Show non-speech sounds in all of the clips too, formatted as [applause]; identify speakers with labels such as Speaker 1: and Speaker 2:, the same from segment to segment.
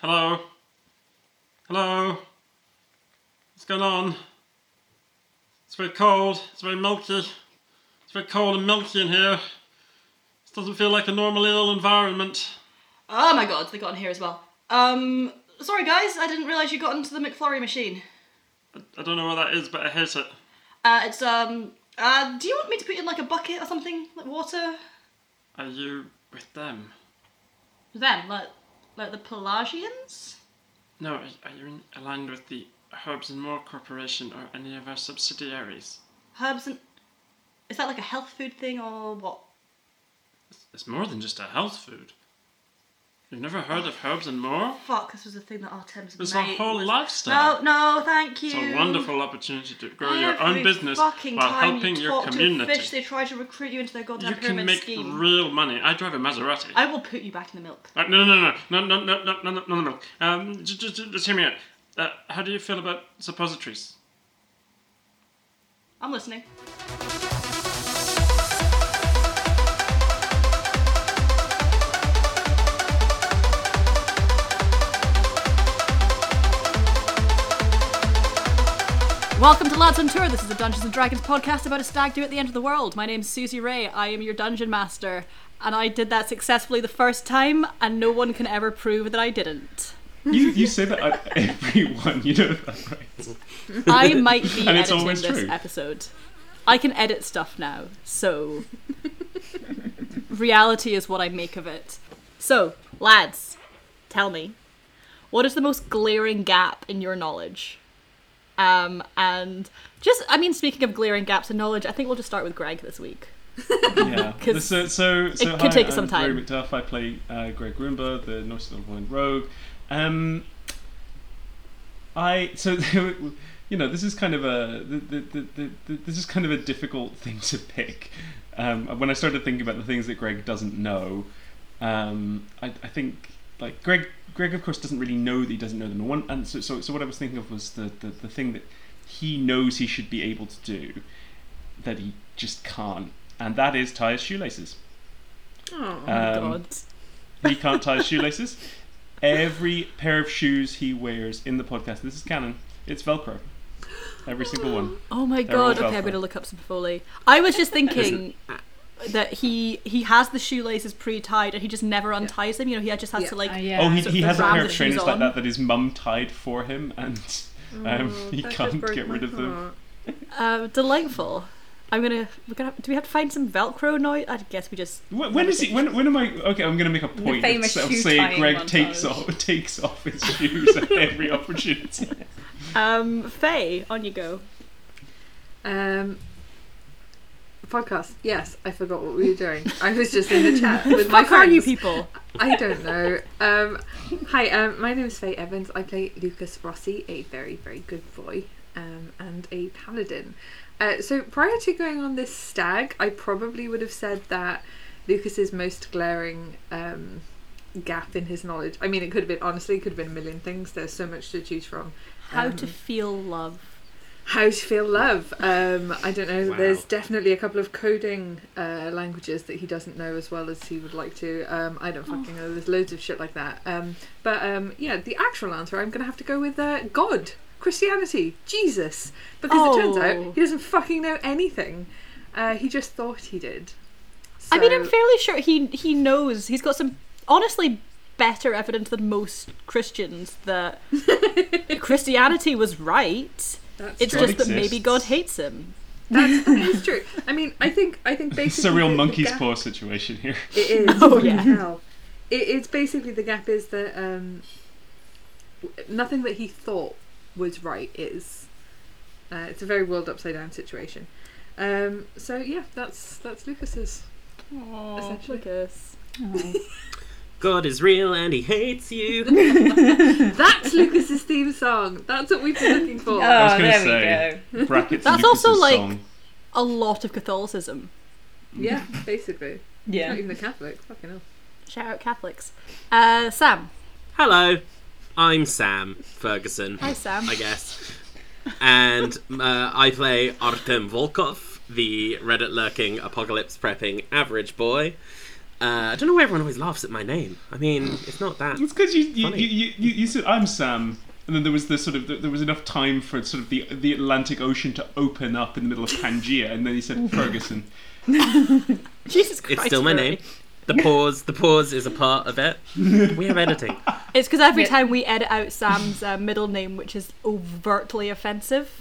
Speaker 1: Hello? Hello? What's going on? It's very cold. It's very milky. It's very cold and milky in here. This doesn't feel like a normal little environment.
Speaker 2: Oh my god, they got in here as well. Um, sorry guys, I didn't realise you got into the McFlurry machine.
Speaker 1: I, I don't know what that is, but I hate it.
Speaker 2: Uh, it's, um, uh, do you want me to put in like a bucket or something? Like water?
Speaker 1: Are you with them?
Speaker 2: Them, like, like the Pelagians?
Speaker 1: No, are, are you in, aligned with the Herbs and More Corporation or any of our subsidiaries?
Speaker 2: Herbs and. Is that like a health food thing or what?
Speaker 1: It's, it's more than just a health food. You've never heard of Herbs and More?
Speaker 2: Fuck, this was a thing that our Thames
Speaker 1: It's our
Speaker 2: made.
Speaker 1: whole lifestyle.
Speaker 2: No, no, thank you.
Speaker 1: It's a wonderful opportunity to grow your
Speaker 2: Every
Speaker 1: own business while
Speaker 2: fucking time
Speaker 1: helping
Speaker 2: you
Speaker 1: your
Speaker 2: talk To a
Speaker 1: community.
Speaker 2: fish, they try to recruit you into their goddamn
Speaker 1: you can
Speaker 2: pyramid
Speaker 1: make
Speaker 2: scheme.
Speaker 1: real money. I drive a Maserati.
Speaker 2: I will put you back in the milk.
Speaker 1: Right, no, no, no, no, no, no, no, no, no, no, no. Um, just, just, just hear me out. Uh, how do you feel about suppositories?
Speaker 2: I'm listening. Welcome to Lads on Tour. This is a Dungeons and Dragons podcast about a stag do at the end of the world. My name's Susie Ray. I am your dungeon master, and I did that successfully the first time, and no one can ever prove that I didn't.
Speaker 3: [laughs] [laughs] You, you say that at [laughs] everyone, you know that, right?
Speaker 2: I might be
Speaker 3: And it's
Speaker 2: editing
Speaker 3: always
Speaker 2: this
Speaker 3: true.
Speaker 2: episode. I can edit stuff now,
Speaker 3: [laughs]
Speaker 2: so reality is what I make of it. So, lads, tell me, what is the most glaring gap in your knowledge? Um, and just, I mean, speaking of glaring gaps in knowledge, I think we'll just start with Greg this week.
Speaker 3: Yeah.
Speaker 2: [laughs] 'Cause
Speaker 3: So, so, so
Speaker 2: it
Speaker 3: hi,
Speaker 2: could take
Speaker 3: I'm
Speaker 2: some time.
Speaker 3: Ray McDuff. I play uh, Greg Roomba, the Naughty Little Blind Rogue. Um, I so [laughs] you know this is kind of a the, the, the, the, the, this is kind of a difficult thing to pick. Um, when I started thinking about the things that Greg doesn't know, um, I, I think like Greg Greg of course doesn't really know that he doesn't know them. And One and so, so so what I was thinking of was the, the the thing that he knows he should be able to do that he just can't, and that is tie his shoelaces. Um,
Speaker 2: Oh my
Speaker 3: Hmm.
Speaker 2: god.
Speaker 3: [laughs] He can't tie his shoelaces. Every pair of shoes he wears in the podcast, this is canon. It's Velcro. Every
Speaker 2: [gasps]
Speaker 3: single one.
Speaker 2: Oh my
Speaker 3: They're all
Speaker 2: god! Okay, I'm
Speaker 3: velcro.
Speaker 2: gonna look up some Foley. I was
Speaker 3: [laughs]
Speaker 2: just thinking uh, that he he has the shoelaces pre-tied and he just never unties them. You know, he just has to like
Speaker 4: Uh, yeah.
Speaker 3: Oh, he,
Speaker 2: So
Speaker 3: he
Speaker 2: the
Speaker 3: has a
Speaker 2: brand
Speaker 3: pair
Speaker 2: of
Speaker 3: of
Speaker 2: shoes
Speaker 3: trainers
Speaker 2: on.
Speaker 3: like that that his mum tied for him, and um,
Speaker 2: Mm,
Speaker 3: [laughs] he can't get rid of them.
Speaker 2: Uh, delightful. I'm gonna. We're gonna. Do we have to find some Velcro noise? I guess we just.
Speaker 3: Wh- When is he? When, when am I? Okay, I'm going to make a point of
Speaker 4: famous shoe
Speaker 3: saying
Speaker 4: tying
Speaker 3: Greg
Speaker 4: montage.
Speaker 3: takes off [laughs] takes off his shoes at
Speaker 4: [laughs]
Speaker 3: every opportunity.
Speaker 2: Um, Faye, on you go.
Speaker 4: Um, podcast. Yes, I forgot what we were doing. I was just in the chat with my
Speaker 2: Fuck are you
Speaker 4: friends.
Speaker 2: people?
Speaker 4: I don't know. Um, hi, um, my name is Faye Evans. I play Lucas Rossi, a very, very good boy, um, and a paladin. Uh, so prior to going on this stag, I probably would have said that Lucas's most glaring um, gap in his knowledge. I mean, it could have been honestly, it could have been a million things. There's so much to choose from.
Speaker 2: How
Speaker 4: Um,
Speaker 2: to feel love.
Speaker 4: how to feel love. Um, I don't know.
Speaker 1: Wow.
Speaker 4: There's definitely a couple of coding uh, languages that he doesn't know as well as he would like to. Um, I
Speaker 2: Oh.
Speaker 4: don't fucking know. There's loads of shit like that. Um, but um, yeah, the actual answer I'm going to have to go with uh, God, Christianity, Jesus, because it turns
Speaker 2: Oh.
Speaker 4: out he doesn't fucking know anything. Uh, he just thought he did.
Speaker 2: I mean, I'm
Speaker 4: So-
Speaker 2: fairly sure he he knows. He's got some honestly better evidence than most Christians that Christianity was right.
Speaker 4: that's
Speaker 2: It's
Speaker 4: true.
Speaker 2: just
Speaker 3: It
Speaker 2: that maybe
Speaker 3: exists.
Speaker 2: God hates him.
Speaker 4: that's, that
Speaker 2: [laughs]
Speaker 4: is true. I mean, I think I think basically
Speaker 3: It's a real
Speaker 4: the- the
Speaker 3: monkey's
Speaker 4: gap-
Speaker 3: paw situation here.
Speaker 4: It is.
Speaker 2: Oh,
Speaker 4: fucking
Speaker 2: yeah.
Speaker 4: Hell. It, it's basically the gap is that um, w- nothing that he thought was right is. Uh, it's a very world upside down situation. Um, so yeah, that's that's Lucas's
Speaker 2: Oh.
Speaker 4: essentially.
Speaker 2: Lucas.
Speaker 5: God is real and he hates you.
Speaker 4: That's Lucas's theme song. That's what we've been looking
Speaker 3: I was
Speaker 4: for. Yeah,
Speaker 3: gonna
Speaker 4: Oh, there
Speaker 3: say-
Speaker 4: we
Speaker 2: [laughs]
Speaker 3: Brackets.
Speaker 2: That's
Speaker 3: Lucas's
Speaker 2: also like-
Speaker 3: song.
Speaker 2: A lot of Catholicism.
Speaker 4: go. Yeah, basically. Not
Speaker 6: Yeah.
Speaker 4: even the Catholic. Fucking hell.
Speaker 2: Shout out Catholics. Uh, Sam.
Speaker 5: Hello, I'm Sam Ferguson,
Speaker 2: Hi, Sam.
Speaker 5: I guess. And uh, I play Artem Volkov, the Reddit lurking, apocalypse prepping average boy. Uh, I don't know why everyone always laughs at my name. I mean, it's not that.
Speaker 3: It's because you you,
Speaker 5: Funny.
Speaker 3: you, you, you you said I'm Sam, and then there was the sort of there was enough time for sort of the the Atlantic Ocean to open up in the middle of Pangaea, and then he said Ferguson.
Speaker 2: Jesus Christ.
Speaker 5: It's still my
Speaker 2: Rory.
Speaker 5: name. The pause, the pause is a part of it. We have editing.
Speaker 2: It's because every time we edit out Sam's uh, middle name, which is overtly offensive,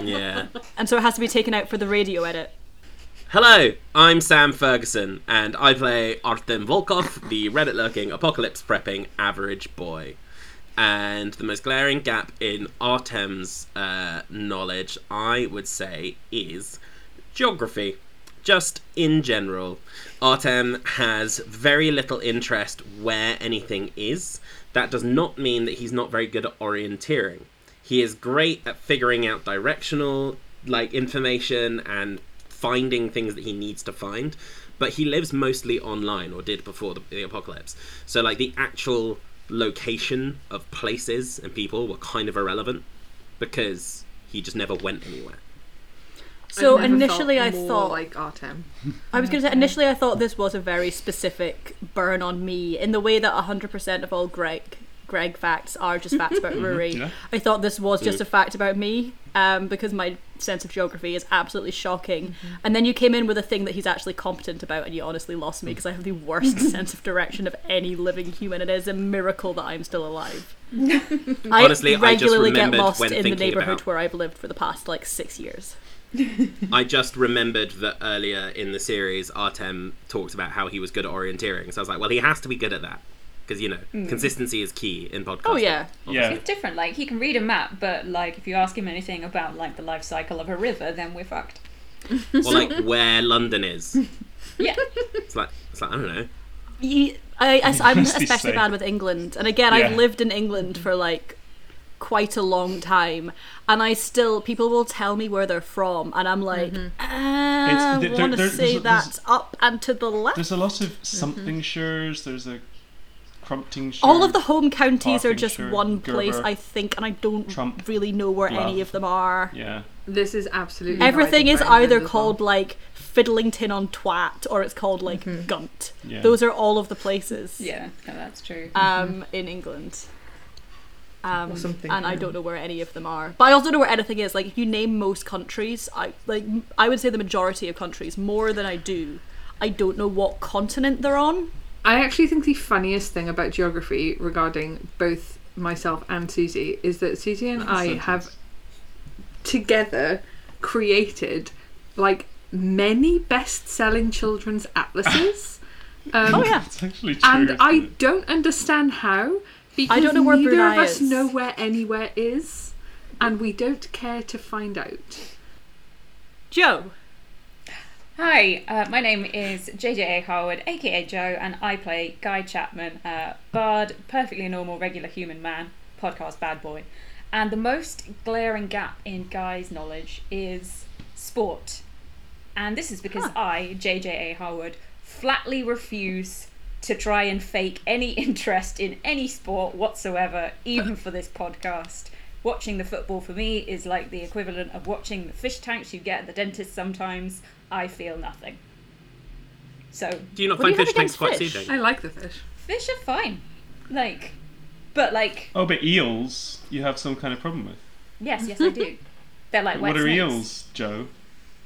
Speaker 5: Yeah.
Speaker 2: and so it has to be taken out for the radio edit.
Speaker 5: Hello, I'm Sam Ferguson, and I play Artem Volkov, the Reddit lurking, apocalypse prepping average boy. And the most glaring gap in Artem's uh, knowledge, I would say, is geography. Just in general, Artem has very little interest where anything is. That does not mean that he's not very good at orienteering. He is great at figuring out directional like information and finding things that he needs to find, but he lives mostly online or did before the, the apocalypse. So like the actual location of places and people were kind of irrelevant because he just never
Speaker 2: [laughs]
Speaker 5: went anywhere.
Speaker 2: So
Speaker 4: I've never felt
Speaker 2: initially, I
Speaker 4: more
Speaker 2: thought
Speaker 4: like Artem.
Speaker 2: I was going to say initially I thought this was a very specific burn on me in the way that 100% of all Greg Greg facts are just facts
Speaker 5: [laughs]
Speaker 2: about Rory.
Speaker 3: yeah.
Speaker 2: I thought this was just a fact about me um, because my sense of geography is absolutely shocking. And then you came in with a thing that he's actually competent about and you honestly lost
Speaker 5: Hmm.
Speaker 2: me because I have the [laughs] worst sense of direction of any living human. It is a miracle that I'm still [laughs] alive. I
Speaker 5: Honestly, I just
Speaker 2: regularly get
Speaker 5: remembered
Speaker 2: lost
Speaker 5: when
Speaker 2: in the
Speaker 5: thinking
Speaker 2: neighborhood
Speaker 5: about-
Speaker 2: where I've lived for the past like 6 years.
Speaker 5: I just remembered that earlier in the series, Artem talked about how he was good at orienteering. So I was like, well, he has to be good at that because you know consistency is key in podcasting.
Speaker 2: Mm. Oh yeah.
Speaker 3: Yeah,
Speaker 7: It's different. Like he can read a map, but like if you ask him anything about like the life cycle of a river, then we're fucked.
Speaker 5: or like
Speaker 2: [laughs]
Speaker 5: where London is.
Speaker 7: Yeah.
Speaker 5: It's like it's like I don't know.
Speaker 2: Ye- I, am
Speaker 3: must be
Speaker 2: especially
Speaker 3: safe.
Speaker 2: bad with England, and again, I've
Speaker 3: Yeah.
Speaker 2: lived in England for like quite a long time, and I still people will tell me where they're from, and I'm like,
Speaker 4: Mm-hmm.
Speaker 2: "Uh,
Speaker 3: there-
Speaker 2: I want
Speaker 3: there-
Speaker 2: to say
Speaker 3: there's- there's-
Speaker 2: that's up and to the left.
Speaker 3: there's a lot
Speaker 4: Mm-hmm.
Speaker 3: of something shires. There's a Crumptingshire.
Speaker 2: All of the home counties are just
Speaker 3: Hertfordshire,
Speaker 2: one place,
Speaker 3: Gerber,
Speaker 2: I think, and I don't
Speaker 3: Trump,
Speaker 2: really know where any
Speaker 3: Bluff.
Speaker 2: of them are.
Speaker 3: Yeah,
Speaker 4: This is absolutely how I
Speaker 2: Everything
Speaker 4: think
Speaker 2: is
Speaker 4: about England
Speaker 2: either
Speaker 4: as well.
Speaker 2: called like Fiddlington on Twat or it's called like
Speaker 4: Mm-hmm.
Speaker 2: Gunt.
Speaker 3: Yeah.
Speaker 2: Those are all of the places.
Speaker 7: Yeah, no, that's true.
Speaker 2: um, in England. Um,
Speaker 4: Mm-hmm. Or something,
Speaker 2: and I
Speaker 4: yeah.
Speaker 2: don't know where any of them are, but I also don't know where anything is. Like, if you name most countries, I like m- I would say the majority of countries more than I do. I don't know what continent they're on.
Speaker 4: I actually think the funniest thing about geography regarding both myself and Susie is that Susie and I have together created like many best selling children's [laughs] atlases. Um,
Speaker 2: Oh yeah,
Speaker 3: it's actually true.
Speaker 4: And
Speaker 3: isn't
Speaker 4: I
Speaker 3: it?
Speaker 4: don't understand how because
Speaker 2: don't know where
Speaker 4: neither
Speaker 2: Brunei
Speaker 4: of us
Speaker 2: is.
Speaker 4: know where anywhere is and we don't care to find out.
Speaker 2: Joe.
Speaker 7: Hi, uh, my name is JJA Howard, aka Joe, and I play Guy Chapman, uh, bard, perfectly normal, regular human man, podcast bad boy. And the most glaring gap in Guy's knowledge is sport. And this is because I, JJA Howard, flatly refuse to try and fake any [laughs] interest in any sport whatsoever, even for this podcast. Watching the football for me is like the equivalent of watching the fish tanks you get at the dentist sometimes. I feel nothing. So,
Speaker 5: Do you not
Speaker 2: What do you
Speaker 5: find
Speaker 2: have
Speaker 5: fish tanks
Speaker 2: against
Speaker 5: quite
Speaker 2: fish?
Speaker 5: soothing?
Speaker 4: I like the fish.
Speaker 7: fish are fine. Like, but like,
Speaker 3: Oh, but eels, you have some kind of problem with.
Speaker 7: yes, yes,
Speaker 3: [laughs]
Speaker 7: I do. They're like wet
Speaker 3: what are
Speaker 7: snakes.
Speaker 3: eels, Joe?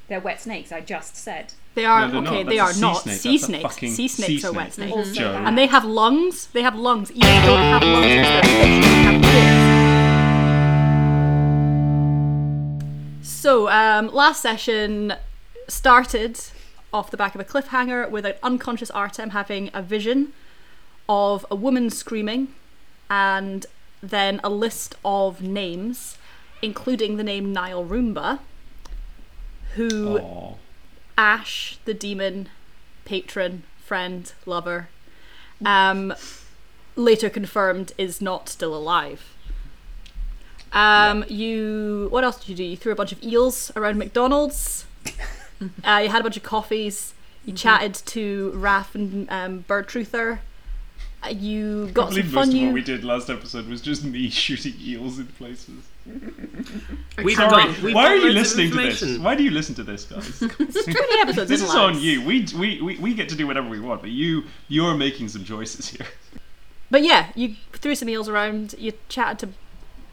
Speaker 7: They're wet snakes, I just said.
Speaker 2: They are
Speaker 3: No, they're
Speaker 2: okay.
Speaker 3: not.
Speaker 2: They are
Speaker 3: That's a sea
Speaker 2: not
Speaker 3: snake.
Speaker 2: sea
Speaker 3: That's a
Speaker 2: snakes.
Speaker 3: fucking
Speaker 2: Sea snakes
Speaker 3: sea
Speaker 2: are wet
Speaker 3: snake.
Speaker 2: snakes,
Speaker 7: Also
Speaker 3: Joe.
Speaker 7: that.
Speaker 2: and they have lungs. They have lungs. Eels don't have lungs. 'cause they're fish. They have gills. So um, last session started off the back of a cliffhanger with an unconscious Artem having a vision of a woman screaming and then a list of names, including the name Niall Roomba, who
Speaker 3: Oh,
Speaker 2: Ash, the demon, patron, friend, lover, um, later confirmed is not still alive. Um, you. What else did you do? You threw a bunch of eels around
Speaker 3: [laughs]
Speaker 2: McDonald's. uh,
Speaker 3: Mm-hmm.
Speaker 2: you had a bunch of coffees. You chatted to Raph and um, Bird Truther,
Speaker 8: Uh, You
Speaker 3: I
Speaker 8: got some
Speaker 3: believe most
Speaker 8: fun.
Speaker 3: of
Speaker 8: You
Speaker 3: what we did last episode was just me [laughs] shooting eels in places. Sorry,
Speaker 5: We've got, we've
Speaker 3: why
Speaker 5: got
Speaker 3: are you
Speaker 5: loads of
Speaker 3: listening to this?
Speaker 5: information.
Speaker 3: Why do you listen to
Speaker 2: [laughs]
Speaker 3: this, guys?
Speaker 8: It's too many
Speaker 3: [laughs]
Speaker 8: episodes.
Speaker 3: this
Speaker 8: isn't
Speaker 3: is
Speaker 8: it,
Speaker 3: on
Speaker 8: lads?
Speaker 3: you. We, we we we get to do whatever we want, but you you're making some choices here.
Speaker 8: But yeah, you threw some eels around. You chatted to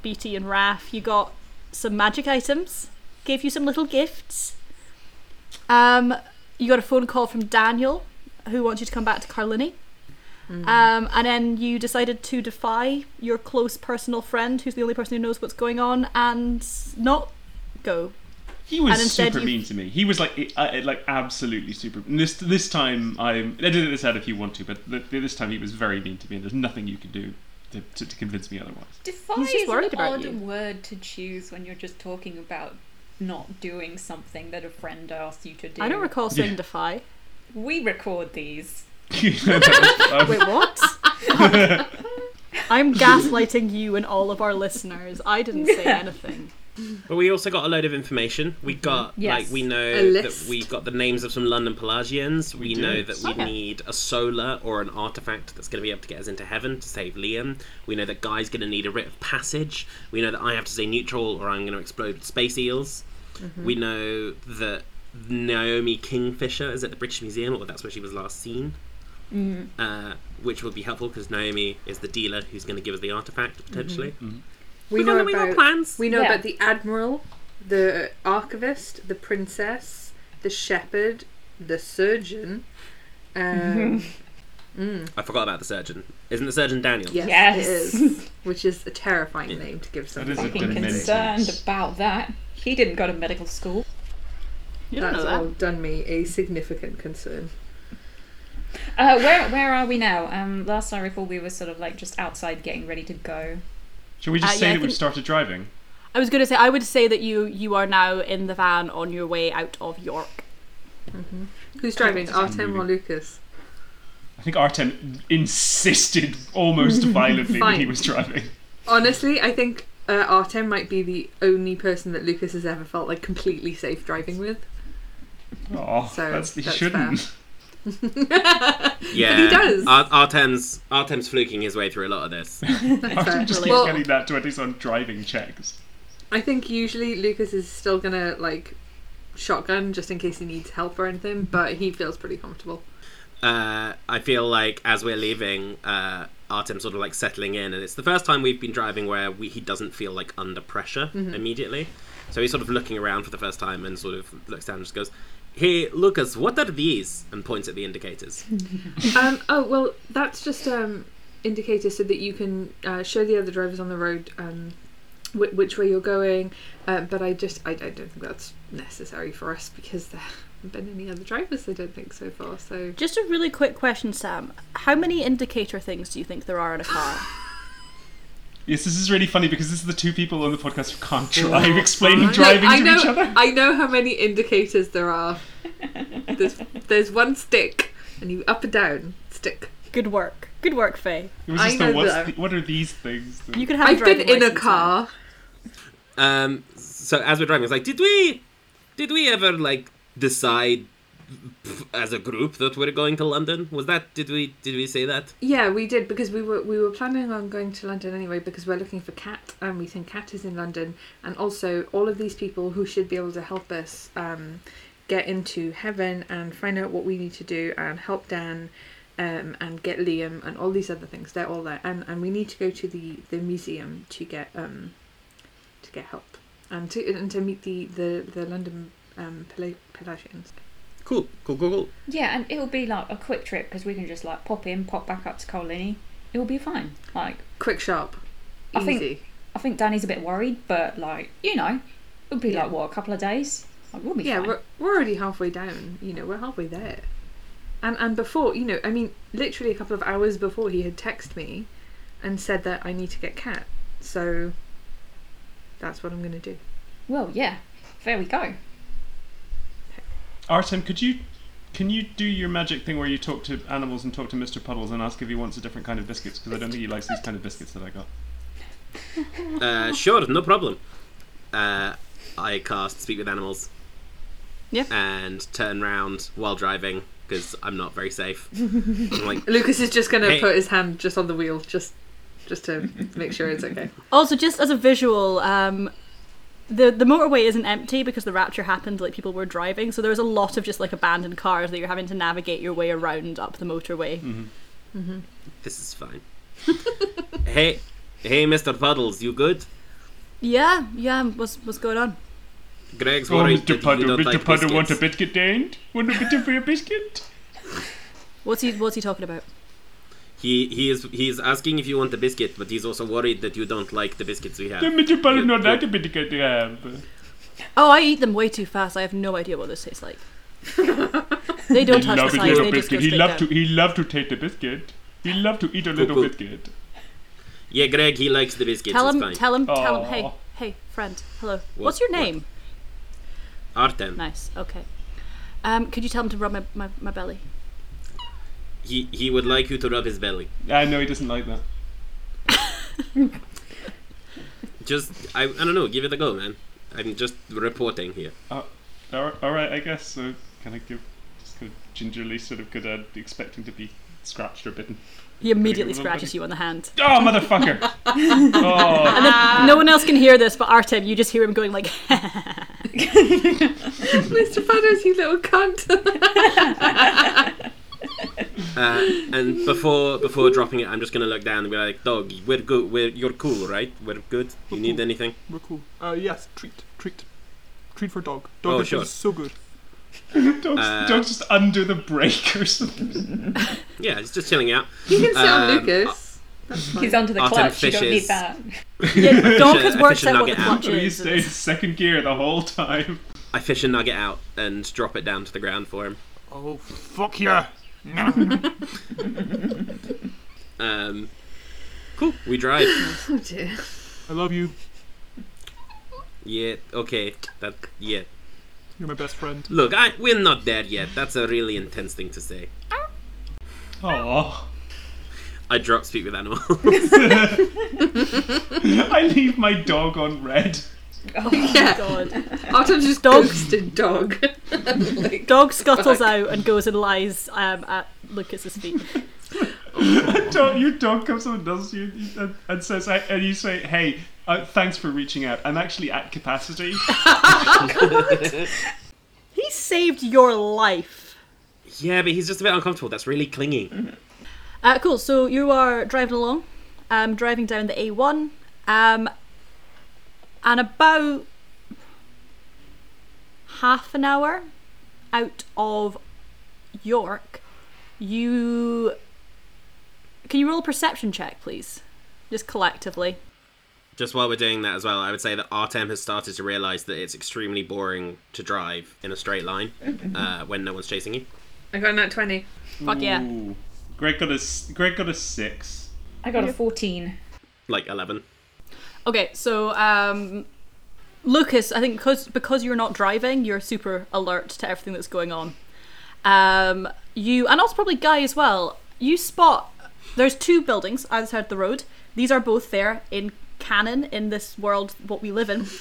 Speaker 8: Beatty and Raph. You got some magic items. Gave you some little gifts. Um, you got a phone call from Daniel, who wants you to come back to Carlini. Um, and then you decided to defy your close personal friend, who's the only person who knows what's going on, and not go.
Speaker 3: He
Speaker 8: And
Speaker 3: was
Speaker 8: instead
Speaker 3: super
Speaker 8: you-
Speaker 3: mean to me. He was like, i- I, like absolutely super. and This this time, I'm. Edit this out if you want to, but th- this time he was very mean to me, and there's nothing you can do to, to, to convince me otherwise. [laughs]
Speaker 7: Defy
Speaker 8: He's just
Speaker 7: is
Speaker 8: worried
Speaker 7: an
Speaker 8: about
Speaker 7: odd
Speaker 8: you.
Speaker 7: word to choose when you're just talking about not doing something that a friend asked you to do.
Speaker 8: I don't recall saying
Speaker 3: Yeah.
Speaker 8: defy.
Speaker 7: We record these.
Speaker 8: [laughs]
Speaker 4: Uh,
Speaker 8: Wait, what? [laughs] I'm gaslighting you and all of our listeners. I didn't [laughs] say anything.
Speaker 5: But we also got a load of information. We got
Speaker 7: Yes.
Speaker 5: like we
Speaker 4: A
Speaker 5: know that
Speaker 4: list.
Speaker 5: we got the names of some London Pelagians. We,
Speaker 3: did.
Speaker 5: know that we
Speaker 8: Okay.
Speaker 5: need a solar or an artifact that's going to be able to get us into heaven to save Liam. We know that Guy's going to need a writ of passage. We know that I have to stay neutral or I'm going to explode space eels. We know that Naomi Kingfisher is at the British Museum, or that's where she was last seen. Uh, which will be helpful because Naomi is the dealer who's going to give us the artifact potentially.
Speaker 3: Mm-hmm.
Speaker 4: We
Speaker 5: We've
Speaker 4: know
Speaker 5: only got
Speaker 4: about
Speaker 5: plans.
Speaker 4: we know
Speaker 7: Yeah.
Speaker 4: about the admiral, the archivist, the princess, the shepherd, the surgeon.
Speaker 7: [laughs]
Speaker 4: Um,
Speaker 5: I forgot about the surgeon. Isn't the surgeon Daniel?
Speaker 4: yes,
Speaker 7: Yes.
Speaker 4: it is. Which is a terrifying name to give
Speaker 3: That is
Speaker 4: somebody.
Speaker 3: a
Speaker 7: Fucking
Speaker 3: demented
Speaker 7: concerned
Speaker 3: mess.
Speaker 7: about that. He didn't go to medical school.
Speaker 8: You don't
Speaker 4: That's
Speaker 8: know that.
Speaker 4: all done me a significant concern.
Speaker 7: Uh, where where are we now? Um, last I recall, we were sort of like just outside getting ready to go.
Speaker 3: Shall we
Speaker 8: Uh,
Speaker 3: just
Speaker 8: yeah,
Speaker 3: say
Speaker 8: I
Speaker 3: that we've
Speaker 8: think-
Speaker 3: started driving?
Speaker 8: I was going to say I would say that you you are now in the van on your way out of York.
Speaker 4: Who's driving? Artem or
Speaker 3: moving.
Speaker 4: Lucas?
Speaker 3: I think Artem insisted
Speaker 4: [laughs]
Speaker 3: almost violently that he
Speaker 4: Fine.
Speaker 3: was driving.
Speaker 4: Honestly, I think uh, Artem might be the only person that Lucas has ever felt like completely safe driving with.
Speaker 3: Oh,
Speaker 4: So,
Speaker 3: that's, he
Speaker 4: that's
Speaker 3: shouldn't. [laughs]
Speaker 5: Yeah,
Speaker 4: he does.
Speaker 5: Ar- Artem's Artem's fluking his way through a lot of this.
Speaker 3: Artem just keeps
Speaker 4: Well-
Speaker 3: getting that to at least on driving checks.
Speaker 4: I think usually Lucas is still gonna like shotgun just in case he needs help or anything, but he feels pretty comfortable.
Speaker 5: Uh, I feel like as we're leaving, uh, Artem's sort of like settling in, and it's the first time we've been driving where we, he doesn't feel like under pressure
Speaker 4: Mm-hmm.
Speaker 5: immediately. So he's sort of looking around for the first time and sort of looks down and just goes, "Hey, Lucas, what are these?" and points at the indicators.
Speaker 4: um, oh well, that's just um, indicators so that you can uh, show the other drivers on the road um, whi which way you're going. Uh, but I just I, I don't think that's necessary for us because there haven't been any other drivers. I don't think so far. So
Speaker 8: Just a really quick question, Sam. How many indicator things do you think there are in a car?
Speaker 3: Yes, this is really funny because this is the two people on the podcast who can't drive explaining
Speaker 4: No,
Speaker 3: driving
Speaker 4: I
Speaker 3: to
Speaker 4: know
Speaker 3: each other.
Speaker 4: I know how many indicators there are.
Speaker 3: [laughs]
Speaker 4: There's there's one stick, and you up and down stick.
Speaker 8: Good work. Good work, Faye.
Speaker 3: It was
Speaker 4: I
Speaker 3: just the,
Speaker 4: know
Speaker 3: what's
Speaker 4: that.
Speaker 3: the, what are these things? that-
Speaker 8: You could have.
Speaker 4: I've been
Speaker 8: driving
Speaker 4: in a
Speaker 8: license now.
Speaker 4: car.
Speaker 5: Um, so as we're driving, it's like, did we, did we ever like decide f- as a group that we're going to London? Was that did we did we say that?
Speaker 4: Yeah, we did because we were we were planning on going to London anyway because we're looking for Cat and we think Cat is in London and also all of these people who should be able to help us um, get into heaven and find out what we need to do and help Dan um, and get Liam and all these other things they're all there and and we need to go to the the museum to get um to get help and to and to meet the the the London um Pela- Pelagians.
Speaker 5: Cool, cool, cool, cool.
Speaker 7: Yeah, and it'll be like a quick trip because we can just like pop in, pop back up to Colini. It'll be fine. Like
Speaker 4: Quick sharp,
Speaker 7: I
Speaker 4: easy.
Speaker 7: think- I think Danny's a bit worried, but like you know, it'll be like what a couple of days. Like, we'll be
Speaker 4: yeah
Speaker 7: fine.
Speaker 4: we're, we're already halfway down you know we're halfway there and and before you know i mean literally a couple of hours before he had texted me and said that i need to get cat so that's what i'm going to do
Speaker 7: Well, yeah, there we go.
Speaker 3: Artem, could you can you do your magic thing where you talk to animals and talk to Mr. Puddles and ask if he wants a different kind of biscuits? Because I don't think he likes these kind of biscuits that I got.
Speaker 5: Uh, sure, no problem. Uh, I cast Speak with Animals.
Speaker 8: Yeah.
Speaker 5: And turn round while driving because I'm not very safe. I'm like,
Speaker 4: Lucas is just going to
Speaker 5: Hey.
Speaker 4: put his hand just on the wheel, just just to make sure it's okay. [laughs]
Speaker 2: Also, just as a visual, um, the the motorway isn't empty because the rapture happened. Like people were driving, so there was a lot of just like abandoned cars that you're having to navigate your way around up the motorway.
Speaker 5: this is fine. [laughs] hey, hey, Mr. Puddles, you good?
Speaker 2: Yeah, yeah. What's what's going on?
Speaker 5: Greg's
Speaker 3: Oh,
Speaker 5: worried
Speaker 3: Mr.
Speaker 5: that you
Speaker 3: Puddle,
Speaker 5: don't
Speaker 3: Mr.
Speaker 5: like
Speaker 3: Puddle, want a
Speaker 5: biscuits.
Speaker 3: biscuit, Dane? Want a bit of [laughs] your biscuit?
Speaker 2: What's he What's he talking about?
Speaker 5: He he is he is asking if you want a biscuit, but he's also worried that you don't like the biscuits we have.
Speaker 3: Then Mr. Puddle,
Speaker 5: Yeah,
Speaker 3: not
Speaker 5: yeah.
Speaker 3: like a biscuit. yeah.
Speaker 2: Oh, I eat them way too fast. I have no idea what this tastes like. they don't
Speaker 3: He
Speaker 2: touch the
Speaker 3: loved his
Speaker 2: sides.
Speaker 3: little
Speaker 2: They just go
Speaker 3: biscuit. He
Speaker 2: straight
Speaker 3: loved to.
Speaker 2: down.
Speaker 3: He loved to take the biscuit. He loved to eat a little
Speaker 5: cool.
Speaker 3: biscuit.
Speaker 5: Yeah, Greg, he likes the biscuits.
Speaker 2: Tell
Speaker 5: it's
Speaker 2: him,
Speaker 5: fine.
Speaker 2: tell him, tell him. Hey,
Speaker 3: Aw.
Speaker 2: hey, friend. Hello. What's your
Speaker 5: what?
Speaker 2: name?
Speaker 5: Artem.
Speaker 2: Nice. Okay. Um, could you tell him to rub my, my, my belly?
Speaker 5: He he would like you to rub his belly.
Speaker 3: I know he doesn't like that.
Speaker 5: Just I I don't know. Give it a go, man. I'm just reporting here.
Speaker 3: Uh, all all right, I guess. So kind of give, just kind of gingerly, sort of good, uh, expecting to be scratched or bitten.
Speaker 2: He immediately
Speaker 3: Pretty little
Speaker 2: scratches you on the hand.
Speaker 3: Oh, motherfucker!
Speaker 2: [laughs]
Speaker 3: oh,
Speaker 2: And then no one else can hear this, but Artem, you just hear him going like, [laughs]
Speaker 4: Mr. Paddles, you little cunt. [laughs]
Speaker 5: Uh, and before before dropping it, I'm just gonna look down and be like, "Dog, we're good. We're you're cool, right? We're good. You need anything?
Speaker 9: We're cool. Uh, yes, treat, treat, treat for dog. Dog
Speaker 5: Oh,
Speaker 9: dishes
Speaker 5: sure.
Speaker 9: is so good.
Speaker 3: don't,
Speaker 5: Uh,
Speaker 3: don't just undo the brake or something.
Speaker 5: Yeah, it's just chilling out.
Speaker 4: you can sit on
Speaker 5: Um,
Speaker 4: Lucas. That's fine.
Speaker 7: He's onto the
Speaker 5: Artem
Speaker 7: clutch. You don't
Speaker 5: fishes.
Speaker 7: need that.
Speaker 2: yeah, Dog
Speaker 5: Fish
Speaker 2: has
Speaker 5: a-
Speaker 2: worked
Speaker 5: fish a
Speaker 2: out what the
Speaker 5: nugget out.
Speaker 2: clutch
Speaker 3: So you
Speaker 2: is.
Speaker 3: stay in second gear the whole time.
Speaker 5: I fish a nugget out and drop it down to the ground for him.
Speaker 9: Oh, fuck yeah.
Speaker 5: Um, cool. We drive.
Speaker 4: Oh dear.
Speaker 9: I love you.
Speaker 5: yeah. Okay. That. Yeah.
Speaker 9: You're my best friend.
Speaker 5: Look, I we're not there yet. That's a really intense thing to say.
Speaker 3: Oh,
Speaker 5: I drop speak with animals.
Speaker 3: [laughs] I leave my dog on red.
Speaker 4: [laughs]
Speaker 3: [laughs]
Speaker 4: Yeah,
Speaker 2: God.
Speaker 4: Artem's just
Speaker 2: Dog.
Speaker 4: ghosted dog. [laughs] like,
Speaker 2: Dog scuttles out and goes and lies um, at Lucas's feet.
Speaker 3: dog, your dog comes up and does you you- and, and says, I, and you say, "Hey, uh, thanks for reaching out. I'm actually at capacity." [laughs]
Speaker 2: He saved your life. [laughs]
Speaker 5: yeah, but he's just a bit uncomfortable. That's really clingy.
Speaker 2: Uh, cool. So you are driving along, um, driving down the A1, um, and about half an hour out of York, you can you roll a perception check, please, just collectively.
Speaker 5: Just while we're doing that as well, I would say that Artem has started to realize that it's extremely boring to drive in a straight line
Speaker 3: Mm-hmm.
Speaker 5: uh, when no one's chasing you.
Speaker 4: I got that twenty.
Speaker 2: Fuck yeah.
Speaker 3: Ooh. Greg got a s- Greg got a six.
Speaker 7: I got a 14.
Speaker 5: Like eleven.
Speaker 2: Okay, so um, Lucas, I think because because you're not driving, you're super alert to everything that's going on. Um, you and also probably Guy as well. You spot there's two buildings either side of the road. These are both there in canon in this world what we live in. [laughs]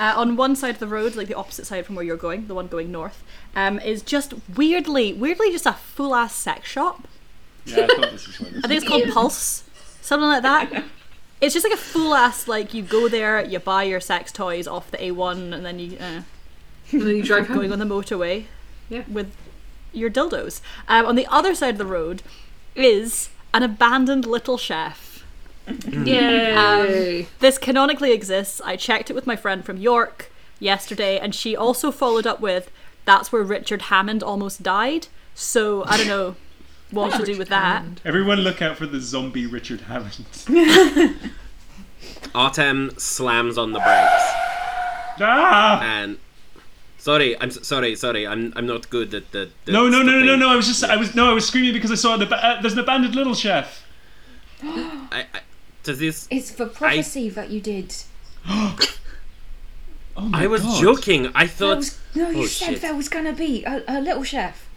Speaker 2: Uh, on one side of the road, like the opposite side from where you're going, the one going north, um, is just weirdly, weirdly just a full ass sex shop.
Speaker 3: Yeah, I thought this was where this.
Speaker 2: I think it's called Pulse, something like that. It's just like a full ass like you go there, you buy your sex toys off the A1, and then you uh,
Speaker 4: And then you drive
Speaker 2: going
Speaker 4: home.
Speaker 2: on the motorway
Speaker 4: Yeah.
Speaker 2: with your dildos. Um, on the other side of the road is an abandoned little chef.
Speaker 4: Yay!
Speaker 2: This canonically exists. I checked it with my friend from York yesterday, and she also followed up with that's where Richard Hammond almost died. So I don't know what to do with
Speaker 4: [laughs]
Speaker 2: that.
Speaker 3: Everyone, look out for the zombie Richard Hammond. [laughs]
Speaker 5: Artem slams on the brakes
Speaker 3: Ah!
Speaker 5: and. Sorry, I'm s- sorry, sorry. I'm I'm not good at the. the
Speaker 3: No, no, no, no, no,
Speaker 5: stopping.
Speaker 3: no! I was just, I was, no, I was screaming because I saw the. Ba- uh, there's an abandoned little chef.
Speaker 5: I, I, does this?
Speaker 7: It's for prophecy that you did.
Speaker 3: Oh my
Speaker 5: I was
Speaker 3: God.
Speaker 5: joking. I
Speaker 7: There
Speaker 5: thought.
Speaker 7: was, no, you
Speaker 5: oh,
Speaker 7: said
Speaker 5: shit.
Speaker 7: there was going to be a, a little chef.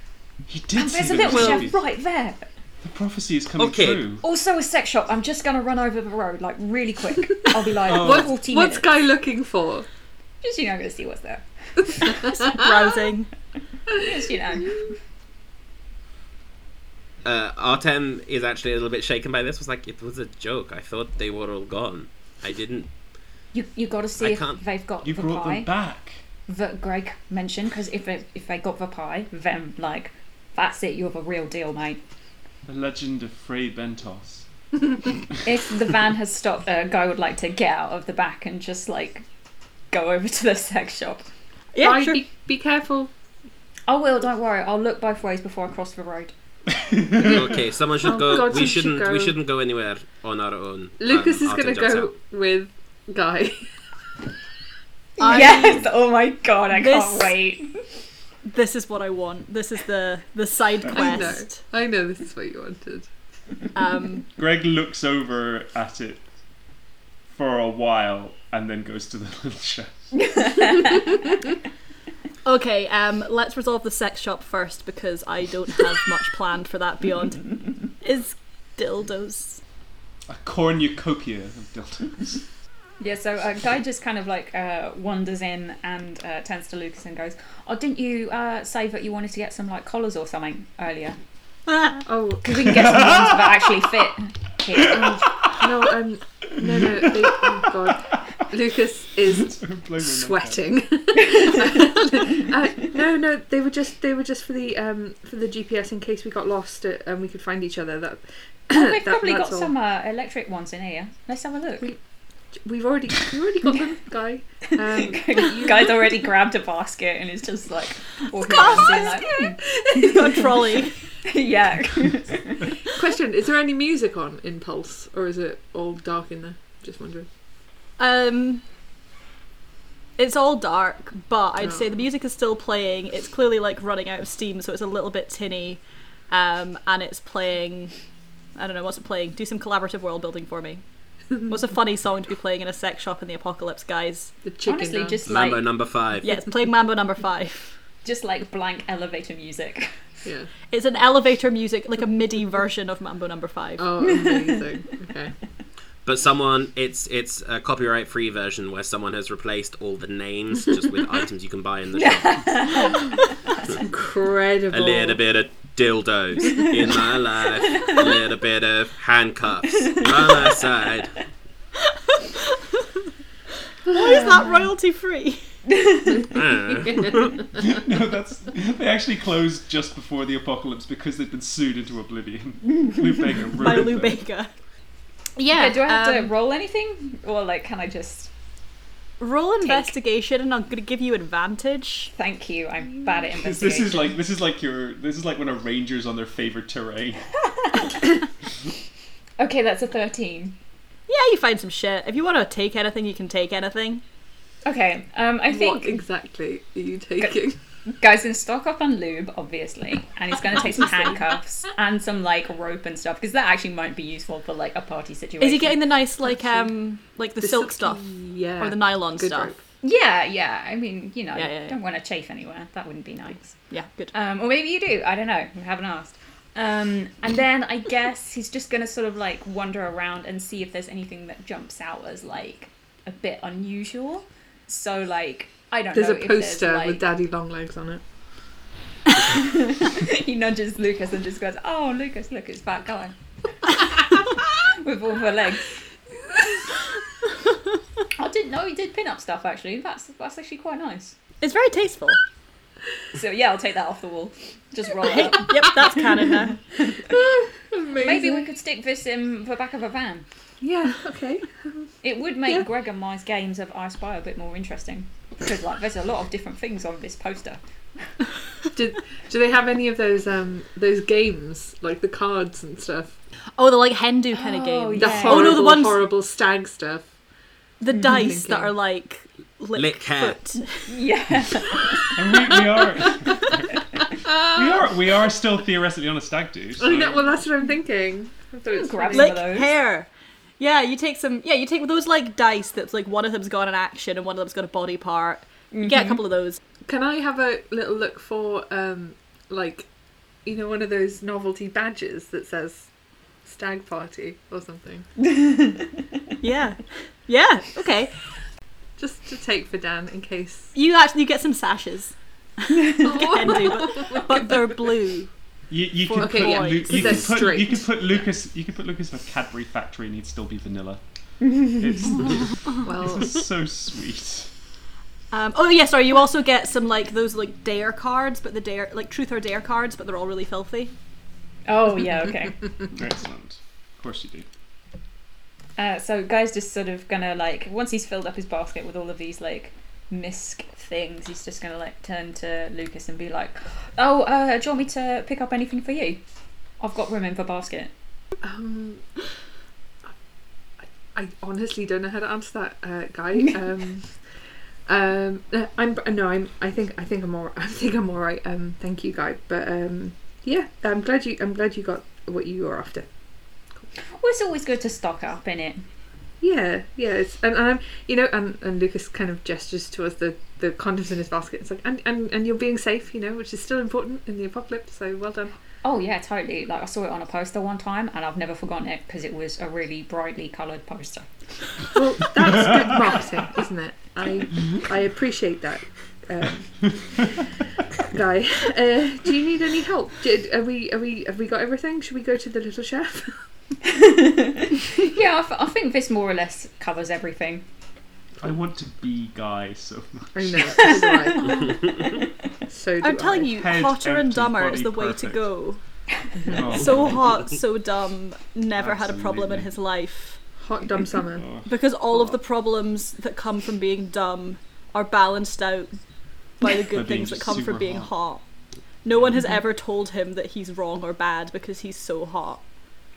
Speaker 3: He did say
Speaker 7: There's a
Speaker 3: there
Speaker 7: little
Speaker 3: was a
Speaker 7: chef
Speaker 3: zombie.
Speaker 7: right there.
Speaker 3: The prophecy is coming
Speaker 5: Okay.
Speaker 3: true.
Speaker 7: Also a sex shop. I'm just going to run over the road, like, really [laughs] quick. I'll be like,
Speaker 4: What's,
Speaker 7: 40
Speaker 4: what's
Speaker 7: minutes.
Speaker 4: Guy looking for?
Speaker 7: Just, you know, I'm going to see what's there.
Speaker 2: Browsing.
Speaker 7: [laughs] Just, you know.
Speaker 5: uh, Artem is actually a little bit shaken by this. Was like, it was a joke. I thought they were all gone. I didn't.
Speaker 7: You you got to see
Speaker 5: I
Speaker 7: if
Speaker 5: can't-
Speaker 7: they've got
Speaker 3: You
Speaker 7: the
Speaker 3: brought
Speaker 7: pie
Speaker 3: them back.
Speaker 7: that Greg mentioned because if they, if they got the pie, then like that's it. You're the real deal, mate.
Speaker 3: The legend of Frey Bentos.
Speaker 7: If the van has stopped, a guy would like to get out of the back and just like go over to the sex shop.
Speaker 2: Yeah,
Speaker 4: Right,
Speaker 2: sure.
Speaker 4: be, be careful.
Speaker 7: I will. Don't worry. I'll look both ways before I cross the road.
Speaker 5: Okay, someone should
Speaker 4: Oh
Speaker 5: go.
Speaker 4: God,
Speaker 5: we
Speaker 4: we should
Speaker 5: shouldn't. We
Speaker 4: go.
Speaker 5: shouldn't go anywhere on our own.
Speaker 4: Lucas
Speaker 5: Um,
Speaker 4: is
Speaker 5: Artem
Speaker 4: going to
Speaker 5: jumps
Speaker 4: go
Speaker 5: out.
Speaker 4: with Guy. [laughs]
Speaker 2: I-
Speaker 7: Yes. Oh my god. I
Speaker 2: This-
Speaker 7: can't wait.
Speaker 2: This is what I want. This is the the side
Speaker 4: I know.
Speaker 2: quest.
Speaker 4: I know this is what you wanted.
Speaker 2: Um,
Speaker 3: Greg looks over at it for a while and then goes to the [laughs] little chef.
Speaker 2: okay, um, let's resolve the sex shop first because I don't have much planned for that beyond. Is dildos.
Speaker 3: A cornucopia of dildos. [laughs]
Speaker 7: Yeah. So uh, guy just kind of like uh, wanders in and uh, turns to Lucas and goes, "Oh, didn't you uh, say that you wanted to get some like collars or something earlier?
Speaker 2: Ah,
Speaker 4: Oh
Speaker 7: Because we can get some ones that actually fit." Here.
Speaker 4: no, um, no, no. They, oh God, Lucas is
Speaker 3: Don't blame him,
Speaker 4: sweating. [laughs] uh, no, no, they were just they were just for the um for the GPS in case we got lost uh, and we could find each other. That [laughs]
Speaker 7: We've
Speaker 4: [clears throat] that-
Speaker 7: probably
Speaker 4: that's
Speaker 7: got
Speaker 4: all.
Speaker 7: some uh, electric ones in here. Let's have a look. [laughs]
Speaker 4: We've already we've already got them, guy. Um,
Speaker 7: Guy's already grabbed a basket and is just like walking around being like,
Speaker 2: You've got a trolley.
Speaker 7: "Hmm, [laughs] yeah.
Speaker 4: question: Is there any music on in Pulse or is it all dark in there? Just wondering.
Speaker 2: Um, it's all dark, but I'd say the music is still playing. It's clearly like running out of steam, so it's a little bit tinny. Um, and it's playing. I don't know what's it playing. Do some collaborative world building for me. What's a funny song to be playing in a sex shop in the apocalypse, guys?
Speaker 4: The chicken.
Speaker 7: Honestly,
Speaker 4: dance.
Speaker 7: just
Speaker 5: Mambo
Speaker 7: like
Speaker 5: number five.
Speaker 2: Yeah, it's playing Mambo Number Five.
Speaker 7: just like blank elevator music.
Speaker 4: yeah.
Speaker 2: It's an elevator music, like a MIDI version of Mambo Number Five.
Speaker 4: Oh, amazing. okay.
Speaker 5: But someone, it's it's a copyright free version where someone has replaced all the names just with items you can buy in the shop.
Speaker 4: Incredible.
Speaker 5: A little bit of dildos in my life, a little bit of handcuffs on my side.
Speaker 2: Why is that royalty free?
Speaker 5: Uh,
Speaker 3: [laughs]
Speaker 4: [laughs]
Speaker 3: No, that's they actually closed just before the apocalypse because they'd been sued into
Speaker 7: [laughs]
Speaker 3: oblivion. Lou Bega
Speaker 2: By
Speaker 3: ruined
Speaker 2: Lou
Speaker 3: them.
Speaker 2: Bega.
Speaker 7: Yeah. [laughs] do I have
Speaker 2: um,
Speaker 7: to roll anything, or like can I just?
Speaker 2: Roll investigation, and I'm gonna give you advantage.
Speaker 7: Thank you. I'm bad
Speaker 3: [laughs]
Speaker 7: at
Speaker 3: This,
Speaker 7: investigation.
Speaker 3: this is like this is like your this is like when a ranger's on their favorite
Speaker 2: [laughs]
Speaker 3: terrain.
Speaker 7: okay. That's a thirteen.
Speaker 2: Yeah, you find some shit. If you want to take anything, you can take anything.
Speaker 7: Okay. Um, I
Speaker 4: What
Speaker 7: think
Speaker 4: exactly are you taking?
Speaker 7: guys in stock up on lube, obviously, and he's going to take some handcuffs and some like rope and stuff because that actually might be useful for like a party situation.
Speaker 2: Is he getting the nice like um like the, silk stuff
Speaker 4: Yeah.
Speaker 2: or the nylon
Speaker 4: Good
Speaker 2: stuff?
Speaker 4: rope.
Speaker 7: Yeah, yeah. I mean, you know,
Speaker 2: Yeah, yeah, yeah.
Speaker 7: don't want to chafe anywhere. That wouldn't be nice.
Speaker 2: Yeah, good.
Speaker 7: Um, or maybe you do. I don't know. We haven't asked. Um, and then I guess he's just gonna sort of like wander around and see if there's anything that jumps out as like a bit unusual. So like I don't
Speaker 4: There's
Speaker 7: know.
Speaker 4: a
Speaker 7: if
Speaker 4: poster
Speaker 7: there's,
Speaker 4: with
Speaker 7: like,
Speaker 4: Daddy Longlegs on it.
Speaker 7: [laughs] he nudges Lucas and just goes, "Oh, Lucas, look, it's that [laughs] guy with all her [laughs] legs." I didn't know he did pin up stuff actually. That's that's actually quite nice.
Speaker 2: It's very tasteful.
Speaker 7: So yeah, I'll take that off the wall. Just roll it up.
Speaker 2: yep, that's canon now.
Speaker 7: Maybe we could stick this in the back of a van.
Speaker 4: Yeah.
Speaker 7: [laughs]
Speaker 4: Okay.
Speaker 7: It would make
Speaker 4: Yeah.
Speaker 7: Greg and my's games of I Spy a bit more interesting. Because like there's a lot of different things on this poster. [laughs]
Speaker 4: Did do they have any of those um those games like the cards and stuff?
Speaker 2: Oh, the like Hindu kind of
Speaker 7: Oh,
Speaker 2: game.
Speaker 4: The
Speaker 7: Yeah.
Speaker 4: horrible,
Speaker 2: Oh no, the ones,
Speaker 4: horrible stag stuff.
Speaker 2: the dice that
Speaker 4: thinking.
Speaker 2: are like lick,
Speaker 5: Lick hat.
Speaker 2: foot.
Speaker 7: Yeah.
Speaker 3: And we, we
Speaker 2: [laughs]
Speaker 3: are we are we are still theoretically on a stag do.
Speaker 4: Oh,
Speaker 3: so-
Speaker 4: no, [laughs] well, that's what I'm thinking. I thought it was
Speaker 7: Grab
Speaker 4: funny.
Speaker 7: some
Speaker 2: Lick
Speaker 7: of those.
Speaker 2: hair. Yeah, you take some. Yeah, you take those like dice. That's like one of them's got an action and one of them's got a body part. You
Speaker 3: Mm-hmm.
Speaker 2: get a couple of those.
Speaker 4: Can I have a little look for um like you know one of those novelty badges that says stag party or something
Speaker 2: Yeah, yeah. Okay,
Speaker 4: just to take for Dan
Speaker 2: [laughs]
Speaker 4: in case.
Speaker 2: you actually get some sashes.
Speaker 4: Oh,
Speaker 3: [laughs]
Speaker 2: Hindu, but, but they're blue.
Speaker 3: You, you
Speaker 2: For
Speaker 3: could
Speaker 2: Okay,
Speaker 3: put
Speaker 2: yeah,
Speaker 3: Lu-
Speaker 2: so
Speaker 3: you
Speaker 4: they're
Speaker 3: could put you
Speaker 4: straight.
Speaker 3: could put Lucas you could put Lucas in a Cadbury factory and he'd still be vanilla. It's
Speaker 4: [laughs]
Speaker 2: [laughs]
Speaker 4: Well,
Speaker 3: so sweet.
Speaker 2: Um, oh yeah, sorry. You also get some like those like dare cards, but the dare like truth or dare cards, but they're all really filthy.
Speaker 7: Oh yeah, okay.
Speaker 3: Excellent. Of course you do.
Speaker 7: Uh, so guy's just sort of gonna like once he's filled up his basket with all of these like misc things, he's just gonna like turn to Lucas and be like, "Oh, uh, do you want me to pick up anything for you? I've got room in the basket."
Speaker 4: um, I, I honestly don't know how to answer that uh, guy. Um, um, uh, I'm no, I'm. I think I think I'm all. [laughs] I think I'm all right. Um, thank you, guy. But um, yeah, I'm glad you. I'm glad you got what you were after.
Speaker 7: Well, it's always good to stock up in it.
Speaker 4: Yeah, yeah, it's, and, and I'm, you know, and, and Lucas kind of gestures towards the, the condoms in his basket. It's like, and, and, and you're being safe, you know, which is still important in the apocalypse. So well done.
Speaker 7: Oh yeah, totally. Like I saw it on a poster one time, and I've never forgotten it because it was a really brightly coloured poster. [laughs]
Speaker 4: Well, that's good marketing, isn't it? I I appreciate that, um, guy. Uh, do you need any help? Did, are we are we have we got everything? Should we go to the little chef? [laughs]
Speaker 7: yeah, I, th- I think this more or less covers everything.
Speaker 3: I want to be guy so
Speaker 2: [laughs]
Speaker 3: much.
Speaker 4: I know. So do I. So do
Speaker 2: I'm telling
Speaker 4: I.
Speaker 2: you,
Speaker 3: Head
Speaker 2: hotter and
Speaker 3: empty,
Speaker 2: dumber
Speaker 3: body
Speaker 2: is the way to
Speaker 3: perfect.
Speaker 2: go.
Speaker 3: Oh,
Speaker 2: So hot,
Speaker 3: [laughs]
Speaker 2: so dumb. Never had a problem in
Speaker 3: Absolutely.
Speaker 2: his life
Speaker 4: hot
Speaker 2: [laughs]
Speaker 4: dumb summer.
Speaker 3: oh.
Speaker 2: because all of the problems that come from being dumb are balanced out by the
Speaker 3: By
Speaker 2: good
Speaker 3: being
Speaker 2: things that
Speaker 3: just
Speaker 2: come
Speaker 3: super
Speaker 2: from being
Speaker 3: hot. Mm-hmm.
Speaker 2: hot. No one has ever told him that he's wrong or bad because he's so hot.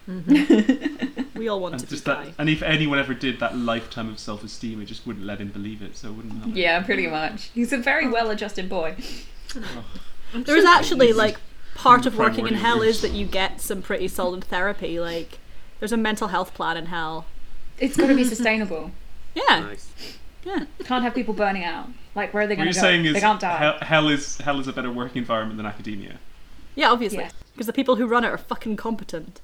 Speaker 4: Mm-hmm.
Speaker 2: we all want to
Speaker 3: And
Speaker 2: be
Speaker 3: just [laughs] that,
Speaker 2: guy.
Speaker 3: and if anyone ever did that lifetime of self-esteem, it just wouldn't let him believe it, so it wouldn't happen.
Speaker 7: Yeah, pretty much. He's a very well-adjusted boy.
Speaker 2: There is actually like part of
Speaker 3: Prime
Speaker 2: working in
Speaker 3: warning
Speaker 2: hell
Speaker 3: groups.
Speaker 2: is that you get some pretty solid therapy. Like there's a mental health plan in hell.
Speaker 7: It's got
Speaker 3: [laughs]
Speaker 7: to be sustainable.
Speaker 2: Yeah,
Speaker 5: Nice.
Speaker 7: Can't have people burning out. Like where are they
Speaker 3: What
Speaker 7: going
Speaker 3: you're
Speaker 7: to go?
Speaker 3: saying
Speaker 7: they
Speaker 3: is
Speaker 7: can't die.
Speaker 3: hell, hell is hell is a better working environment than academia.
Speaker 2: yeah, obviously,
Speaker 7: Yeah.
Speaker 2: because the people who run it are fucking competent.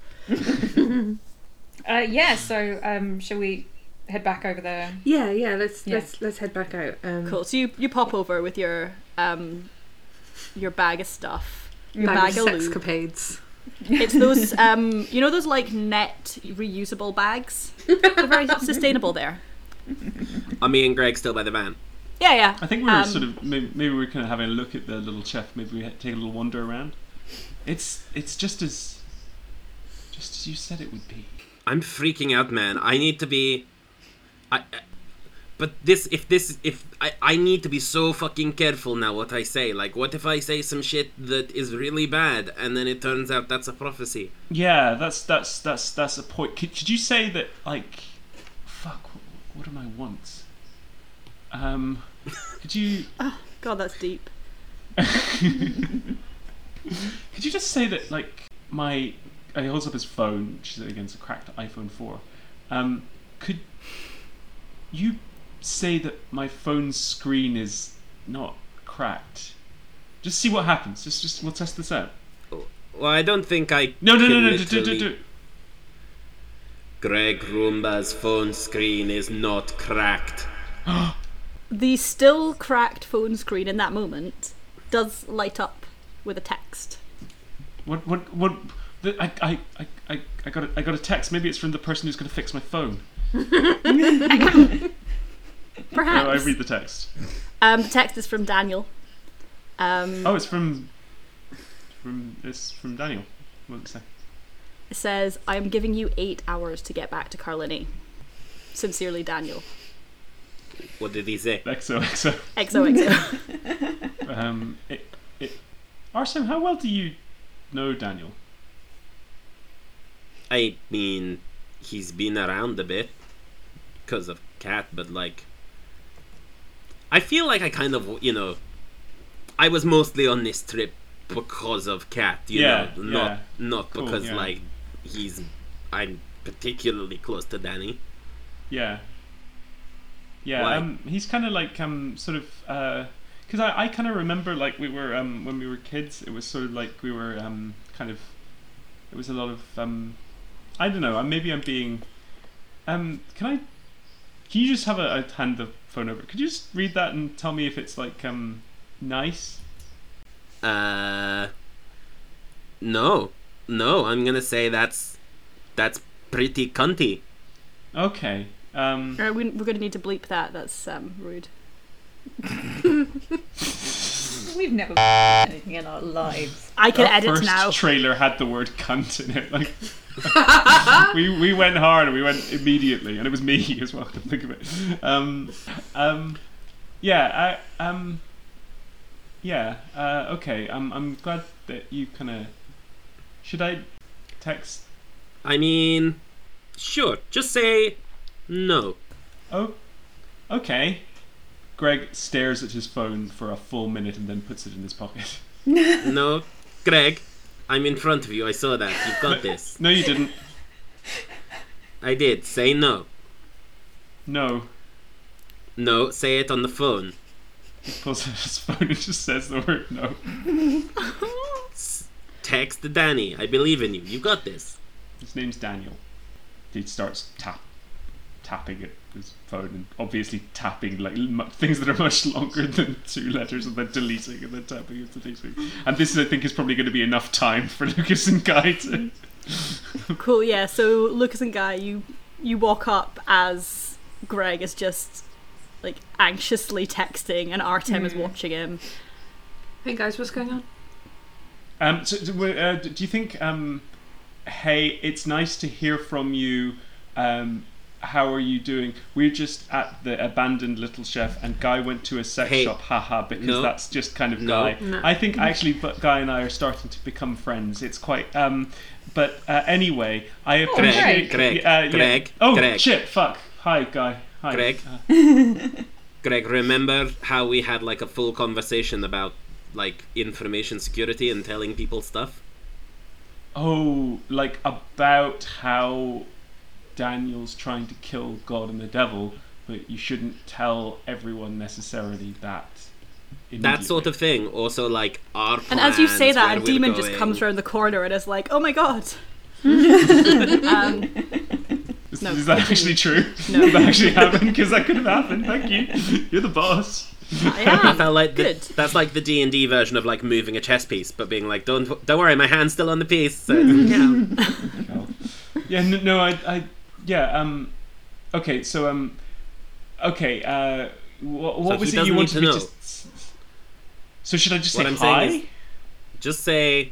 Speaker 7: Uh, yeah, so um, shall we head back over there?
Speaker 4: Yeah, yeah. Let's
Speaker 7: Yeah.
Speaker 4: let's let's head back out. Um,
Speaker 2: Cool. So you you pop over with your um your bag of stuff. Your
Speaker 4: Bag
Speaker 2: bag,
Speaker 4: of
Speaker 2: of lube.
Speaker 4: sexcapades.
Speaker 2: It's those um you know those like net reusable bags. They're very sustainable there.
Speaker 5: Are me and Greg still by the van?
Speaker 2: Yeah, yeah.
Speaker 3: I think we were
Speaker 2: Um,
Speaker 3: sort of maybe, maybe we were kind of having a look at the little chef. Maybe we had take a little wander around. It's it's just as just as you said it would be.
Speaker 5: I'm freaking out, man. I need to be. I. I- But this, if this, if I, I need to be so fucking careful now what I say. Like, what if I say some shit that is really bad, and then it turns out that's a prophecy?
Speaker 3: Yeah, that's that's that's that's a point. Could, could you say that like, fuck, what, what are my wants? Um, could you
Speaker 2: God, that's deep.
Speaker 3: could you just say that like my and he holds up his phone, which is against a cracked iPhone four. Um, could you say that my phone screen is not cracked? Just see what happens. Just just we'll test this out.
Speaker 5: Well, I don't think I.
Speaker 3: No no
Speaker 5: can
Speaker 3: no no do, do,
Speaker 5: literally-
Speaker 3: do, do.
Speaker 5: Greg Roomba's phone screen is not cracked.
Speaker 2: the still cracked phone screen in that moment does light up with a text.
Speaker 3: What what what? The, I, I, I, I, I got a, I got a text. Maybe it's from the person who's going to fix my phone. No, I
Speaker 2: Perhaps.
Speaker 3: read the text.
Speaker 2: um, the text is from Daniel. Um,
Speaker 3: Oh, it's from from it's from Daniel. What does it say?
Speaker 2: It says, I am giving you eight hours to get back to Carlini. Sincerely, Daniel.
Speaker 5: What did he say?
Speaker 3: XOXO. [laughs]
Speaker 2: XOXO.
Speaker 3: Um, it, it, Arsene, how well do you know Daniel?
Speaker 5: I mean, he's been around a bit because of Cat, but like, I feel like I kind of, you know, I was mostly on this trip because of Cat, you
Speaker 3: Yeah,
Speaker 5: know,
Speaker 3: yeah.
Speaker 5: not not
Speaker 3: Cool,
Speaker 5: because
Speaker 3: yeah.
Speaker 5: like he's I'm particularly close to Danny.
Speaker 3: Yeah. Yeah,
Speaker 5: Why?
Speaker 3: um, he's kind of like um, sort of because I, I kind of remember like we were um, when we were kids. It was sort of like we were um, kind of it was a lot of um, I don't know. uh, Maybe I'm being um, can I can you just have a, a hand the phone over? Could you just read that and tell me if it's like um, nice?
Speaker 5: Uh, No, no, I'm gonna say that's that's pretty cunty.
Speaker 3: Okay. Um,
Speaker 8: All right, we, we're going to need to bleep that. That's um, rude.
Speaker 7: We've never anything in our lives.
Speaker 8: I can
Speaker 3: our
Speaker 8: edit
Speaker 3: first
Speaker 8: now.
Speaker 3: trailer had the word cunt in it.
Speaker 8: [laughs]
Speaker 3: Like we we went hard and we went immediately, and it was me as well. Come think of it. Um, um, yeah, I um, yeah. Uh, okay, I'm I'm glad that you kind of. Should I text?
Speaker 5: I mean, sure, just say no.
Speaker 3: Oh, okay. Greg stares at his phone for a full minute and then puts it in his pocket. [laughs]
Speaker 5: No, Greg, I'm in front of you. I saw that. You've got this.
Speaker 3: No, you didn't.
Speaker 5: I did. Say no.
Speaker 3: No.
Speaker 5: No, say it on the phone.
Speaker 3: He pulls out his phone and just says the word no.
Speaker 5: Text Danny. I believe in you. You got this.
Speaker 3: His name's Daniel. He starts tap tapping at his phone and obviously tapping like mu- things that are much longer [laughs] than two letters and then deleting and then tapping and deleting. And this, I think, is probably going to be enough time for Lucas and Guy to.
Speaker 8: Cool. Yeah. So Lucas and Guy, you you walk up as Greg is just like anxiously texting, and Artem is watching him.
Speaker 4: Hey guys, what's going on?
Speaker 3: Um, so, so, we're, uh, do you think? Um, hey, it's nice to hear from you. Um, how are you doing? We're just at the abandoned Little Chef, and Guy went to a sex
Speaker 5: Hey.
Speaker 3: shop. Haha, because
Speaker 5: No.
Speaker 3: that's just kind of
Speaker 5: No.
Speaker 3: Guy. I think actually, but Guy and I are starting to become friends. It's quite. Um, but uh, anyway, I
Speaker 7: Greg,
Speaker 3: appreciate.
Speaker 5: Greg,
Speaker 3: yeah, yeah.
Speaker 5: Greg,
Speaker 3: Oh
Speaker 5: Greg.
Speaker 3: shit! Fuck. Hi, Guy. Hi.
Speaker 5: Greg.
Speaker 3: Uh,
Speaker 5: [laughs] Greg, remember how we had like a full conversation about like information security and telling people stuff?
Speaker 3: Oh, like about how Daniel's trying to kill God and the devil, but you shouldn't tell everyone necessarily that.
Speaker 5: That sort of thing. Also, like our
Speaker 8: And as you say
Speaker 5: plans,
Speaker 8: that,
Speaker 5: where
Speaker 8: a
Speaker 5: we're
Speaker 8: demon just
Speaker 5: going.
Speaker 8: comes around the corner and is like, "Oh my god!" um,
Speaker 3: immediately. Is,
Speaker 8: no,
Speaker 3: is that actually true?
Speaker 8: No.
Speaker 3: Did [laughs] that actually happen? Because that could have happened. Thank you. You're the boss.
Speaker 8: I
Speaker 5: I
Speaker 8: am.
Speaker 5: felt like the-
Speaker 8: Good.
Speaker 5: that's like the D and D version of like moving a chess piece, but being like, don't don't worry, my hand's still on the piece.
Speaker 8: [laughs]
Speaker 5: So [laughs] yeah.
Speaker 3: Yeah. No. no I, I. Yeah. Um. Okay. So. Um. Okay. Uh. What, what
Speaker 5: he
Speaker 3: was it
Speaker 5: doesn't
Speaker 3: you
Speaker 5: need
Speaker 3: wanted
Speaker 5: to
Speaker 3: me
Speaker 5: know.
Speaker 3: to? s- So should I just
Speaker 5: What
Speaker 3: say
Speaker 5: I'm
Speaker 3: hi?
Speaker 5: saying is, just say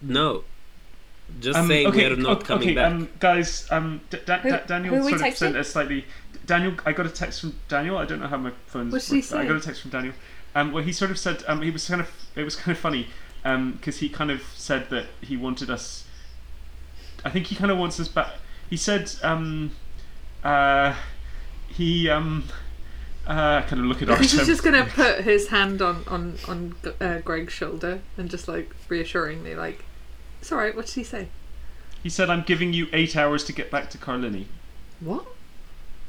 Speaker 5: no. Just
Speaker 3: Um,
Speaker 5: say
Speaker 3: okay,
Speaker 5: we're not
Speaker 3: okay,
Speaker 5: coming
Speaker 3: okay,
Speaker 5: back.
Speaker 3: Um, guys, um, D- Da-
Speaker 7: Who-
Speaker 3: Da- Daniel
Speaker 7: who are we
Speaker 3: sort of
Speaker 7: texting?
Speaker 3: sent a slightly. Daniel, I got a text from Daniel. I don't know how my phone's.
Speaker 4: What did he
Speaker 3: worked, but I
Speaker 4: say?
Speaker 3: got a text from Daniel. Um, well, he sort of said um, he was kind of it was kind of funny because he kind of said that he wanted us. I think he kind of wants us back. He said um, uh, he um, uh, kind of look at
Speaker 4: [laughs]
Speaker 3: our.
Speaker 4: He's just gonna put his hand on on on uh, Greg's shoulder and just like reassuringly, like, "It's all right." What did he say?
Speaker 3: He said, "I'm giving you eight hours to get back to Carlini."
Speaker 4: What?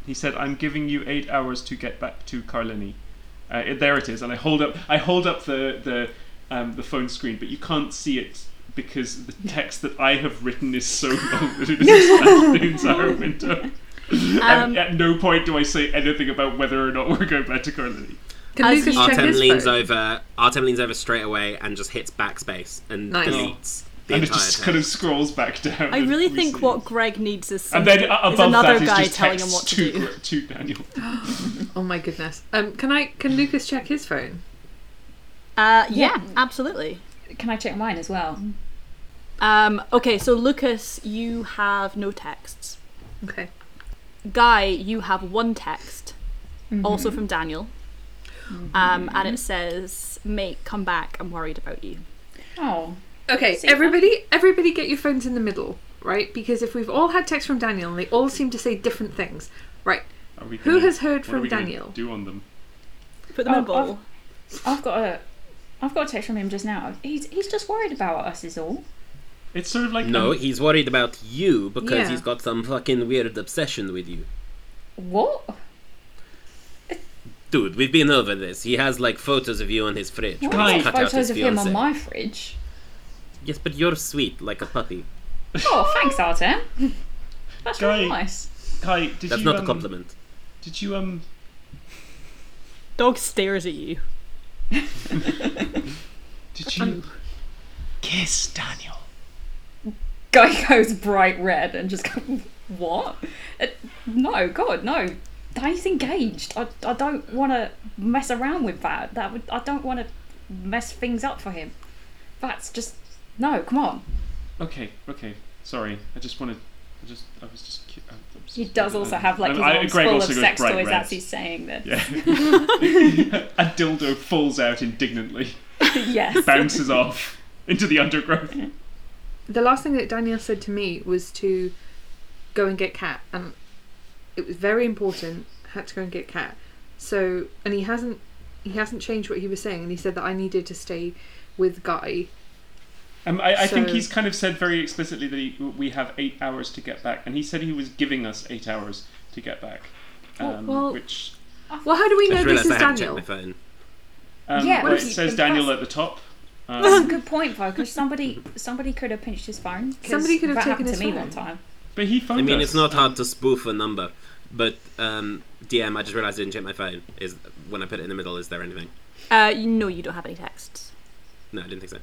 Speaker 3: He said, "I'm giving you eight hours to get back to Carlini." Uh, it, there it is, and I hold up, I hold up the the um, the phone screen, but you can't see it because
Speaker 8: [laughs]
Speaker 3: the text that I have written is so long that it is the
Speaker 8: [laughs]
Speaker 3: entire window.
Speaker 8: Um,
Speaker 3: and at no point do I say anything about whether or not we're going back to Carlini.
Speaker 4: Can
Speaker 8: As
Speaker 4: Lucas
Speaker 8: you-
Speaker 4: check
Speaker 5: Artem
Speaker 4: his
Speaker 5: leans
Speaker 4: phone?
Speaker 5: over. Artem leans over straight away and just hits backspace and
Speaker 4: Nice.
Speaker 5: deletes the
Speaker 3: Oh. and it
Speaker 5: entire
Speaker 3: just
Speaker 5: text.
Speaker 3: kind of scrolls back down.
Speaker 8: I
Speaker 3: and
Speaker 8: really
Speaker 3: we
Speaker 8: think
Speaker 3: see
Speaker 8: what
Speaker 3: it.
Speaker 8: Greg needs is,
Speaker 3: And then uh,
Speaker 8: somebody- is
Speaker 3: above
Speaker 8: another
Speaker 3: that is
Speaker 8: guy
Speaker 3: just
Speaker 8: telling him
Speaker 3: texts
Speaker 8: what to
Speaker 3: to,
Speaker 8: do.
Speaker 3: Gre- to Daniel.
Speaker 4: Oh my goodness. Um, can I? Can Lucas check his phone?
Speaker 8: Uh, yeah, absolutely.
Speaker 7: Can I check mine as well?
Speaker 8: Um, okay, so Lucas, you have no texts.
Speaker 4: Okay.
Speaker 8: Guy, you have one text,
Speaker 5: Mm-hmm.
Speaker 8: also from Daniel, um, and it says, "Mate, come back. I'm worried about you."
Speaker 7: Oh,
Speaker 4: Okay,
Speaker 7: See,
Speaker 4: everybody, everybody, get your phones in the middle, right? Because if we've all had texts from Daniel and they all seem to say different things, right?
Speaker 3: Are we
Speaker 4: Who
Speaker 3: gonna-
Speaker 4: has heard
Speaker 3: what
Speaker 4: from
Speaker 3: are we gonna
Speaker 4: Daniel?
Speaker 3: Do on them.
Speaker 8: Put them in a
Speaker 7: Oh,
Speaker 8: bowl.
Speaker 7: I've got a, I've got a text from him just now. He's he's just worried about us, is all.
Speaker 3: It's sort of like
Speaker 5: No,
Speaker 3: um,
Speaker 5: he's worried about you because
Speaker 4: Yeah.
Speaker 5: he's got some fucking weird obsession with you.
Speaker 7: What?
Speaker 5: Dude, we've been over this. He has like photos of you on his fridge.
Speaker 7: What?
Speaker 5: when he's
Speaker 7: I've
Speaker 5: cut
Speaker 7: got
Speaker 5: out his
Speaker 7: photos of him on
Speaker 5: fiancée.
Speaker 7: my fridge.
Speaker 5: Yes, but you're sweet like a puppy.
Speaker 7: Oh, thanks, Artem. [laughs] That's really
Speaker 3: Guy.
Speaker 7: nice.
Speaker 3: Kai, did
Speaker 5: That's
Speaker 3: you,
Speaker 5: not a
Speaker 3: um,
Speaker 5: compliment.
Speaker 3: Did you um
Speaker 8: Dog stares at you.
Speaker 3: Um, Did you Kiss Daniel.
Speaker 7: Guy [laughs] goes bright red and just go, what? Uh, no, God, no. He's engaged. I, I don't want to mess around with that. That would I don't want to mess things up for him. That's just no. Come on.
Speaker 3: Okay, okay. Sorry, I just wanted. I just. I was just. ki- I- I was
Speaker 7: He
Speaker 3: just-
Speaker 7: does also have like his
Speaker 3: I- I-
Speaker 7: arms
Speaker 3: Greg
Speaker 7: full of
Speaker 3: also goes
Speaker 7: sex
Speaker 3: bright
Speaker 7: toys
Speaker 3: red.
Speaker 7: as he's saying [laughs] this.
Speaker 3: Yeah. a dildo falls out indignantly,
Speaker 4: [laughs]
Speaker 7: yes. [laughs]
Speaker 3: bounces off into the undergrowth.
Speaker 4: The last thing that Danielle said to me was to go and get Cat, and it was very important. Had to go and get Cat. So, and he hasn't he hasn't changed what he was saying, and he said that I needed to stay with Guy.
Speaker 3: Um, I, I think
Speaker 4: So-
Speaker 3: he's kind of said very explicitly that he, we have eight hours to get back, and he said he was giving us eight hours to get back.
Speaker 7: Oh,
Speaker 4: Well-
Speaker 3: Um,
Speaker 4: well-
Speaker 3: which
Speaker 4: Well, how do we
Speaker 5: I
Speaker 4: know
Speaker 5: just
Speaker 4: this
Speaker 5: realised
Speaker 4: is
Speaker 5: I haven't checked
Speaker 4: Daniel?
Speaker 5: my phone.
Speaker 3: um,
Speaker 7: Yeah,
Speaker 3: well, it
Speaker 7: but he-
Speaker 3: says
Speaker 7: but
Speaker 3: Daniel
Speaker 7: that's-
Speaker 3: at the top.
Speaker 7: That's a
Speaker 3: Um,
Speaker 7: good point, though, because somebody somebody could have pinched his phone. 'cause
Speaker 4: Somebody could have
Speaker 7: that
Speaker 4: taken
Speaker 7: happened
Speaker 4: his
Speaker 7: to me
Speaker 4: phone.
Speaker 7: one time.
Speaker 3: but he phoned
Speaker 5: I mean,
Speaker 3: us.
Speaker 5: it's not hard to spoof a number, but um, DM. I just realised I didn't check my phone. Is when I put it in the middle, is there anything?
Speaker 8: Uh, you, no, you don't have any texts.
Speaker 5: No, I didn't think so.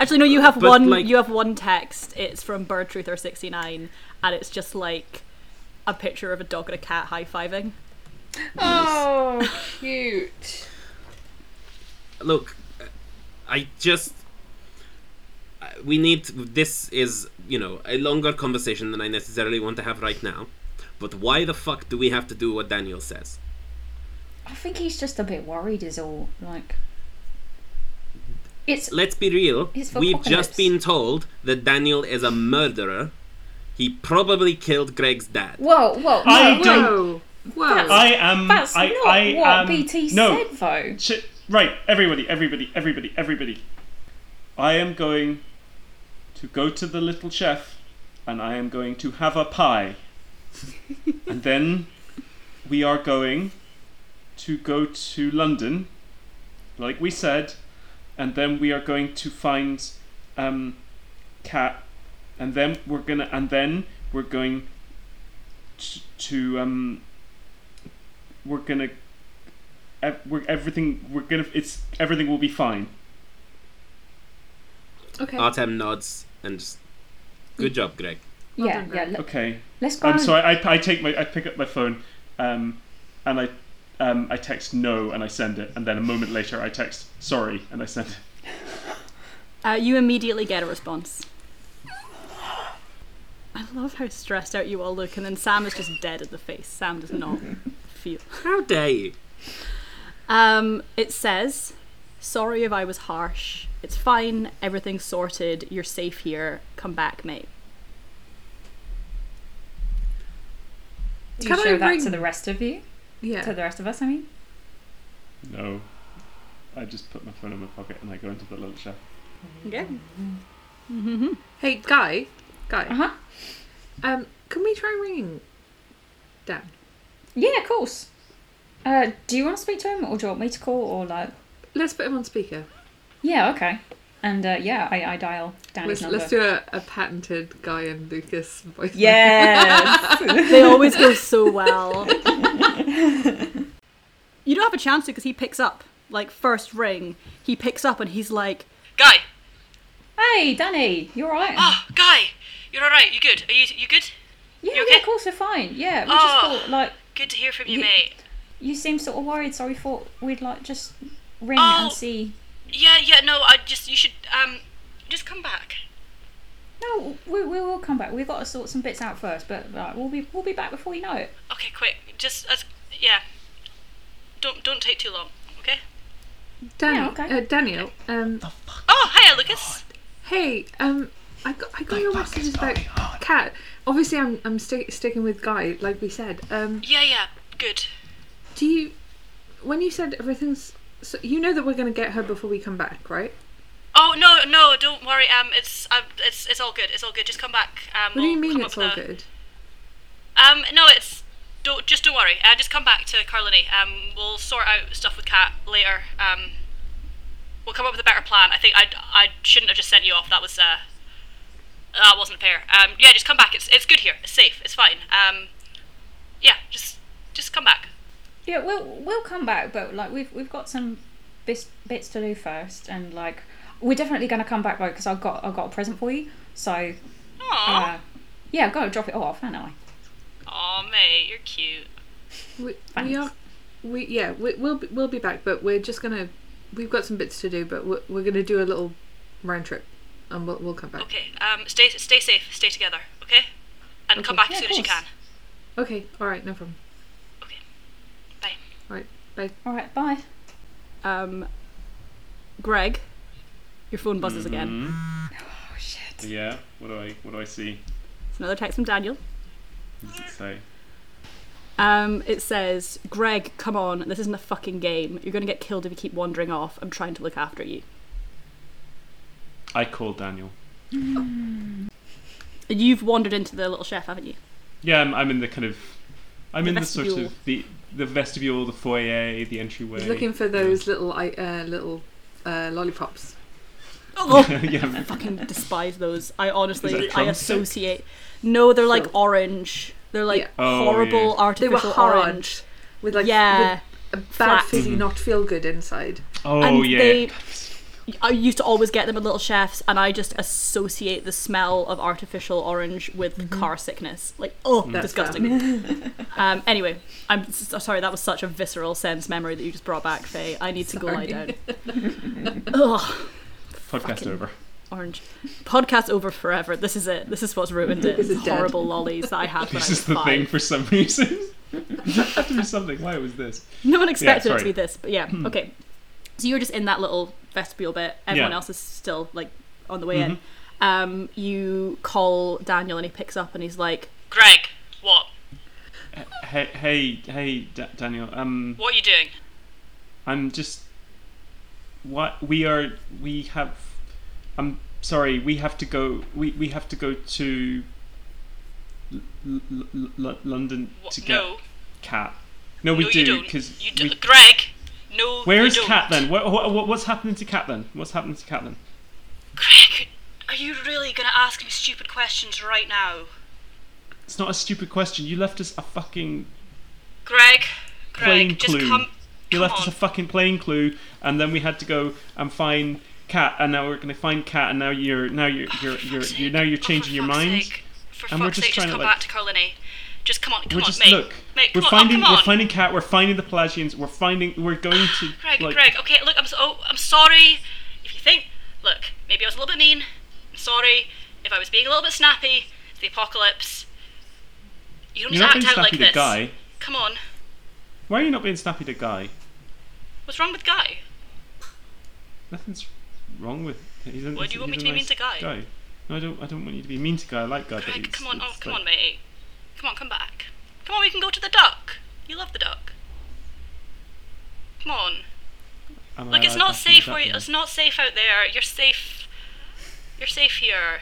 Speaker 8: Actually, no, you have
Speaker 5: But,
Speaker 8: one.
Speaker 5: like-
Speaker 8: you have one text. It's from Bird Truther sixty nine, and it's just like a picture of a dog and a cat high fiving.
Speaker 4: Oh, cute.
Speaker 5: Look, uh, I just I- we need this is you know a longer conversation than I necessarily want to have right now. But why the fuck do we have to do what Daniel says?
Speaker 7: I think he's just a bit worried, is all. Like, it's
Speaker 5: Let's be real.
Speaker 7: It's for
Speaker 5: We've
Speaker 7: apocalypse.
Speaker 5: just been told that Daniel is a murderer. He probably killed Greg's dad.
Speaker 7: whoa, whoa.
Speaker 3: I
Speaker 4: Oh,
Speaker 7: no,
Speaker 3: don't-
Speaker 7: wait,
Speaker 4: Whoa, whoa.
Speaker 3: I am.
Speaker 7: That's
Speaker 3: I,
Speaker 7: not
Speaker 3: I
Speaker 7: what
Speaker 3: am-
Speaker 7: BT
Speaker 3: no,
Speaker 7: said, though.
Speaker 3: Shit. Right, everybody, everybody, everybody, everybody. I am going to go to the little chef and I am going to have a pie. and then we are going to go to London, like we said, and then we are going to find um cat and then we're gonna and then we're going to, to um we're gonna ev- we're, everything we're gonna it's everything will be fine
Speaker 4: okay.
Speaker 5: Artem nods and just good job, Greg.
Speaker 4: Well
Speaker 7: yeah,
Speaker 4: done,
Speaker 7: yeah.
Speaker 4: Greg.
Speaker 7: Let,
Speaker 3: okay
Speaker 7: let's go.
Speaker 3: i'm
Speaker 7: and-
Speaker 3: sorry I, I take my i pick up my phone um and i um i text no and i send it and then a moment later i text sorry and i send it
Speaker 8: Uh, you immediately get a response. I love how stressed out you all look, and then Sam is just dead at the face. Sam
Speaker 5: [laughs]
Speaker 8: does not feel.
Speaker 5: How dare you?
Speaker 8: Um, it says, "Sorry if I was harsh. It's fine. Everything's sorted. You're safe here. Come back, mate."
Speaker 7: Do you
Speaker 4: Can I
Speaker 7: show that
Speaker 4: ring-
Speaker 7: to the rest of you? To
Speaker 4: yeah.
Speaker 7: the rest of us, I mean?
Speaker 3: no i just put my phone in my pocket and i go into the little chef
Speaker 8: Okay.
Speaker 4: Hey, Guy,
Speaker 7: Uh
Speaker 4: Guy.
Speaker 7: huh.
Speaker 4: Um, can we try ringing Dan?
Speaker 7: Yeah, of course. Uh, do you want to speak to him, or do you want me to call, or like?
Speaker 4: Let's put him on speaker.
Speaker 7: Yeah, okay. And uh, yeah, I, I dial
Speaker 4: Let's,
Speaker 7: Danny's number.
Speaker 4: let's do a, a patented Guy and Lucas voice. [laughs]
Speaker 7: Yes.
Speaker 8: They always go so well. you don't have a chance to because he picks up. Like first ring, he picks up and he's like,
Speaker 2: Guy,
Speaker 7: hey, Danny, you alright?
Speaker 2: oh, Guy, you're all right. You good? Are you you good? you
Speaker 7: yeah, yeah,
Speaker 2: okay?
Speaker 7: of course we're fine. Yeah, we
Speaker 2: Oh.
Speaker 7: just thought like
Speaker 2: Good to hear from you,
Speaker 7: Ye-
Speaker 2: mate.
Speaker 7: you seem sort of worried, so we thought we'd like just ring
Speaker 2: Oh.
Speaker 7: and see.
Speaker 2: Yeah, yeah. No, I just you should um just come back.
Speaker 7: No, we, we will come back. We've got to sort some bits out first, but like, we'll be we'll be back before you know it.
Speaker 2: Okay, quick. Just as yeah. Don't don't take too long. Okay.
Speaker 4: Daniel,
Speaker 7: Yeah, okay.
Speaker 4: uh, Daniel. Um,
Speaker 2: Oh, hiya, Lucas.
Speaker 4: hey, um, I got I got your messages about Cat. Obviously, I'm I'm sti sticking with Guy, like we said. Um,
Speaker 2: Yeah, yeah. Good.
Speaker 4: do you when you said everything's so you know that we're gonna get her before we come back, right?
Speaker 2: Oh no, no, don't worry. Um, it's um, it's it's all good. It's all good. Just come back. Um,
Speaker 4: What do you
Speaker 2: we'll
Speaker 4: mean
Speaker 2: come up
Speaker 4: it's
Speaker 2: with
Speaker 4: all
Speaker 2: a-
Speaker 4: good?
Speaker 2: Um, no, it's don't just don't worry. Uh, just come back to Carlini. Um, we'll sort out stuff with Kat later. Um, we'll come up with a better plan. I think I I shouldn't have just sent you off. That was uh, that wasn't fair. Um, yeah, just come back. It's it's good here. It's safe. It's fine. Um, yeah, just just come back.
Speaker 7: Yeah, we'll we'll come back, but like we've we've got some bits bits to do first, and like We're definitely going to come back though because I've got I've got a present for you. So
Speaker 2: Aw,
Speaker 7: uh, yeah, I've got to drop it off, haven't I?
Speaker 2: aw, mate, you're cute.
Speaker 4: We, we
Speaker 7: Thanks.
Speaker 4: are, we yeah, we, we'll be, we'll be back, but we're just gonna, we've got some bits to do, but we're, we're gonna do a little round trip, and we'll we'll come back.
Speaker 2: Okay, um, stay stay safe, stay together, okay? And come back
Speaker 7: Yeah,
Speaker 2: as
Speaker 7: of
Speaker 2: soon as you
Speaker 7: course.
Speaker 2: can.
Speaker 4: Okay, all right, no problem.
Speaker 2: Okay. Bye.
Speaker 4: All right, bye.
Speaker 7: All right, bye.
Speaker 8: Um, Greg, your phone buzzes again.
Speaker 7: Oh shit.
Speaker 3: [laughs] Yeah. What do I what do I see?
Speaker 8: It's another text from Daniel.
Speaker 3: What does it say?
Speaker 8: Um, it says, Greg, come on, this isn't a fucking game. You're gonna get killed if you keep wandering off. I'm trying to look after you.
Speaker 3: I call Daniel.
Speaker 8: You've wandered into the little
Speaker 4: [laughs]
Speaker 8: chef, haven't you?
Speaker 3: Yeah, I'm, I'm in the kind of I'm
Speaker 8: The
Speaker 3: in the sort
Speaker 8: vestibule.
Speaker 3: of the the vestibule, the foyer, the entryway.
Speaker 4: He's looking for those little i- uh, little uh, lollipops.
Speaker 8: Oh,
Speaker 3: [laughs]
Speaker 8: [laughs]
Speaker 3: yeah,
Speaker 8: fucking despise those. I
Speaker 3: Is
Speaker 8: honestly,
Speaker 3: that
Speaker 8: I
Speaker 3: drumstick?
Speaker 8: associate. No, they're like
Speaker 4: So-
Speaker 8: orange. They're like
Speaker 4: Yeah.
Speaker 3: Oh,
Speaker 8: horrible
Speaker 3: yeah.
Speaker 4: They
Speaker 8: artificial
Speaker 4: were hard,
Speaker 8: orange.
Speaker 4: with like with
Speaker 8: yeah,
Speaker 4: a bad
Speaker 8: flat.
Speaker 4: fizzy, not feel good inside.
Speaker 3: Oh
Speaker 8: and
Speaker 3: yeah.
Speaker 8: they- I used to always get them at Little Chefs, and I just associate the smell of artificial orange with car sickness. Like, oh,
Speaker 4: Mm-hmm. That's
Speaker 8: disgusting. [laughs] um, anyway, I'm s- sorry. That was such a visceral sense memory that you just brought back, Faye. I need to go lie down.
Speaker 4: [laughs]
Speaker 8: Ugh,
Speaker 3: Podcast
Speaker 8: fucking-
Speaker 3: over. [laughs]
Speaker 8: orange. Podcast over forever. This is it. This is what's ruined
Speaker 4: [laughs]
Speaker 8: it.
Speaker 4: This is
Speaker 8: It's
Speaker 4: dead.
Speaker 8: horrible lollies that
Speaker 3: [laughs]
Speaker 8: I had when
Speaker 3: This
Speaker 8: I was
Speaker 3: is the
Speaker 8: five.
Speaker 3: thing for some reason. [laughs] Have to be something. Why was this?
Speaker 8: No one expected
Speaker 3: sorry.
Speaker 8: it
Speaker 3: Hmm.
Speaker 8: to be this, but yeah, okay. So you're just in that little vestibule bit. Everyone else is still like on the way in.
Speaker 3: Mm-hmm.
Speaker 8: Um, you call Daniel and he picks up and he's like,
Speaker 2: Greg, what?
Speaker 3: Hey, hey, hey, da- Daniel. Um,
Speaker 2: What are you doing?
Speaker 3: I'm just. What we are, we have. I'm sorry. We have to go. We we have to go to. L- L- L- L- London
Speaker 2: What?
Speaker 3: to get
Speaker 2: no,
Speaker 3: Cat. No, we
Speaker 2: no, you
Speaker 3: do
Speaker 2: don't.
Speaker 3: because
Speaker 2: You do- Greg, no.
Speaker 3: Where
Speaker 2: you
Speaker 3: is
Speaker 2: don't.
Speaker 3: Cat then? What, what, what's happening to Cat then? What's happening to Cat then?
Speaker 2: Greg, are you really gonna ask me stupid questions right now?
Speaker 3: It's not a stupid question. You left us a fucking
Speaker 2: Greg,
Speaker 3: plain
Speaker 2: Greg, just
Speaker 3: clue.
Speaker 2: come.
Speaker 3: you
Speaker 2: come
Speaker 3: left
Speaker 2: on.
Speaker 3: us a fucking plain clue, and then we had to go and find Cat, and now we're gonna find Cat, and now you're now you're you're you're, you're now you're
Speaker 2: Oh, for
Speaker 3: changing your
Speaker 2: fuck's
Speaker 3: mind.
Speaker 2: sake. For
Speaker 3: And we're
Speaker 2: fuck's
Speaker 3: just
Speaker 2: sake, just
Speaker 3: trying to,
Speaker 2: come
Speaker 3: like-
Speaker 2: back to Colony. Just come on, come
Speaker 3: We're
Speaker 2: on,
Speaker 3: just
Speaker 2: mate.
Speaker 3: look.
Speaker 2: mate,
Speaker 3: we're
Speaker 2: come
Speaker 3: finding
Speaker 2: on, oh, come
Speaker 3: we're
Speaker 2: on.
Speaker 3: finding Cat. We're finding the Pelagians. We're finding
Speaker 2: [sighs]
Speaker 3: we're going to
Speaker 2: Greg,
Speaker 3: like
Speaker 2: Greg, okay, look, I'm so, oh, I'm sorry if you think. Look, maybe I was a little bit mean. I'm sorry if I was being a little bit snappy. It's the apocalypse. You don't
Speaker 3: you're
Speaker 2: just
Speaker 3: not
Speaker 2: act
Speaker 3: being
Speaker 2: out
Speaker 3: snappy
Speaker 2: like
Speaker 3: to
Speaker 2: this.
Speaker 3: Guy.
Speaker 2: Come on.
Speaker 3: Why are you not being snappy to Guy?
Speaker 2: What's wrong with Guy?
Speaker 3: Nothing's wrong with. He's a,
Speaker 2: Why do
Speaker 3: he's
Speaker 2: you
Speaker 3: a-
Speaker 2: want me
Speaker 3: he's
Speaker 2: to be
Speaker 3: a
Speaker 2: mean
Speaker 3: nice
Speaker 2: to Guy?
Speaker 3: No, I don't. I don't want you to be mean to Guy. I like Guy. but
Speaker 2: Greg,
Speaker 3: it's-
Speaker 2: come on, oh,
Speaker 3: it's
Speaker 2: come
Speaker 3: like-
Speaker 2: on, mate. Come on, come back. Come on, we can go to the duck. You love the duck. Come on.
Speaker 3: Am I
Speaker 2: Look, it's
Speaker 3: allowed
Speaker 2: not
Speaker 3: to do
Speaker 2: safe.
Speaker 3: that
Speaker 2: Where,
Speaker 3: then?
Speaker 2: it's not safe out there. You're safe. You're safe here.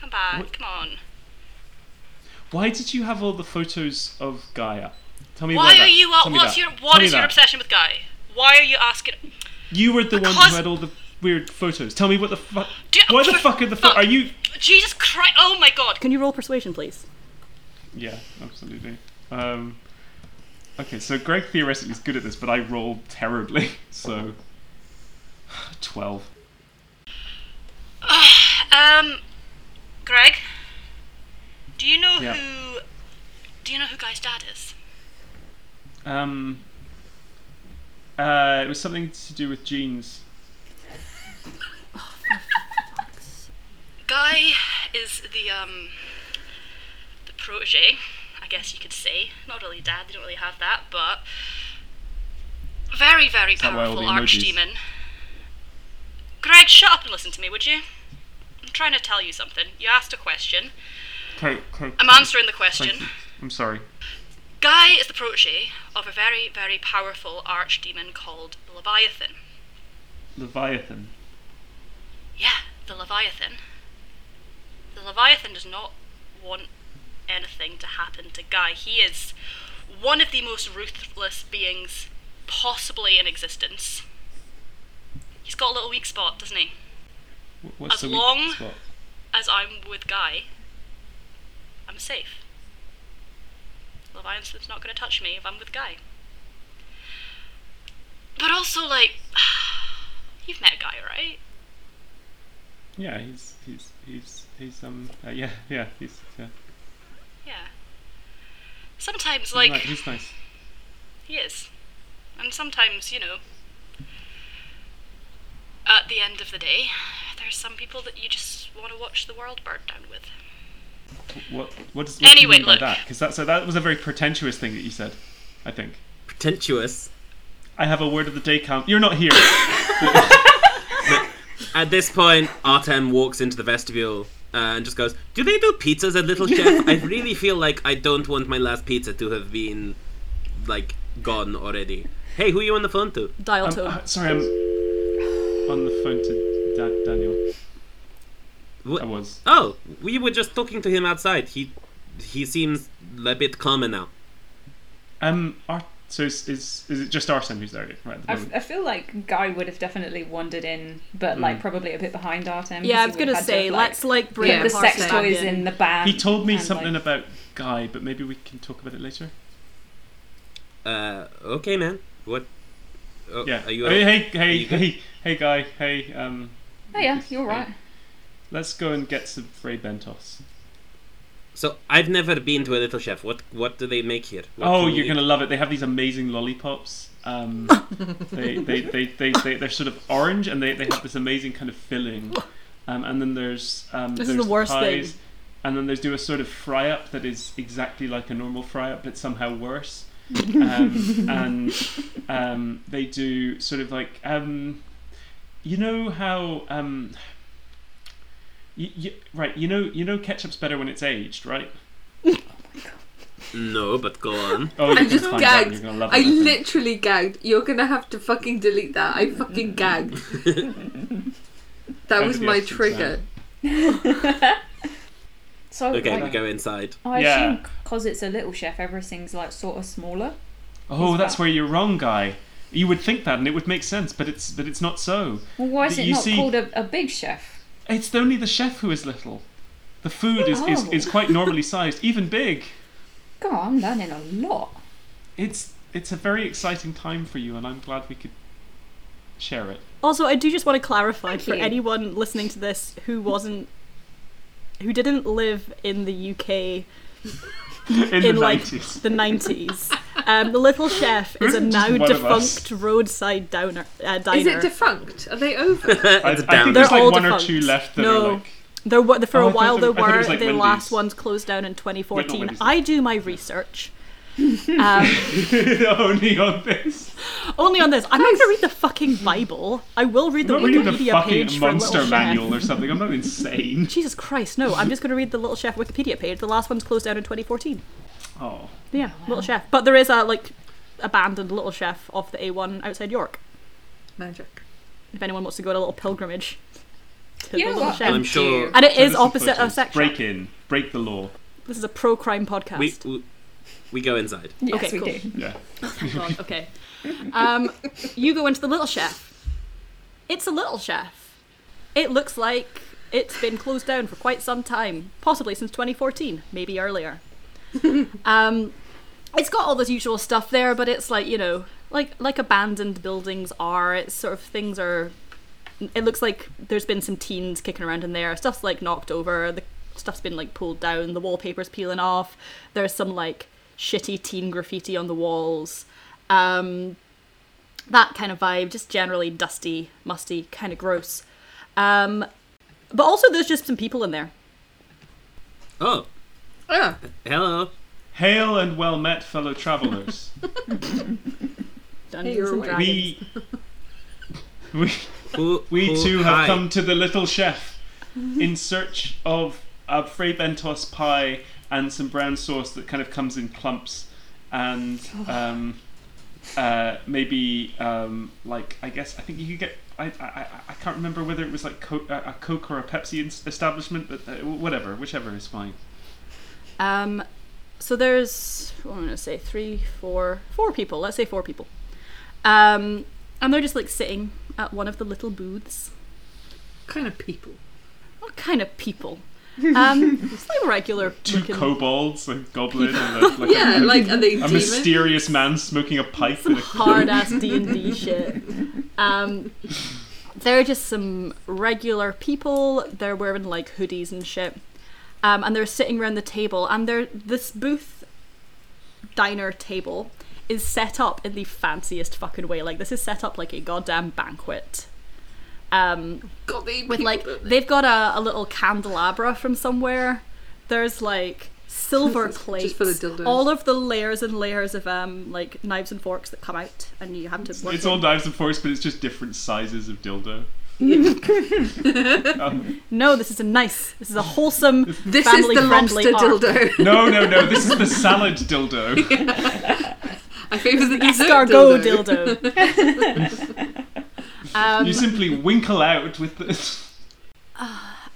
Speaker 2: Come back.
Speaker 3: What-
Speaker 2: Come on.
Speaker 3: Why did you have all the photos of Gaia? Tell me
Speaker 2: Why
Speaker 3: about
Speaker 2: are
Speaker 3: that.
Speaker 2: you?
Speaker 3: Tell me
Speaker 2: what's
Speaker 3: that.
Speaker 2: your?
Speaker 3: Tell
Speaker 2: What
Speaker 3: me
Speaker 2: is your
Speaker 3: that.
Speaker 2: obsession with Guy? Why are you asking?
Speaker 3: You were the one
Speaker 2: Because-
Speaker 3: who had all the weird photos. Tell me what the fuck.
Speaker 2: Do-
Speaker 3: Why the
Speaker 2: for-
Speaker 3: fuck are the pho-
Speaker 2: fuck.
Speaker 3: are you?
Speaker 2: Jesus Christ! Oh my God!
Speaker 8: "Can you roll persuasion, please?"
Speaker 3: Yeah, absolutely. Um, okay, so Greg theoretically is good at this, but I rolled terribly. [laughs] So [sighs] twelve.
Speaker 2: Um, Greg, do you know
Speaker 3: Yeah.
Speaker 2: who? Do you know who Guy's dad is?
Speaker 3: Um, uh, it was something to do with genes.
Speaker 2: Guy is the um, the protege, I guess you could say. Not really dad. They don't really have that, but very, very
Speaker 3: that why all
Speaker 2: powerful
Speaker 3: the emojis-
Speaker 2: archdemon. Greg, shut up and listen to me, would you? I'm trying to tell you something. You asked a question.
Speaker 3: Okay, okay.
Speaker 2: I'm answering the question.
Speaker 3: I'm sorry.
Speaker 2: Guy is the protege of a very, very powerful archdemon called Leviathan.
Speaker 3: Leviathan.
Speaker 2: Yeah, the Leviathan. The Leviathan does not want anything to happen to Guy. He is one of the most ruthless beings possibly in existence. He's got a little weak spot, doesn't he?
Speaker 3: Wh- What's
Speaker 2: As
Speaker 3: the weak
Speaker 2: long-
Speaker 3: spot?
Speaker 2: As I'm with Guy, I'm safe. Leviathan's not going to touch me if I'm with Guy. But also, like, [sighs] You've met Guy, right?
Speaker 3: Yeah, he's he's he's he's um uh, yeah yeah he's yeah
Speaker 2: Yeah. Sometimes,
Speaker 3: he's,
Speaker 2: like,
Speaker 3: ni- he's nice.
Speaker 2: He is. And sometimes, you know, at the end of the day, there's some people that you just want to watch the world burn down with.
Speaker 3: What what does what
Speaker 2: Anyway,
Speaker 3: do you mean
Speaker 2: look.
Speaker 3: by that? Because that so that was a very pretentious thing that you said. I think
Speaker 5: Pretentious.
Speaker 3: I have a word of the day count.
Speaker 2: [coughs]
Speaker 3: You're not here.
Speaker 5: At this point, Artem walks into the vestibule uh, and just goes, "Do they do pizzas at Little
Speaker 3: [laughs]
Speaker 5: Chef? I really feel like I don't want my last pizza to have been like gone already." Hey, who are you on the phone to?
Speaker 8: Dial
Speaker 3: I'm,
Speaker 8: tone.
Speaker 3: uh, sorry, I'm on the phone to da- Daniel.
Speaker 5: Wh-
Speaker 3: I was.
Speaker 5: Oh, we were just talking to him outside. He he seems a bit calmer now.
Speaker 3: Um, Art, so is, is is it just Arsene who's there right at the
Speaker 7: I,
Speaker 3: moment?
Speaker 7: I feel like Guy would have definitely wandered in, but like probably a bit behind Artem. 'cause
Speaker 8: yeah, I
Speaker 7: he
Speaker 8: was
Speaker 7: would
Speaker 8: gonna
Speaker 7: have had
Speaker 8: say
Speaker 7: have,
Speaker 8: let's like bring
Speaker 7: put
Speaker 4: Yeah.
Speaker 7: the
Speaker 8: Parson
Speaker 7: sex
Speaker 8: back
Speaker 7: toys in the band.
Speaker 3: He told me
Speaker 7: and,
Speaker 3: something
Speaker 7: like-
Speaker 3: about Guy, but maybe we can talk about it later.
Speaker 5: Uh, okay, man. What? Oh,
Speaker 3: Yeah.
Speaker 5: Are you?
Speaker 3: hey, hey,
Speaker 5: are
Speaker 3: hey,
Speaker 5: you good?
Speaker 3: hey, hey, Guy. Hey, um,
Speaker 7: Oh yeah, you're right.
Speaker 3: let's go and get some Frey Bentos.
Speaker 5: So I've never been to a Little Chef. What what do they make here? What
Speaker 3: Oh,
Speaker 5: can
Speaker 3: you're
Speaker 5: we-
Speaker 3: gonna love it. They have these amazing lollipops.
Speaker 8: [laughs]
Speaker 3: Um, they, they, they, they, they, they're sort of orange, and they, they have this amazing kind of filling. Um, and then there's um,
Speaker 8: This is
Speaker 3: there's
Speaker 8: the worst
Speaker 3: pies,
Speaker 8: thing.
Speaker 3: And then there's do a sort of fry up that is exactly like a normal fry up, but somehow worse.
Speaker 8: [laughs]
Speaker 3: Um, and um, they do sort of like um, you know how um, y y right you know you know ketchup's better when it's aged, right?
Speaker 5: No, but go on.
Speaker 3: Oh, you
Speaker 4: I
Speaker 3: can
Speaker 4: just
Speaker 3: find out and
Speaker 4: gagged.
Speaker 3: You're gonna love it.
Speaker 4: I
Speaker 3: think.
Speaker 4: literally gagged. You're gonna have to fucking delete that. I fucking
Speaker 8: Mm-hmm.
Speaker 4: gagged. that
Speaker 3: Back
Speaker 4: was
Speaker 3: of the
Speaker 4: my
Speaker 3: essence,
Speaker 4: trigger.
Speaker 7: So
Speaker 5: Okay, we
Speaker 7: like,
Speaker 5: go inside. [laughs]
Speaker 7: I
Speaker 3: Yeah.
Speaker 7: assume because it's a little chef, everything's like sort of smaller.
Speaker 3: Oh,
Speaker 7: Is
Speaker 3: that's
Speaker 7: that-
Speaker 3: where you're wrong, guy. You would think that, and it would make sense, but it's but it's not so.
Speaker 7: Well, why is
Speaker 3: But
Speaker 7: it
Speaker 3: you
Speaker 7: not
Speaker 3: see-
Speaker 7: called a, a big chef?
Speaker 3: It's only the chef who is little. The food is, is,
Speaker 7: Oh.
Speaker 3: is quite
Speaker 8: [laughs]
Speaker 3: normally sized, even big.
Speaker 7: God, I'm learning a
Speaker 8: [laughs]
Speaker 7: lot.
Speaker 3: It's it's a very exciting time for you, and I'm glad we could share it.
Speaker 8: Also, I do just want to clarify
Speaker 7: Thank
Speaker 8: for
Speaker 7: you.
Speaker 8: anyone listening to this who wasn't, who didn't live in the UK
Speaker 3: In,
Speaker 8: [laughs] in
Speaker 3: the
Speaker 8: like
Speaker 3: 90s.
Speaker 8: the nineties. Um, the Little
Speaker 3: [laughs]
Speaker 8: Chef is a
Speaker 3: Isn't just
Speaker 8: now
Speaker 3: one of
Speaker 8: defunct
Speaker 3: us.
Speaker 8: roadside downer, uh, diner.
Speaker 4: Is it defunct? Are they
Speaker 5: [laughs]
Speaker 4: over?
Speaker 3: I,
Speaker 5: it's
Speaker 3: I
Speaker 5: down.
Speaker 3: think there's
Speaker 8: They're
Speaker 3: like
Speaker 8: all
Speaker 3: one or
Speaker 8: defunct.
Speaker 3: two left that
Speaker 8: No.
Speaker 3: are like. [laughs]
Speaker 8: There were for
Speaker 3: Oh,
Speaker 8: a
Speaker 3: I thought
Speaker 8: while
Speaker 3: there-
Speaker 8: there
Speaker 3: I thought it
Speaker 8: were.
Speaker 3: was
Speaker 8: The
Speaker 3: like Wendy's.
Speaker 8: last ones closed down in 2014.
Speaker 3: Wendy's.
Speaker 8: I do my research. um,
Speaker 3: only on this.
Speaker 8: only on this, I'm not going to read the fucking Bible. I will [laughs] read the
Speaker 3: I'm not reading a
Speaker 8: Wikipedia
Speaker 3: fucking
Speaker 8: page for Little
Speaker 3: monster
Speaker 8: Chef.
Speaker 3: manual or something. I'm not
Speaker 8: [laughs]
Speaker 3: insane.
Speaker 8: Jesus Christ, no! I'm just going to read the Little Chef Wikipedia page. The last one's closed down in 2014.
Speaker 3: Oh.
Speaker 8: Yeah, Little Chef. But there is a like abandoned Little Chef off the A1 outside York.
Speaker 4: Magic.
Speaker 8: If anyone wants to go on a little pilgrimage to
Speaker 7: You
Speaker 8: the
Speaker 7: know
Speaker 8: Little
Speaker 7: what?
Speaker 8: Chef,
Speaker 5: I'm
Speaker 7: Thank
Speaker 5: sure-
Speaker 7: you.
Speaker 8: and it
Speaker 3: Send
Speaker 8: is
Speaker 3: us some
Speaker 8: opposite a
Speaker 3: photos.
Speaker 8: section.
Speaker 3: Break in. Break the law.
Speaker 8: This is a pro crime podcast.
Speaker 5: We, we we go inside.
Speaker 7: Yes,
Speaker 8: Okay,
Speaker 7: we
Speaker 8: cool. Oh
Speaker 7: do.
Speaker 8: [laughs]
Speaker 3: Yeah.
Speaker 8: God, okay. Um, you go into the little chef. It's a little chef. It looks like it's been closed down for quite some time, possibly since 2014,
Speaker 7: [laughs]
Speaker 8: maybe earlier. um, it's got all this usual stuff there, but it's like you know, like like abandoned buildings are. It's sort of things are. It looks like there's been some teens kicking around in there. Stuff's like knocked over. The stuff's been like pulled down. The wallpaper's peeling off. There's some like shitty teen graffiti on the walls. Um, that kind of vibe, just generally dusty, musty, kind of gross. Um, but also, there's just some people in there.
Speaker 5: Oh,
Speaker 4: Ah,
Speaker 5: hello.
Speaker 3: Hail and well met, fellow travellers.
Speaker 8: Dungeons
Speaker 4: you're
Speaker 8: and
Speaker 4: awake.
Speaker 8: [laughs] Dragons.
Speaker 3: we, we,
Speaker 5: Who,
Speaker 3: we
Speaker 5: who-
Speaker 3: too have
Speaker 5: hi.
Speaker 3: come to the little chef in search of a Frey Bentos pie and some brown sauce that kind of comes in clumps and um, uh, maybe um, like I guess I think you could get I, I, I- I can't remember whether it was like Coke, a a Coke or a Pepsi in- establishment but uh, whatever whichever is fine
Speaker 8: Um, so there's what am I gonna say three, four, four people. Let's say four people. Um, and they're just like sitting at one of the little booths.
Speaker 4: kind of people.
Speaker 8: What kind of people? Um, it's like regular
Speaker 3: two
Speaker 8: looking
Speaker 3: kobolds a goblin and a, like a-
Speaker 4: [laughs] Yeah, like are they
Speaker 3: a,
Speaker 4: demons?
Speaker 3: mysterious man smoking a pipe in a
Speaker 8: hard ass D and D shit. Um, They're just some regular people. They're wearing like hoodies and shit. Um, and they're sitting around the table, and they're, this booth diner table is set up in the fanciest fucking way. Like, this is set up like a goddamn banquet. Um,
Speaker 4: God, they
Speaker 8: with
Speaker 4: people [laughs]
Speaker 8: like
Speaker 4: don't-
Speaker 8: they've got a, a little candelabra from somewhere there's like silver
Speaker 4: Just
Speaker 8: plates
Speaker 4: full of dildos.
Speaker 8: all of the layers and layers of um like knives and forks that come out and you have to work
Speaker 3: It's
Speaker 8: them.
Speaker 3: all knives and forks, but it's just different sizes of
Speaker 4: [laughs]
Speaker 3: dildo. Um,
Speaker 8: no this is a nice this is
Speaker 3: [laughs]
Speaker 8: a wholesome
Speaker 4: this is
Speaker 8: family
Speaker 4: the lobster
Speaker 8: friendly art.
Speaker 4: dildo. [laughs]
Speaker 3: no, no, no. This is the salad dildo.
Speaker 4: I favour the dessert
Speaker 8: escargot
Speaker 4: dildo.
Speaker 8: dildo, um,
Speaker 4: Um,
Speaker 3: You simply winkle out with the.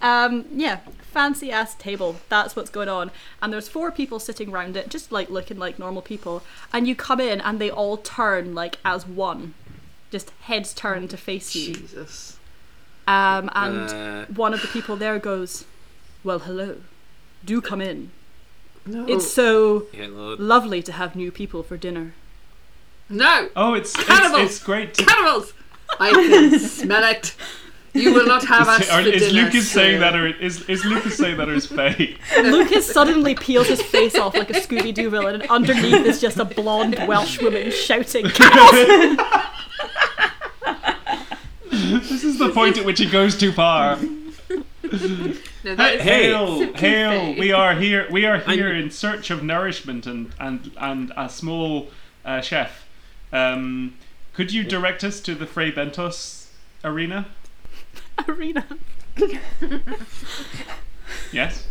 Speaker 8: um yeah fancy ass table that's what's going on and there's four people sitting round it just like looking like normal people and you come in and they all turn like as one just heads turn to face you
Speaker 4: Jesus.
Speaker 8: Um, and
Speaker 5: Uh,
Speaker 8: one of the people there goes, Well, hello. Do come in.
Speaker 7: Oh.
Speaker 4: No.
Speaker 8: It's so
Speaker 5: yeah, Lord.
Speaker 8: lovely to have new people for dinner.
Speaker 4: no!
Speaker 3: Oh, it's it's,
Speaker 4: Cannibals!
Speaker 3: it's great. To...
Speaker 4: Cannibals! I can smell it. You will not have us.
Speaker 3: Is, are,
Speaker 4: for
Speaker 3: is
Speaker 4: dinner,
Speaker 3: Lucas
Speaker 4: sir.
Speaker 3: saying that, or is is Lucas saying that, or is
Speaker 4: [laughs]
Speaker 3: Faye?
Speaker 7: [laughs]
Speaker 8: Lucas suddenly peels his face off like a Scooby Doo villain, and underneath is just a blonde Welsh woman shouting.
Speaker 3: This is the point at which it goes too far.
Speaker 4: No, that is
Speaker 5: Hey.
Speaker 3: hail,
Speaker 4: Simply
Speaker 3: hail!
Speaker 4: Faye.
Speaker 3: We are here. We are here in search of nourishment and and and a small uh, chef. Um, could you direct us to the Frey Bentos arena?
Speaker 8: Arena.
Speaker 3: Yes.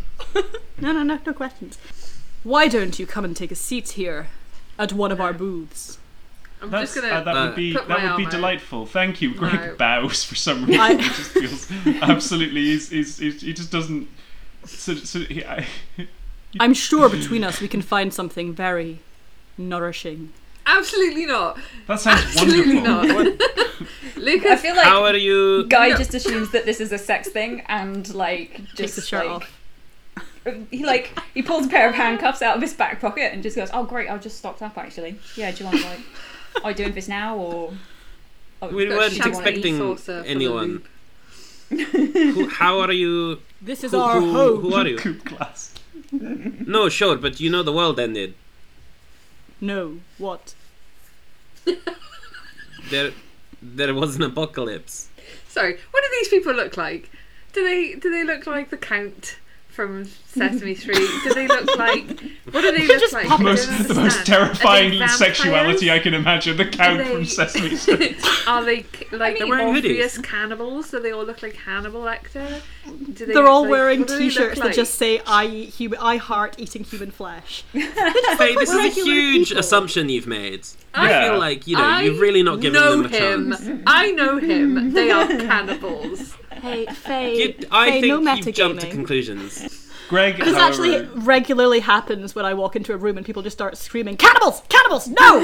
Speaker 8: No, no, no, no questions. Why don't you come and take a seat here at one of our booths?
Speaker 4: I'm
Speaker 3: That's,
Speaker 4: just gonna.
Speaker 3: uh, that
Speaker 5: Uh,
Speaker 3: would be
Speaker 4: put
Speaker 3: that
Speaker 4: my
Speaker 3: would
Speaker 4: arm
Speaker 3: be
Speaker 4: out.
Speaker 3: delightful. Thank you. Greg
Speaker 4: No.
Speaker 3: bows for some reason.
Speaker 8: I-
Speaker 3: It just
Speaker 4: [laughs]
Speaker 3: feels absolutely. Is is is- he just doesn't. So, so he, I, [laughs]
Speaker 8: I'm sure between us we can find something very nourishing.
Speaker 4: Absolutely not.
Speaker 3: that sounds
Speaker 4: Absolutely
Speaker 3: wonderful.
Speaker 4: not.
Speaker 7: I
Speaker 4: Lucas,
Speaker 7: feel like
Speaker 5: How are you?
Speaker 7: Guy
Speaker 4: No.
Speaker 7: just assumes that this is a sex thing and like just
Speaker 8: Takes his shirt
Speaker 7: like,
Speaker 8: off.
Speaker 7: [laughs] He like he pulls a pair of handcuffs out of his back pocket and just goes, "Oh great, I've just stocked up actually. Yeah, do you want
Speaker 8: [laughs]
Speaker 7: like, are you doing this now or?" Oh,
Speaker 5: We
Speaker 7: do you
Speaker 5: weren't
Speaker 7: wanna eat?"
Speaker 5: expecting
Speaker 4: salsa for the
Speaker 5: anyone.
Speaker 4: loop.
Speaker 5: Who, how are you?
Speaker 8: This is
Speaker 5: Who,
Speaker 8: our
Speaker 5: who,
Speaker 8: home.
Speaker 5: who are you?
Speaker 3: Coop class.
Speaker 5: No, sure, but you know the world ended.
Speaker 8: No, what?
Speaker 5: There, there was an apocalypse.
Speaker 4: Sorry, what do these people look like? Do they do they look like the Count from Sesame Street? Do they look like what do they look
Speaker 8: just
Speaker 4: like? I
Speaker 8: puppets.
Speaker 3: The most,
Speaker 4: don't
Speaker 3: the most
Speaker 4: understand. Are they
Speaker 3: terrifying
Speaker 4: vampires?
Speaker 3: sexuality I can imagine. The count
Speaker 4: they-
Speaker 3: from
Speaker 4: [laughs]
Speaker 3: Sesame Street.
Speaker 4: Are they c- like
Speaker 5: They're wearing
Speaker 4: obvious cannibals? Do they all look like Hannibal Lecter? Do they
Speaker 8: They're
Speaker 4: look
Speaker 8: all
Speaker 4: like-
Speaker 8: wearing
Speaker 4: what do they look
Speaker 8: T-shirts
Speaker 4: like?
Speaker 8: that just say "I eat human, I heart eating human flesh."
Speaker 5: Faye, this is a
Speaker 8: regular
Speaker 5: huge
Speaker 8: people.
Speaker 5: assumption you've made.
Speaker 3: Yeah.
Speaker 5: I feel like you know
Speaker 4: I
Speaker 5: you've really not given
Speaker 4: know
Speaker 5: them a
Speaker 4: him.
Speaker 5: chance.
Speaker 4: I know him.
Speaker 3: [laughs]
Speaker 4: They are cannibals.
Speaker 8: [laughs] Hey, Faye,
Speaker 5: You, I
Speaker 8: Faye,
Speaker 5: think
Speaker 8: no
Speaker 5: you've jumped to
Speaker 8: metagaming.
Speaker 5: conclusions.
Speaker 3: Greg,
Speaker 8: This
Speaker 3: however,
Speaker 8: actually regularly happens when I walk into a room and people just start screaming, "Cannibals! Cannibals! [laughs] No!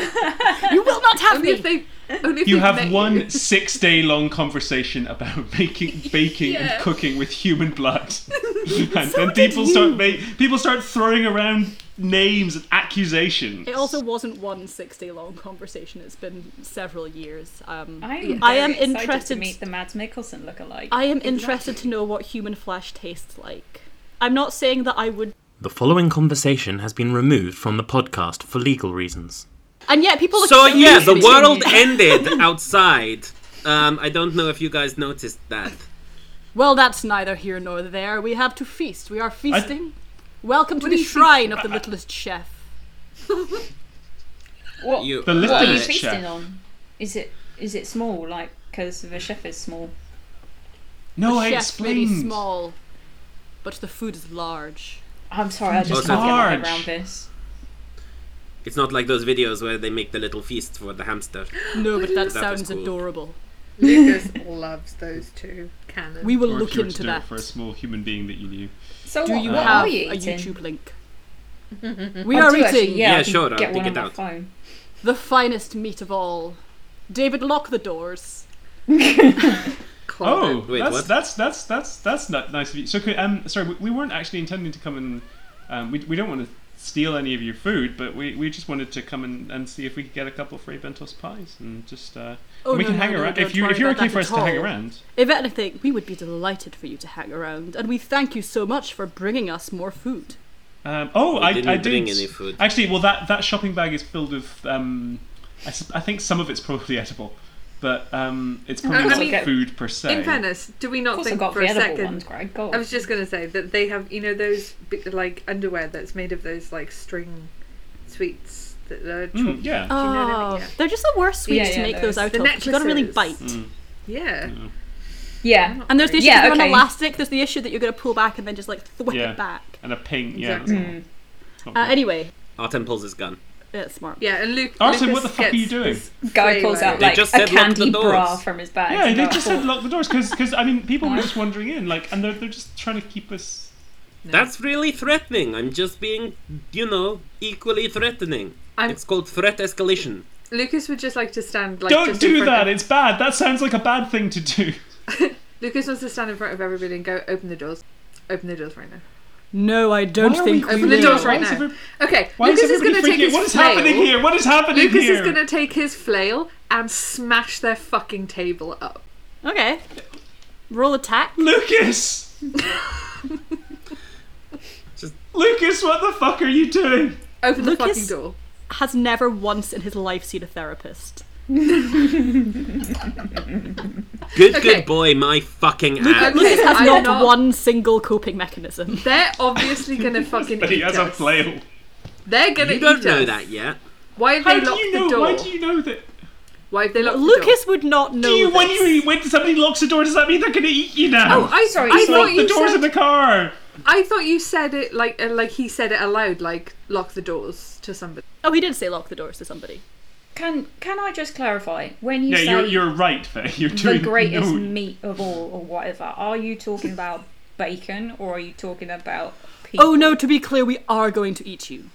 Speaker 8: you will not have
Speaker 4: Only
Speaker 8: me!"
Speaker 4: if they. Only if
Speaker 3: you
Speaker 4: they
Speaker 3: have
Speaker 4: met
Speaker 8: [laughs]
Speaker 3: one six-day-long conversation about making, baking,
Speaker 4: Yeah.
Speaker 3: and cooking with human
Speaker 8: [laughs]
Speaker 3: blood, [laughs] and
Speaker 8: So
Speaker 3: then
Speaker 8: did
Speaker 3: people
Speaker 8: you.
Speaker 3: start ma- people start throwing around names and accusations.
Speaker 8: It also wasn't one six-day-long conversation. It's been several years. Um,
Speaker 7: I am,
Speaker 8: I am
Speaker 7: very excited
Speaker 8: interested-
Speaker 7: to meet the Mads Mikkelsen lookalike.
Speaker 8: I am interested to know what human flesh tastes like. I'm not saying that I would,
Speaker 10: The following conversation has been removed from the podcast for legal reasons.
Speaker 8: and yet people. Look
Speaker 5: So
Speaker 8: at me
Speaker 5: yeah, the
Speaker 8: and-
Speaker 5: world ended outside. Um, I don't know if you guys noticed that.
Speaker 8: Well, that's neither here nor there. We have to feast. We are feasting. Welcome to
Speaker 4: What
Speaker 8: the
Speaker 4: do you
Speaker 8: shrine of the littlest chef.
Speaker 7: What,
Speaker 5: You, uh,
Speaker 3: The
Speaker 7: what are you
Speaker 3: littlest
Speaker 7: feasting
Speaker 3: chef.
Speaker 7: on? Is it is it small? Like because the chef is small.
Speaker 3: no, I
Speaker 8: chef may be
Speaker 3: explained.
Speaker 8: small, but the food is large.
Speaker 7: I'm sorry, I just
Speaker 5: it's
Speaker 7: can't get my
Speaker 3: large.
Speaker 7: head around this.
Speaker 5: it's not like those videos where they make the little feast for the hamster.
Speaker 8: No, but that
Speaker 5: That was
Speaker 8: sounds
Speaker 5: cool.
Speaker 8: adorable.
Speaker 4: Lucas loves those two cannibals.
Speaker 8: We will
Speaker 3: Or
Speaker 8: look
Speaker 3: if you were to
Speaker 8: into
Speaker 3: do
Speaker 8: that.
Speaker 3: it for a small human being that you knew.
Speaker 7: So
Speaker 8: Do
Speaker 7: what,
Speaker 8: you
Speaker 7: what
Speaker 8: have
Speaker 7: are you
Speaker 8: a
Speaker 7: eating?
Speaker 8: YouTube
Speaker 7: [laughs]
Speaker 8: link? we
Speaker 7: I
Speaker 8: are
Speaker 7: do
Speaker 8: eating
Speaker 7: actually, yeah,
Speaker 5: Yeah,
Speaker 7: I can
Speaker 5: sure, I'll
Speaker 7: Get one
Speaker 5: dig
Speaker 7: on
Speaker 5: it
Speaker 7: my
Speaker 5: out.
Speaker 7: phone.
Speaker 8: the finest meat of all. David, lock the doors.
Speaker 4: Call
Speaker 3: Oh,
Speaker 4: them.
Speaker 5: Wait,
Speaker 3: that's,
Speaker 5: what?
Speaker 3: that's that's that's that's not nice of you. So, could, um, sorry, we, we weren't actually intending to come and um, we, we don't want to steal any of your food, but we, we just wanted to come and, and see if we could get a couple free bentos pies and just uh,
Speaker 8: Oh,
Speaker 3: we
Speaker 8: no,
Speaker 3: can
Speaker 8: no,
Speaker 3: hang
Speaker 8: no,
Speaker 3: around
Speaker 8: don't
Speaker 3: if you
Speaker 8: worry
Speaker 3: if you're
Speaker 8: about
Speaker 3: okay
Speaker 8: that
Speaker 3: for
Speaker 8: at
Speaker 3: us to hang
Speaker 8: all.
Speaker 3: around.
Speaker 8: If anything, we would be delighted for you to hang around, and we thank you so much for bringing us more food.
Speaker 3: Um, oh, I,
Speaker 5: didn't
Speaker 3: I
Speaker 5: bring
Speaker 3: did.
Speaker 5: any food.
Speaker 3: Actually, well, that, that shopping bag is filled with. Um, I, s- I think some of it's probably [laughs] edible, but um, it's probably
Speaker 4: I
Speaker 3: not
Speaker 4: mean,
Speaker 3: food per se.
Speaker 4: In fairness, do we
Speaker 7: Of
Speaker 4: not
Speaker 7: course, I
Speaker 4: think
Speaker 7: got
Speaker 4: for
Speaker 7: the
Speaker 4: a
Speaker 7: edible
Speaker 4: second?
Speaker 7: ones, Greg. Go on.
Speaker 4: I was just gonna say that they have, you know, those bi- like underwear that's made of those like string sweets that are
Speaker 3: Mm, yeah.
Speaker 4: you know what I
Speaker 8: Oh,
Speaker 4: mean? Yeah.
Speaker 8: they're just the worst sweets
Speaker 7: Yeah, yeah,
Speaker 8: to make those
Speaker 7: those-
Speaker 8: out
Speaker 4: the
Speaker 8: of. 'cause You gotta really bite.
Speaker 4: necklaces. Mm. yeah.
Speaker 7: yeah.
Speaker 8: And there's the issue
Speaker 7: Yeah,
Speaker 8: that you're on
Speaker 7: okay.
Speaker 8: elastic. There's the issue that you're gonna pull back and then just like whip
Speaker 3: Yeah.
Speaker 8: it back.
Speaker 3: and a ping. Yeah.
Speaker 4: Exactly.
Speaker 3: that's all.
Speaker 8: Uh, anyway,
Speaker 5: Artem pulls his gun.
Speaker 8: that's smart.
Speaker 4: Yeah, and Luke.
Speaker 3: Arsene,
Speaker 4: Lucas
Speaker 3: what the fuck are
Speaker 4: gets
Speaker 3: you doing?
Speaker 4: this
Speaker 7: Guy
Speaker 4: fray
Speaker 7: pulls out
Speaker 4: load.
Speaker 5: They
Speaker 7: like
Speaker 5: just
Speaker 7: a
Speaker 5: said lock the
Speaker 7: candy bra
Speaker 5: doors.
Speaker 7: from his bag.
Speaker 3: Yeah,
Speaker 7: and
Speaker 3: they
Speaker 7: go,
Speaker 3: just
Speaker 4: [laughs]
Speaker 3: said lock the doors because I mean people were just wandering in like and they're, they're just trying to keep us.
Speaker 5: That's really threatening. I'm just being, you know, equally threatening.
Speaker 4: I'm-
Speaker 5: It's called threat escalation.
Speaker 4: Lucas would just like to stand like.
Speaker 3: Don't
Speaker 4: just in
Speaker 3: do
Speaker 4: front
Speaker 3: that.
Speaker 4: of-
Speaker 3: It's bad. That sounds like a bad thing to do.
Speaker 4: Lucas wants to stand in front of everybody and go, "Open the doors, open the doors right now."
Speaker 8: No, I don't
Speaker 3: Why are
Speaker 8: think
Speaker 3: we
Speaker 8: we
Speaker 4: Open the
Speaker 3: freaking
Speaker 8: will.
Speaker 3: out?
Speaker 4: doors right
Speaker 3: Why is
Speaker 4: now.
Speaker 3: every-
Speaker 4: Okay,
Speaker 3: Why
Speaker 4: Lucas
Speaker 3: is
Speaker 4: is going to
Speaker 3: everybody
Speaker 4: take
Speaker 3: freaking?
Speaker 4: his
Speaker 3: What is
Speaker 4: flail.
Speaker 3: happening here? What is happening
Speaker 4: Lucas
Speaker 3: here?
Speaker 4: is going to take his flail and smash their fucking table up.
Speaker 8: Okay. Roll attack.
Speaker 4: [laughs]
Speaker 3: Lucas.
Speaker 5: Just-
Speaker 3: Lucas, what the fuck are you doing?
Speaker 4: Open the
Speaker 8: Lucas-
Speaker 4: fucking door.
Speaker 8: Has never once in his life seen a therapist.
Speaker 5: Good,
Speaker 4: Okay.
Speaker 5: good boy, my fucking ass.
Speaker 4: Okay,
Speaker 8: Lucas has
Speaker 4: I'm
Speaker 8: not,
Speaker 4: not-
Speaker 8: one single coping mechanism.
Speaker 4: They're obviously
Speaker 3: [laughs]
Speaker 4: going to fucking
Speaker 3: But he
Speaker 4: eat
Speaker 3: has a
Speaker 4: us.
Speaker 3: flail.
Speaker 4: They're going to
Speaker 5: You
Speaker 4: eat
Speaker 5: don't know
Speaker 4: us.
Speaker 5: that yet.
Speaker 4: Why have
Speaker 3: How
Speaker 4: they
Speaker 3: do
Speaker 4: locked
Speaker 3: you
Speaker 4: the
Speaker 3: know?
Speaker 4: door?
Speaker 3: Why do you know that?
Speaker 4: Why have they locked the door?
Speaker 8: Lucas would not know.
Speaker 3: Do you when
Speaker 8: this.
Speaker 3: you when somebody locks the door? Does that mean they're going to eat you now?
Speaker 4: Oh, I
Speaker 7: Sorry,
Speaker 4: I
Speaker 7: it's
Speaker 4: thought
Speaker 3: Lock
Speaker 4: you
Speaker 3: the doors
Speaker 4: said
Speaker 3: in the car.
Speaker 4: I thought you said it like uh, like he said it aloud, like lock the doors to somebody.
Speaker 8: Oh, he did say lock the doors to somebody.
Speaker 7: Can can I just clarify when you
Speaker 3: Yeah,
Speaker 7: say
Speaker 3: you're you're right, Faye. You're
Speaker 7: the
Speaker 3: doing
Speaker 7: greatest
Speaker 3: no-
Speaker 7: meat of all or whatever? Are you talking about bacon or are you talking about? People?
Speaker 8: Oh no! To be clear, we are going to eat you.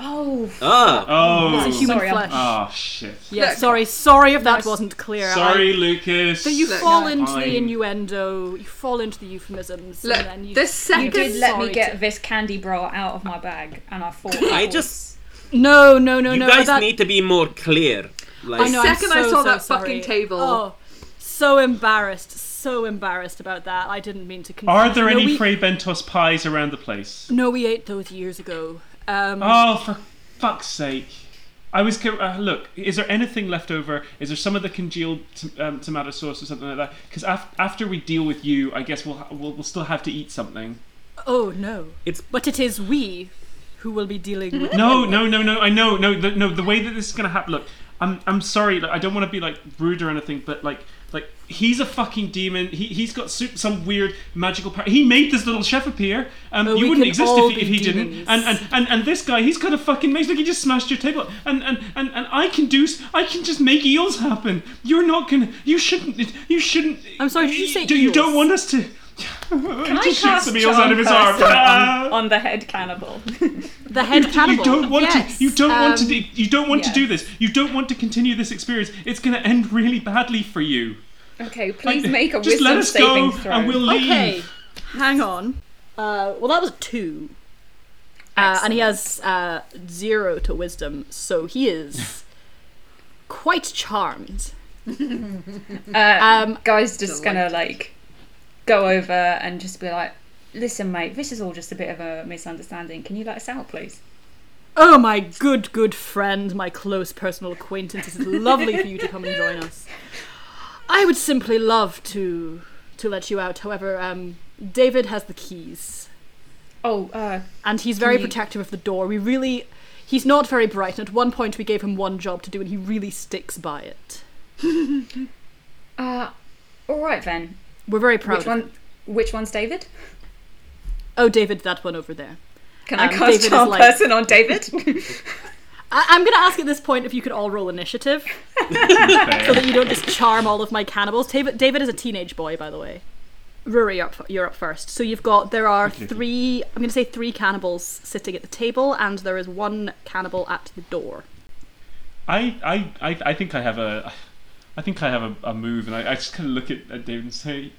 Speaker 7: Oh, f-
Speaker 5: Oh,
Speaker 3: Oh,
Speaker 8: It's a human
Speaker 7: Sorry, I'm-
Speaker 8: flesh.
Speaker 4: Ah.
Speaker 3: oh shit.
Speaker 8: yeah,
Speaker 4: Look.
Speaker 8: sorry, sorry if that
Speaker 7: Yes.
Speaker 8: wasn't clear.
Speaker 3: Sorry,
Speaker 8: I,
Speaker 3: Lucas.
Speaker 8: so you
Speaker 4: Look,
Speaker 8: fall
Speaker 7: no.
Speaker 8: into
Speaker 3: I'm-
Speaker 8: the innuendo, you fall into the euphemisms,
Speaker 4: Look,
Speaker 8: and then you.
Speaker 4: the
Speaker 7: you
Speaker 4: second
Speaker 7: did let me
Speaker 8: sorry
Speaker 7: get
Speaker 8: to-
Speaker 7: this candy bra out of my bag, and I thought
Speaker 5: I
Speaker 7: that
Speaker 5: just-
Speaker 8: No, no, no,
Speaker 5: you
Speaker 8: no.
Speaker 5: guys
Speaker 8: that,
Speaker 5: need to be more clear. Like,
Speaker 8: I know. I'm
Speaker 4: second I
Speaker 8: so,
Speaker 4: saw
Speaker 8: so
Speaker 4: that
Speaker 8: sorry.
Speaker 4: fucking table-
Speaker 8: Oh, so embarrassed, so embarrassed about that. I didn't mean to. Confuse.
Speaker 3: Are there
Speaker 8: no,
Speaker 3: any
Speaker 8: we,
Speaker 3: free bentos pies around the place?
Speaker 8: No, we ate those years ago. Um,
Speaker 3: Oh, for fuck's sake! I was co- uh, look. Is there anything left over? Is there some of the congealed t- um, tomato sauce or something like that? Because af- after we deal with you, I guess we'll, ha- we'll we'll still have to eat something.
Speaker 8: oh no!
Speaker 5: It's-
Speaker 8: but it is we who will be dealing with. [laughs]
Speaker 3: No, no, no, no. I know, no, the, no. The way that this is gonna happen. Look, I'm I'm sorry. Like, I don't want to be like rude or anything, but like. Like he's a fucking demon. He he's got su- some weird magical power. He made this little chef appear. Um,
Speaker 8: But
Speaker 3: you
Speaker 8: we
Speaker 3: wouldn't
Speaker 8: can
Speaker 3: exist
Speaker 8: all
Speaker 3: if he,
Speaker 8: be
Speaker 3: if he didn't.
Speaker 8: demons.
Speaker 3: And, and and and this guy, he's got a fucking maze. Look, he just smashed your table. And and and and I can do. s- I can just make eels happen. You're not gonna. You shouldn't. You shouldn't.
Speaker 8: I'm sorry, did you say
Speaker 3: do, You don't
Speaker 8: eels?
Speaker 3: want us to. [laughs]
Speaker 7: Can
Speaker 3: he
Speaker 7: I
Speaker 3: just shoots
Speaker 7: cast
Speaker 3: some eels
Speaker 7: charm
Speaker 3: out of his arm.
Speaker 7: person
Speaker 3: [laughs] Ah!
Speaker 7: on, on the head cannibal?
Speaker 8: The head
Speaker 3: You
Speaker 8: cannibal.
Speaker 3: don't want
Speaker 8: Yes.
Speaker 3: to. You don't want to.
Speaker 8: Um,
Speaker 3: do- You don't want to
Speaker 7: yeah.
Speaker 3: do this. You don't want to continue this experience. It's going to end really badly for you.
Speaker 7: okay,
Speaker 3: Like,
Speaker 7: please make a
Speaker 3: just
Speaker 7: wisdom
Speaker 3: let us
Speaker 7: saving
Speaker 3: go
Speaker 7: throw.
Speaker 3: and we'll leave.
Speaker 7: [laughs]
Speaker 8: Okay, hang on. Uh, well, that was a two, uh, and he has uh, zero to wisdom, so he [laughs] is quite charmed.
Speaker 7: Uh,
Speaker 8: Um,
Speaker 7: guys just gonna like go over and just be like, listen, mate, this is all just a bit of a misunderstanding. Can you let us out, please?
Speaker 8: Oh, my good, good friend, my close personal acquaintance. It's lovely for you to come and join [laughs] us. I would simply love to to let you out. However, um, David has the keys,
Speaker 7: Oh, uh,
Speaker 8: and he's very
Speaker 7: you-
Speaker 8: protective of the door. We really, he's not very bright. And at one point, we gave him one job to do, and he really sticks by it.
Speaker 7: uh, all right then.
Speaker 8: We're very proud.
Speaker 7: which
Speaker 8: of
Speaker 7: one?
Speaker 8: him.
Speaker 7: Which one's David?
Speaker 8: Oh, David, that one over there.
Speaker 7: Can I
Speaker 8: Um, David is
Speaker 7: cast charm
Speaker 8: like-
Speaker 7: person on
Speaker 8: [laughs]
Speaker 7: David?
Speaker 8: I- I'm going to ask at this point if you could all roll initiative so that you don't just charm all of my cannibals. David, David is a teenage boy, by the way. Rory, you're up, f- you're up first. So you've got, there are three, I'm going to say three cannibals sitting at the table, and there is one cannibal at the door.
Speaker 3: I, I, I, I think I have a. I think I have a, a move, and I, I just kind of look at, at David and say,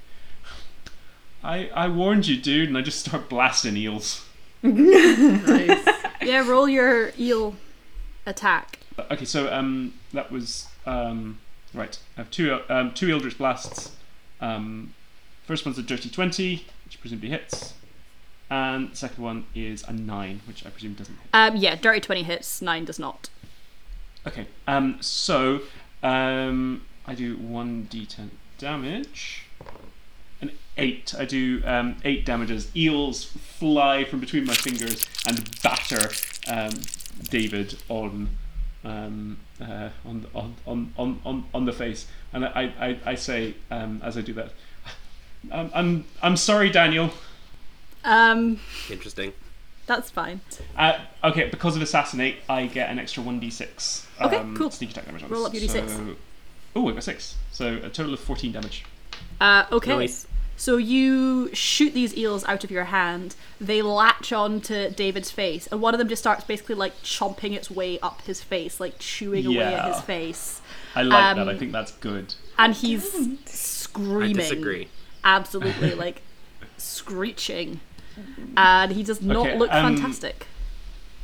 Speaker 3: "I, I warned you, dude," and I just start blasting eels.
Speaker 4: Nice.
Speaker 8: Yeah, roll your eel attack.
Speaker 3: Okay, so um, that was um, right. I have two um, two Eldritch blasts. Um, first one's a dirty twenty, which presumably hits, and the second one is a nine, which I presume doesn't hit.
Speaker 8: Um, yeah, dirty 20 hits, 9 does not.
Speaker 3: Okay, um, so um, I do one d10 damage. An eight. I do um, eight damages. Eels fly from between my fingers and batter um, David on um, uh, on, on, on, on, on on the face. And I, I, I say um, as I do that, um, I'm I'm sorry, Daniel.
Speaker 8: Um,
Speaker 5: Interesting.
Speaker 8: that's fine.
Speaker 3: Uh, okay, because of assassinate, I get an extra one d six. um,
Speaker 8: Okay, cool.
Speaker 3: Sneak attack damage. on
Speaker 8: Roll
Speaker 3: this.
Speaker 8: up your d6.
Speaker 3: So- Oh, I got six. So a total of fourteen damage.
Speaker 8: Uh, okay.
Speaker 5: Nice.
Speaker 8: So you shoot these eels out of your hand. They latch on to David's face, and one of them just starts basically like chomping its way up his face, like chewing away at
Speaker 3: Yeah.
Speaker 8: his face.
Speaker 3: I like
Speaker 8: Um,
Speaker 3: that. I think that's good.
Speaker 8: And he's
Speaker 5: I
Speaker 8: screaming.
Speaker 5: disagree.
Speaker 3: [laughs]
Speaker 8: Absolutely, like screeching. And he does not
Speaker 3: Okay,
Speaker 8: look
Speaker 3: um,
Speaker 8: fantastic.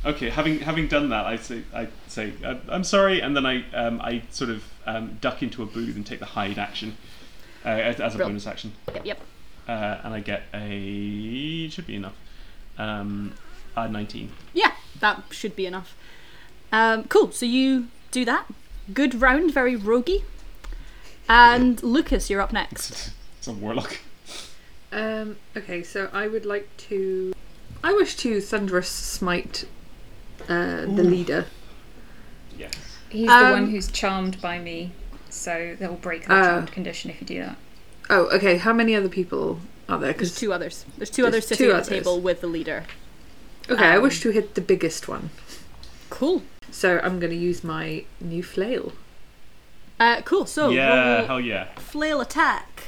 Speaker 3: Okay, having having done that, I say I say "I- I'm sorry, and then I um, I sort of um, duck into a booth and take the hide action uh, as, as a
Speaker 8: Real-
Speaker 3: bonus action,
Speaker 8: Yep, yep.
Speaker 3: uh, and I get a should be enough, um, a 19.
Speaker 8: Yeah, that should be enough. Um, cool. So you do that. Good round, very roguey. And Lucas, you're up next.
Speaker 3: It's a warlock.
Speaker 4: Um, okay, so I would like to. I wish to thunderous smite uh, the leader.
Speaker 3: Yes.
Speaker 7: He's the
Speaker 4: Um,
Speaker 7: one who's charmed by me, so that will break the
Speaker 8: uh,
Speaker 4: Oh.
Speaker 7: charmed condition if you do that.
Speaker 4: Oh, okay. How many other people are there?
Speaker 8: There's
Speaker 4: Because
Speaker 8: two others. There's two others
Speaker 4: two
Speaker 8: sitting at
Speaker 4: others.
Speaker 8: the table with the leader.
Speaker 4: okay, I
Speaker 8: um,
Speaker 4: wish to hit the biggest one.
Speaker 8: Cool.
Speaker 4: So I'm going to use my new flail.
Speaker 8: Uh, cool. So
Speaker 3: yeah,
Speaker 8: roll
Speaker 3: hell yeah.
Speaker 8: flail attack.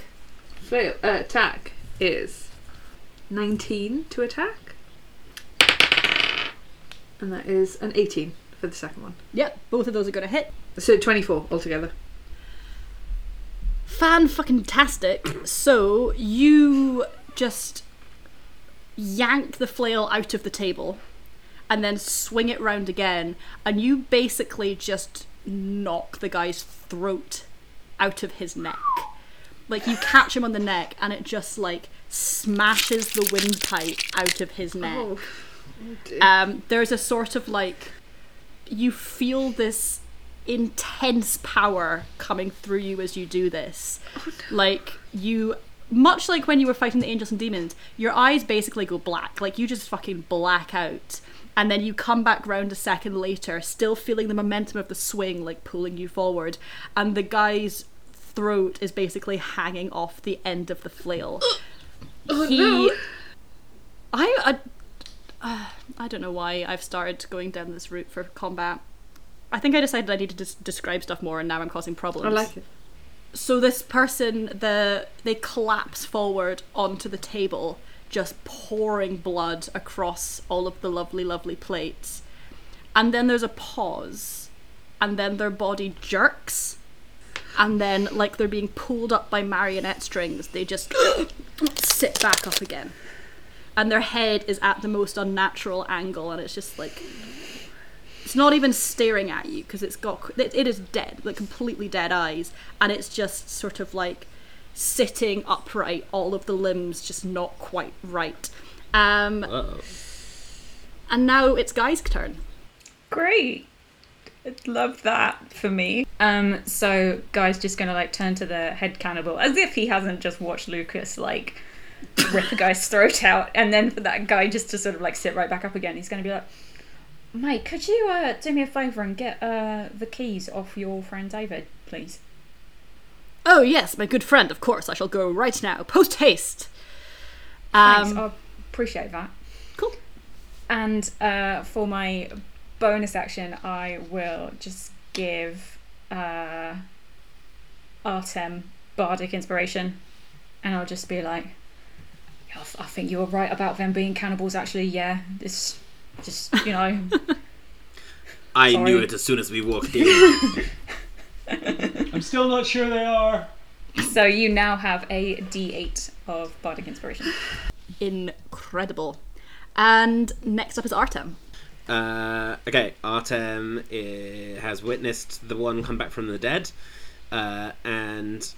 Speaker 4: Flail uh, attack is 19 to attack, and that is an 18 for the second one.
Speaker 8: Yep, both of those are going to hit.
Speaker 4: So 24 altogether.
Speaker 8: Fan fucking tastic. So you just yank the flail out of the table and then swing it round again, and you basically just knock the guy's throat out of his neck. Like you catch him on the neck, and it just like smashes the windpipe out of his neck.
Speaker 4: Oh,
Speaker 8: um, there's a sort of like you feel this intense power coming through you as you do this like you much like when you were fighting the angels and demons your eyes basically go black like you just fucking black out and then you come back round a second later still feeling the momentum of the swing like pulling you forward and the guy's throat is basically hanging off the end of the flail he
Speaker 4: Oh, no.
Speaker 8: I, I uh, I don't know why I've started going down this route for combat. I think I decided I need to dis- describe stuff more, and now I'm causing problems.
Speaker 4: I like it.
Speaker 8: So this person, the they collapse forward onto the table, just pouring blood across all of the lovely, lovely plates, and then there's a pause, and then their body jerks, and then like they're being pulled up by marionette strings, they just [gasps] sit back up again and their head is at the most unnatural angle and it's just like it's not even staring at you because it's got it, it is dead like completely dead eyes and it's just sort of like sitting upright all of the limbs just not quite right um
Speaker 5: Uh-oh.
Speaker 8: and now it's guy's turn
Speaker 7: Great. I'd Love that for me. Um, so guy's just gonna like turn to the head cannibal as if he hasn't just watched Lucas like rip a guy's throat out, and then for that guy just to sort of like sit right back up again. He's gonna be like, "Mate, could you uh, do me a favor and get uh, the keys off your friend David, please?"
Speaker 8: oh yes my good friend of course i shall go right now post haste
Speaker 7: Thanks,
Speaker 8: um
Speaker 7: I appreciate that.
Speaker 8: cool
Speaker 7: And uh, for my bonus action, I will just give uh, Artem bardic inspiration, and I'll just be like, "I th- "I think you were right about them being cannibals. Actually, yeah, this just you
Speaker 8: [laughs]
Speaker 7: know,
Speaker 5: I
Speaker 7: Sorry.
Speaker 5: knew it as soon as we walked
Speaker 8: [laughs]
Speaker 5: in.
Speaker 3: I'm still not sure they are.
Speaker 7: so you now have a D8 of bardic inspiration.
Speaker 8: incredible and next up is artem
Speaker 5: Uh, okay, Artem i has witnessed the one come back from the dead, uh, and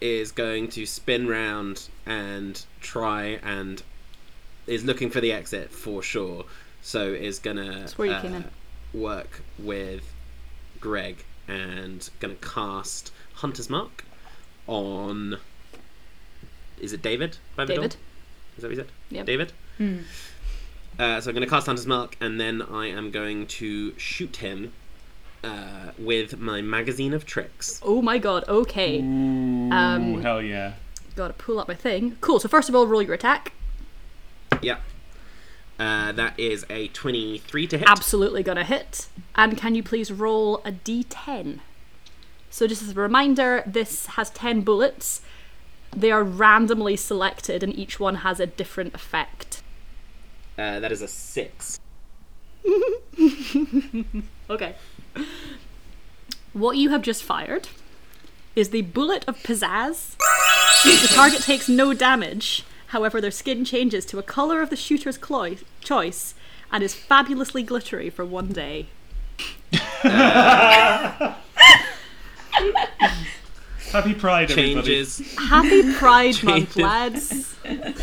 Speaker 5: is going to spin round and try and is looking for the exit for sure. So is gonna uh,
Speaker 8: That's where you came in.
Speaker 5: work with Greg and gonna cast Hunter's Mark on. Is it David? by the door?
Speaker 8: David.
Speaker 5: Is that what you said?
Speaker 8: Yep.
Speaker 5: David?
Speaker 3: Hmm.
Speaker 5: Uh, so I'm going to cast Hunter's Mark, and then I am going to shoot him uh, with my magazine of tricks.
Speaker 8: Oh my god, okay.
Speaker 3: Ooh,
Speaker 8: Um,
Speaker 3: hell yeah.
Speaker 8: Gotta pull up my thing. Cool, so first of all, roll your attack.
Speaker 5: Yeah. Uh, that is a 23 to hit.
Speaker 8: Absolutely gonna hit. And can you please roll a d10? So, just as a reminder, this has 10 bullets. They are randomly selected, and each one has a different effect.
Speaker 5: uh, that is a 6.
Speaker 8: Okay. What you have just fired is the bullet of pizzazz. the target takes no damage. However, their skin changes to a color of the shooter's clo- choice and is fabulously glittery for one day.
Speaker 3: Happy Pride, everybody.
Speaker 5: Changes.
Speaker 8: Happy Pride Month,
Speaker 5: Jesus.
Speaker 8: lads.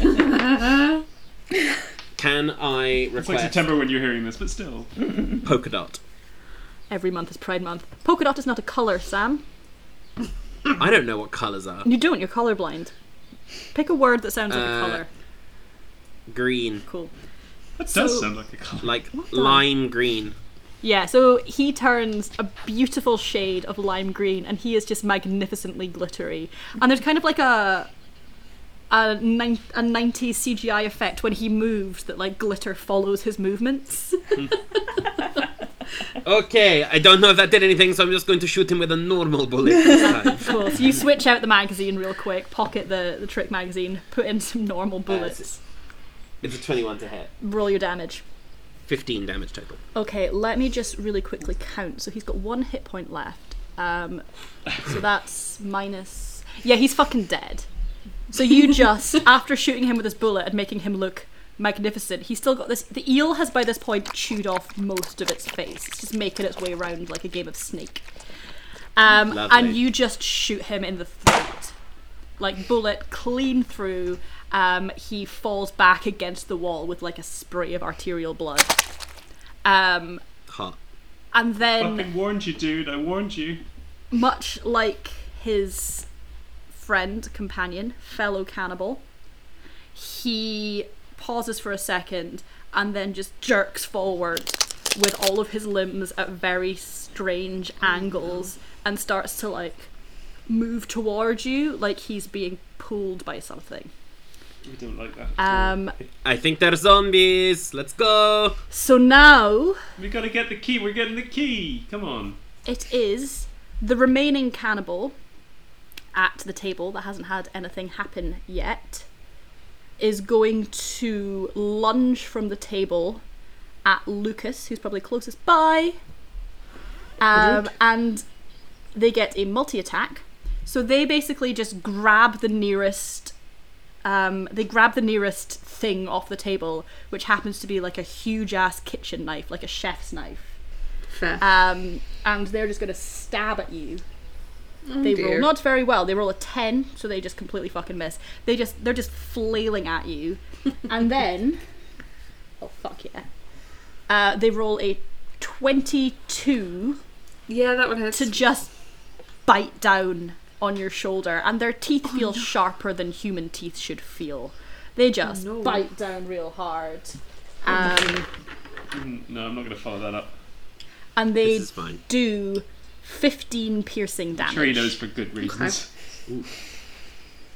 Speaker 5: Can I
Speaker 3: It's like
Speaker 5: request
Speaker 3: September when you're hearing this, but still.
Speaker 5: polka dot?
Speaker 8: Every month is Pride Month. Polka dot is not a color, Sam.
Speaker 5: I don't know what colours are.
Speaker 8: You don't. You're colorblind. Pick a word that sounds like
Speaker 5: Uh,
Speaker 8: a color.
Speaker 5: Green.
Speaker 8: Cool.
Speaker 3: That
Speaker 8: So-
Speaker 3: does sound like a colour.
Speaker 5: Like lime green.
Speaker 8: Yeah. So he turns a beautiful shade of lime green, and he is just magnificently glittery. And there's kind of like a a nine, a 90s CGI effect when he moves that like glitter follows his movements.
Speaker 5: Okay, I don't know if that did anything, so I'm just going to shoot him with a normal bullet
Speaker 8: [laughs]
Speaker 5: this time.
Speaker 8: cool. So you switch out the magazine real quick, pocket the the trick magazine, put in some normal bullets,
Speaker 5: Uh, it's a 21 to hit.
Speaker 8: roll your damage.
Speaker 5: 15 damage total.
Speaker 8: Okay, let me just really quickly count. So he's got one hit point left. Um, so that's minus. Yeah, he's fucking dead. So you just, after shooting him with his bullet and making him look magnificent, he's still got this. The eel has by this point chewed off most of its face. It's just making its way around like a game of snake. Um,
Speaker 5: Lovely.
Speaker 8: and you just shoot him in the throat. Like, bullet clean through. Um, he falls back against the wall with like a spray of arterial blood. Um,
Speaker 5: Hot.
Speaker 8: and
Speaker 3: I
Speaker 8: then,
Speaker 3: fucking warned you, dude. I warned you.
Speaker 8: much like his friend, companion, fellow cannibal, he pauses for a second and then just jerks forward with all of his limbs at very strange angles and starts to like move towards you like he's being pulled by something.
Speaker 3: We don't like that.
Speaker 8: Um,
Speaker 5: I think they're zombies. Let's go.
Speaker 8: so now
Speaker 3: we gotta get the key. We're getting the key. Come on.
Speaker 8: It is the remaining cannibal at the table that hasn't had anything happen yet is going to lunge from the table at Lucas, who's probably closest by. Um, and they get a multi attack. So they basically just grab the nearest. Um, they grab the nearest thing off the table, which happens to be like a huge ass kitchen knife, like a chef's knife
Speaker 4: Fair.
Speaker 8: um, and they're just going to stab at you. they
Speaker 4: Oh, dear.
Speaker 8: roll not very well. They roll a ten, so they just completely fucking miss. They just they're just flailing at
Speaker 4: [laughs]
Speaker 8: you, and then oh fuck yeah, uh, they roll a twenty-two
Speaker 4: yeah, that one hurts.
Speaker 8: to just bite down on your shoulder, and their teeth
Speaker 4: Oh,
Speaker 8: feel sharper than human teeth should feel. They just
Speaker 4: no. Oh,
Speaker 8: bite down real hard, um,
Speaker 3: Mm, No, I'm not gonna follow that up.
Speaker 8: and they
Speaker 5: This is fine.
Speaker 8: do fifteen piercing damage.
Speaker 3: Sure, he knows for good reasons.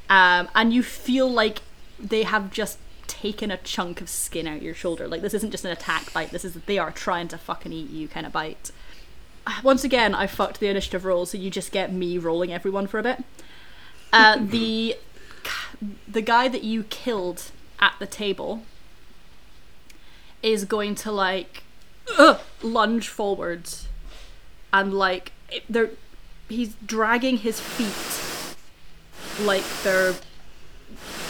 Speaker 8: um, and you feel like they have just taken a chunk of skin out your shoulder. Like this isn't just an attack bite. This is they are trying to fucking eat you kind of bite. [sighs] Once again, I fucked the initiative roll, so you just get me rolling everyone for a bit. Uh, the the guy that you killed at the table is going to like ugh, lunge forwards and like it- they're he's dragging his feet like they're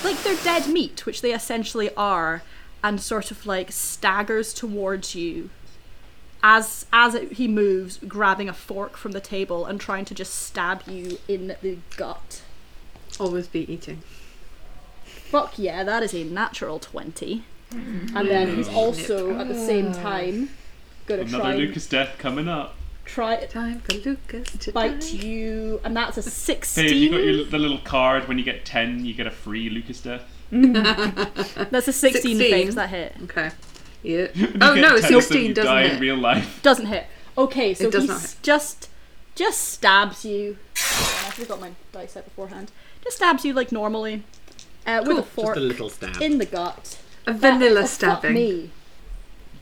Speaker 8: like they're dead meat, which they essentially are, and sort of like staggers towards you as as it, he moves, grabbing a fork from the table and trying to just stab you in the gut.
Speaker 4: Always be eating.
Speaker 8: Fuck yeah, that is a natural twenty.
Speaker 3: Mm-hmm.
Speaker 8: And then he's also at the same
Speaker 3: Ah.
Speaker 8: time gonna
Speaker 3: Another
Speaker 8: try
Speaker 3: Lucas death coming up.
Speaker 8: try
Speaker 4: Time for Lucas to
Speaker 8: bite
Speaker 4: die.
Speaker 8: you, and that's a
Speaker 3: Hey, have you
Speaker 8: sixteen.
Speaker 3: got your, the little card when you get 10, you get a free Lucas death?
Speaker 8: that's a sixteen,
Speaker 4: 16.
Speaker 8: things that hit.
Speaker 4: Okay. Yeah.
Speaker 3: [laughs] You
Speaker 4: Oh
Speaker 3: get
Speaker 4: no,
Speaker 3: 10
Speaker 4: it's
Speaker 3: of them,
Speaker 4: sixteen
Speaker 3: you die in
Speaker 4: doesn't it?
Speaker 3: real life.
Speaker 8: Doesn't hit. Okay, so
Speaker 4: It does
Speaker 8: he
Speaker 4: not
Speaker 8: s-
Speaker 4: hit.
Speaker 8: just just stabs you. Hang on, I should have got my dice out beforehand. Just stabs you like normally uh, with a
Speaker 5: Just
Speaker 8: fork
Speaker 5: a little stab.
Speaker 8: in the gut.
Speaker 4: A vanilla
Speaker 8: Oh, Fuck
Speaker 4: stabbing.
Speaker 8: me.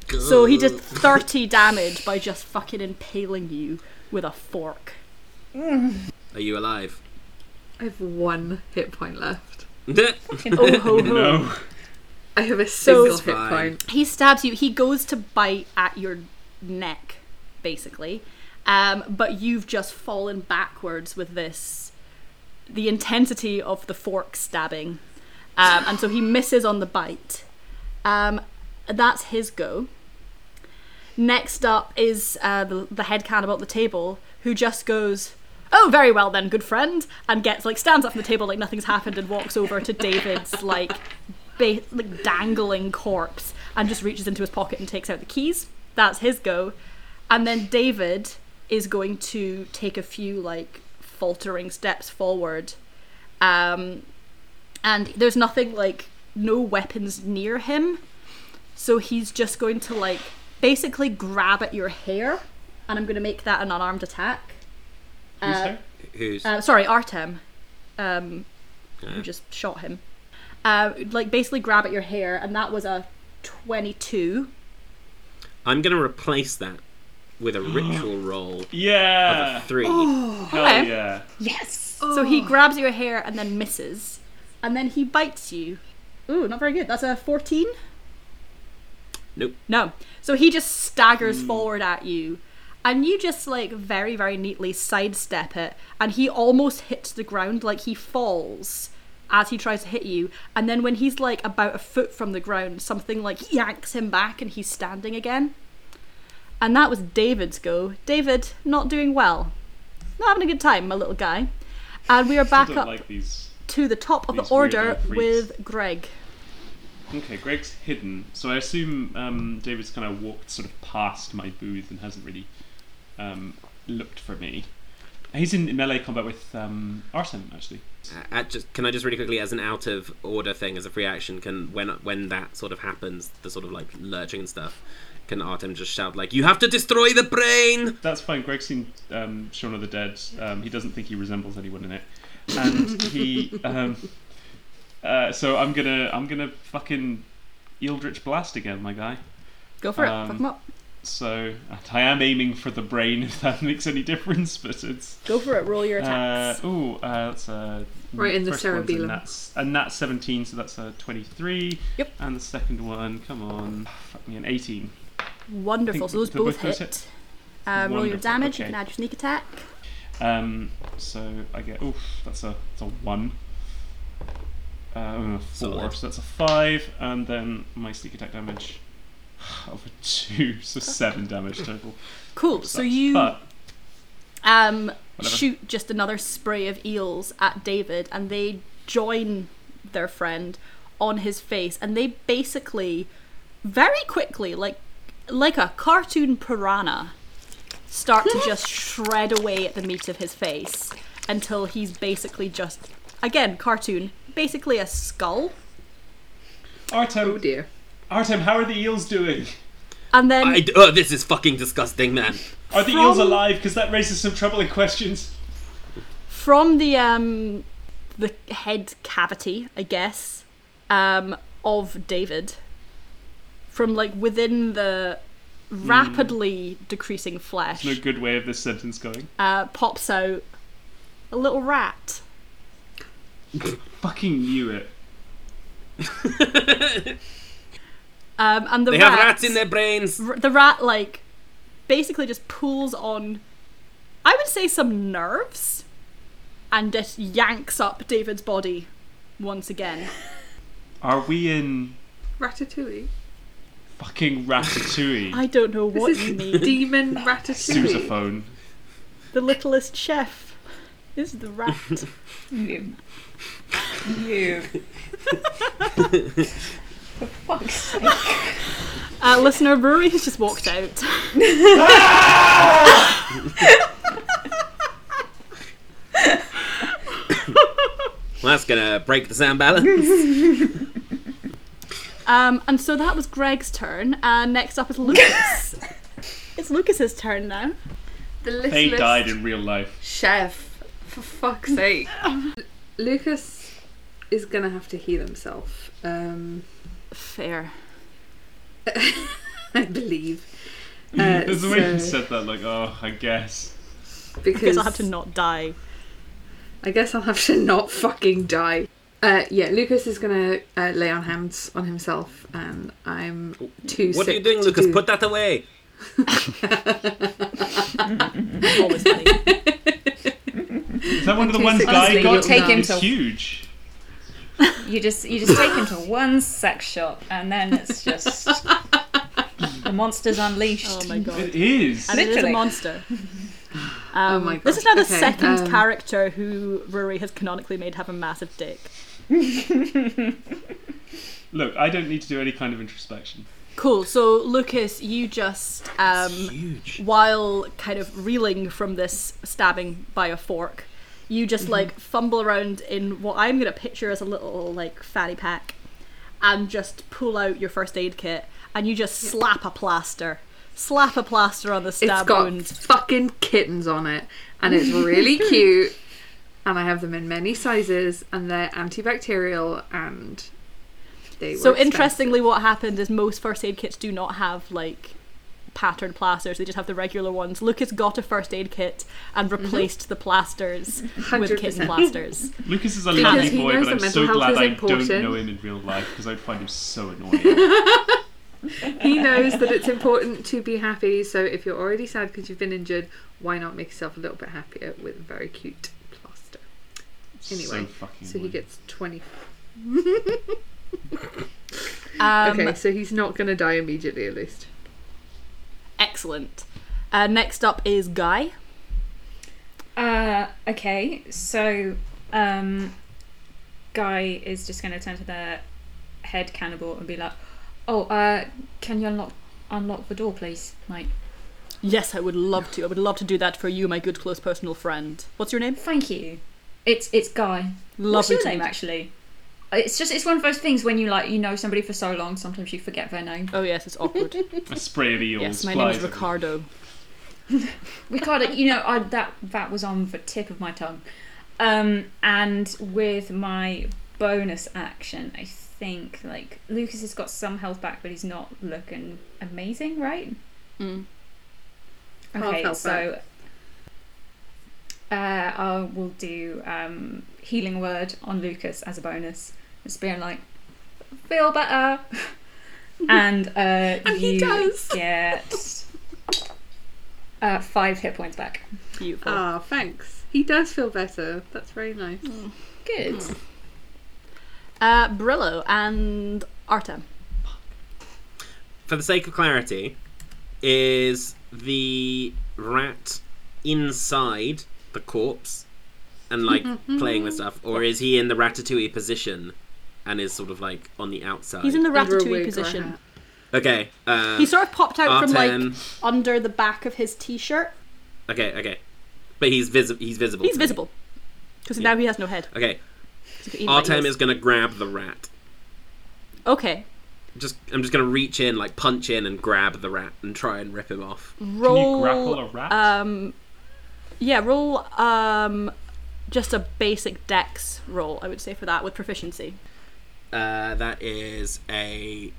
Speaker 8: So he did 30 damage by just fucking impaling you with a fork.
Speaker 5: Are you alive? [laughs]
Speaker 4: I have one hit point left.
Speaker 8: Oh ho ho.
Speaker 3: No.
Speaker 4: I have a single
Speaker 8: It's
Speaker 4: hit
Speaker 5: fine.
Speaker 4: point.
Speaker 8: He stabs you. He goes to bite at your neck, basically. Um, but you've just fallen backwards with this, the intensity of the fork stabbing. Um, and so he misses on the bite. Um, that's his go. Next up is uh, the, the head cannibal at the table, who just goes, "Oh, very well then, good friend," and gets like stands up from the table like nothing's happened and walks over to David's like ba- like dangling corpse and just reaches into his pocket and takes out the keys. That's his go, and then David is going to take a few like faltering steps forward, um, and there's nothing like no weapons near him. So he's just going to like basically grab at your hair, and I'm going to make that an unarmed attack.
Speaker 3: Who's
Speaker 8: Uh,
Speaker 3: there?
Speaker 5: Who's?
Speaker 8: Uh, sorry, Artem, um,
Speaker 5: Yeah.
Speaker 8: who just shot him. Uh, like basically grab at your hair, and that was a 22.
Speaker 5: I'm going to replace that with a ritual roll of
Speaker 3: [laughs]
Speaker 5: a
Speaker 3: Yeah.
Speaker 5: three.
Speaker 8: Oh.
Speaker 3: Hell
Speaker 8: okay.
Speaker 3: yeah.
Speaker 7: Yes.
Speaker 8: So he grabs your hair and then misses, and then he bites you. Ooh, not very good. That's a 14.
Speaker 5: Nope.
Speaker 8: No. So he just staggers forward at you, and you just like very, very neatly sidestep it, and he almost hits the ground, like he falls as he tries to hit you, and then when he's like about a foot from the ground, something like yanks him back and he's standing again. And that was David's go. David, not doing well. Not having a good time, my little guy. And we are
Speaker 3: I
Speaker 8: back
Speaker 3: don't
Speaker 8: up
Speaker 3: like these.
Speaker 8: to the top of the
Speaker 3: these weird
Speaker 8: order
Speaker 3: little freaks.
Speaker 8: with Greg.
Speaker 3: Okay, Greg's hidden, so I assume um, David's kind of walked sort of past my booth and hasn't really um, looked for me. He's in melee combat with um, Arsene, actually.
Speaker 5: Uh, at just, can I just really quickly, as an out of order thing, as a free action, can when when that sort of happens, the sort of like lurching and stuff, can Artem just shout like, "You have to destroy the brain!"
Speaker 3: That's fine. Greg's seen um, Shaun of the Dead. Um, he doesn't think he resembles anyone in it, and he. [laughs] Um, uh, so I'm gonna I'm gonna fucking Eldritch blast again, my guy.
Speaker 8: Go for it.
Speaker 3: Um,
Speaker 8: Fuck him up.
Speaker 3: So and I am aiming for the brain, [laughs] if that makes any difference. But it's
Speaker 8: Go for it. Roll your
Speaker 3: Uh,
Speaker 8: attacks.
Speaker 3: ooh, uh, that's a
Speaker 4: Right in the
Speaker 3: first one's
Speaker 4: cerebellum.
Speaker 3: A nat, a nat 17, so that's a 23.
Speaker 8: Yep.
Speaker 3: And the second one, come on, fuck me, an 18.
Speaker 8: Wonderful.
Speaker 3: think
Speaker 8: So those
Speaker 3: the
Speaker 8: both
Speaker 3: book was
Speaker 8: hit.
Speaker 3: hit.
Speaker 8: Um, roll your
Speaker 3: Wonderful,
Speaker 8: damage. You
Speaker 3: okay.
Speaker 8: can add your sneak attack.
Speaker 3: Um, so I get oof, that's a that's a one. Uh, and a four,
Speaker 5: Solid.
Speaker 3: so that's a five, and then my sneak attack damage [sighs] of a two, so seven damage total.
Speaker 8: Cool.
Speaker 3: Sucks.
Speaker 8: So you
Speaker 3: But
Speaker 8: um,
Speaker 3: Whatever.
Speaker 8: shoot just another spray of eels at David, and they join their friend on his face, and they basically very quickly, like like a cartoon piranha, start to just shred away at the meat of his face until he's basically just again cartoon, basically a skull.
Speaker 3: Artem,
Speaker 4: Oh dear.
Speaker 3: Artem, how are the eels doing?
Speaker 8: And then
Speaker 5: I d oh, this is fucking disgusting, man.
Speaker 3: Are the eels
Speaker 8: From-
Speaker 3: alive? Because that raises some troubling questions.
Speaker 8: from the um the head cavity, I guess, um of David from like within the
Speaker 5: Hmm.
Speaker 8: rapidly decreasing flesh
Speaker 3: No good way of this sentence going.
Speaker 8: uh pops out a little rat.
Speaker 3: Fucking knew it.
Speaker 8: Um and the
Speaker 5: They
Speaker 8: rat,
Speaker 5: have rats in their brains.
Speaker 8: r- the rat like basically just pulls on I would say some nerves and just yanks up David's body once again.
Speaker 3: Are we in
Speaker 4: Ratatouille.
Speaker 3: fucking
Speaker 4: [laughs]
Speaker 3: ratatouille.
Speaker 8: I don't know what
Speaker 4: This
Speaker 8: you
Speaker 4: is
Speaker 8: mean. [laughs]
Speaker 4: demon ratatouille.
Speaker 3: Sousaphone.
Speaker 8: The littlest chef is the rat.
Speaker 7: You. You. For fuck's sake.
Speaker 8: [laughs] Uh, listener Brewery has just walked out.
Speaker 5: Well, that's gonna break the sound
Speaker 8: [laughs]
Speaker 5: balance.
Speaker 8: Um, and so that was Greg's turn, and next up is Lucas. it's Lucas's turn now.
Speaker 4: The
Speaker 3: They
Speaker 4: listless
Speaker 3: died in real life.
Speaker 4: chef. For fuck's sake. [laughs] Lucas is gonna have to heal himself. Um, [laughs]
Speaker 8: Fair.
Speaker 4: I believe.
Speaker 3: [laughs]
Speaker 4: Uh,
Speaker 3: There's the way
Speaker 4: so-
Speaker 3: you said that, like, oh, I guess.
Speaker 4: because
Speaker 8: Because I have to not die.
Speaker 4: I guess I'll have to [laughs] not fucking die. Uh, yeah, Lucas is gonna uh, lay on hands on himself, and I'm too
Speaker 5: what are
Speaker 4: sick
Speaker 5: you doing,
Speaker 4: to
Speaker 5: Lucas?
Speaker 4: do-
Speaker 5: Put that away.
Speaker 8: Always funny.
Speaker 3: Is that one of the
Speaker 4: Two
Speaker 3: ones
Speaker 4: sixes.
Speaker 3: guy
Speaker 4: Honestly,
Speaker 3: got?
Speaker 4: you'll take
Speaker 7: him
Speaker 3: it's
Speaker 7: till-
Speaker 3: huge.
Speaker 7: You just you just take him to one sex shop and then it's
Speaker 8: [laughs]
Speaker 7: just the monsters unleashed.
Speaker 8: Oh my god.
Speaker 3: It is.
Speaker 8: And it is a
Speaker 7: Literally.
Speaker 8: monster.
Speaker 4: Oh
Speaker 8: Um,
Speaker 4: my
Speaker 8: This is now
Speaker 4: gosh,
Speaker 8: the
Speaker 4: okay,
Speaker 8: second
Speaker 4: um,
Speaker 8: character who Rory has canonically made have a massive dick.
Speaker 3: Look, I don't need to do any kind of introspection.
Speaker 8: Cool. So Lucas, you just um,
Speaker 5: Huge.
Speaker 8: while kind of reeling from this stabbing by a fork, you just like fumble around in what I'm gonna picture as a little like fanny pack, and just pull out your first aid kit, and you just slap a plaster, slap a plaster on the
Speaker 4: It's
Speaker 8: stab
Speaker 4: got
Speaker 8: wound.
Speaker 4: fucking kittens on it, and it's [laughs] really cute. And I have them in many sizes, and they're antibacterial, and they
Speaker 8: So
Speaker 4: were expensive.
Speaker 8: interestingly, what happened is most first aid kits do not have like patterned plasters; they just have the regular ones. Lucas got a first aid kit and replaced the plasters with kitten
Speaker 4: 100%.
Speaker 8: plasters.
Speaker 3: Lucas is a
Speaker 4: Because
Speaker 3: lovely
Speaker 4: he
Speaker 3: boy, but
Speaker 4: knows that
Speaker 3: I'm
Speaker 4: mental
Speaker 3: so
Speaker 4: health
Speaker 3: glad
Speaker 4: is
Speaker 3: I
Speaker 4: important.
Speaker 3: don't know him in real life because I'd find him so
Speaker 4: [laughs]
Speaker 3: annoying.
Speaker 4: He knows that [laughs] it's important to be happy, so if you're already sad because you've been injured, why not make yourself a little bit happier with a very cute plaster?
Speaker 3: so
Speaker 4: Anyway,
Speaker 3: fucking.
Speaker 4: So he
Speaker 3: annoying.
Speaker 4: gets 20.
Speaker 8: Um,
Speaker 4: okay, so he's not going to die immediately, at least.
Speaker 8: Excellent. Uh, next up is Guy.
Speaker 7: Uh, okay, so um, guy is just going to turn to the head cannibal and be like, "Oh, uh, can you unlock unlock the door, please, mate?
Speaker 8: Yes, I would love to. I would love to do that for you, my good close personal friend. What's your name?
Speaker 7: Thank you. It's it's guy. What's
Speaker 8: Lovely
Speaker 7: your
Speaker 8: to
Speaker 7: name
Speaker 8: meet you.
Speaker 7: actually? It's just it's one of those things when you like you know somebody for so long, sometimes you forget their name.
Speaker 8: Oh yes, it's awkward.
Speaker 3: a spray of eels.
Speaker 8: yes, my name
Speaker 3: flies
Speaker 8: is
Speaker 3: everywhere.
Speaker 8: Ricardo.
Speaker 7: Ricardo, you know I, that that was on the tip of my tongue. Um, and with my bonus action, I think like Lucas has got some health back, but he's not looking amazing, right?
Speaker 8: Mm.
Speaker 4: Half
Speaker 7: Okay,
Speaker 4: health
Speaker 7: so uh, I will do um, healing word on Lucas as a bonus, just being like feel
Speaker 4: [laughs]
Speaker 7: better, and uh,
Speaker 4: And he
Speaker 7: you
Speaker 4: does.
Speaker 7: get uh, five hit points back.
Speaker 8: Beautiful.
Speaker 4: Ah, thanks. He does feel better. That's very nice.
Speaker 7: Good.
Speaker 8: Uh, Brillo and Artem.
Speaker 5: For the sake of clarity, is the rat inside the corpse and
Speaker 8: [laughs]
Speaker 5: like playing with stuff, or is he in the ratatouille position and is sort of like on the outside?
Speaker 8: He's in the
Speaker 4: Under a wig or
Speaker 8: ratatouille
Speaker 4: a
Speaker 8: position.
Speaker 4: hat.
Speaker 5: okay. Uh,
Speaker 8: He sort of popped out from
Speaker 5: Artem.
Speaker 8: like under the back of his t-shirt.
Speaker 5: Okay, okay, but he's visible. He's visible.
Speaker 8: He's
Speaker 5: to me.
Speaker 8: visible because now he has no head.
Speaker 5: Okay,
Speaker 8: 'cause he could eat
Speaker 5: Artem
Speaker 8: like
Speaker 5: is gonna grab the rat.
Speaker 8: this. okay.
Speaker 5: Just, I'm just gonna reach in, like punch in, and grab the rat and try and rip him off.
Speaker 3: Can
Speaker 8: Roll.
Speaker 3: you grapple a rat?
Speaker 4: Uh,
Speaker 8: Um, yeah, roll um, just a basic dex roll, I would say, for that with proficiency.
Speaker 5: Uh, that is a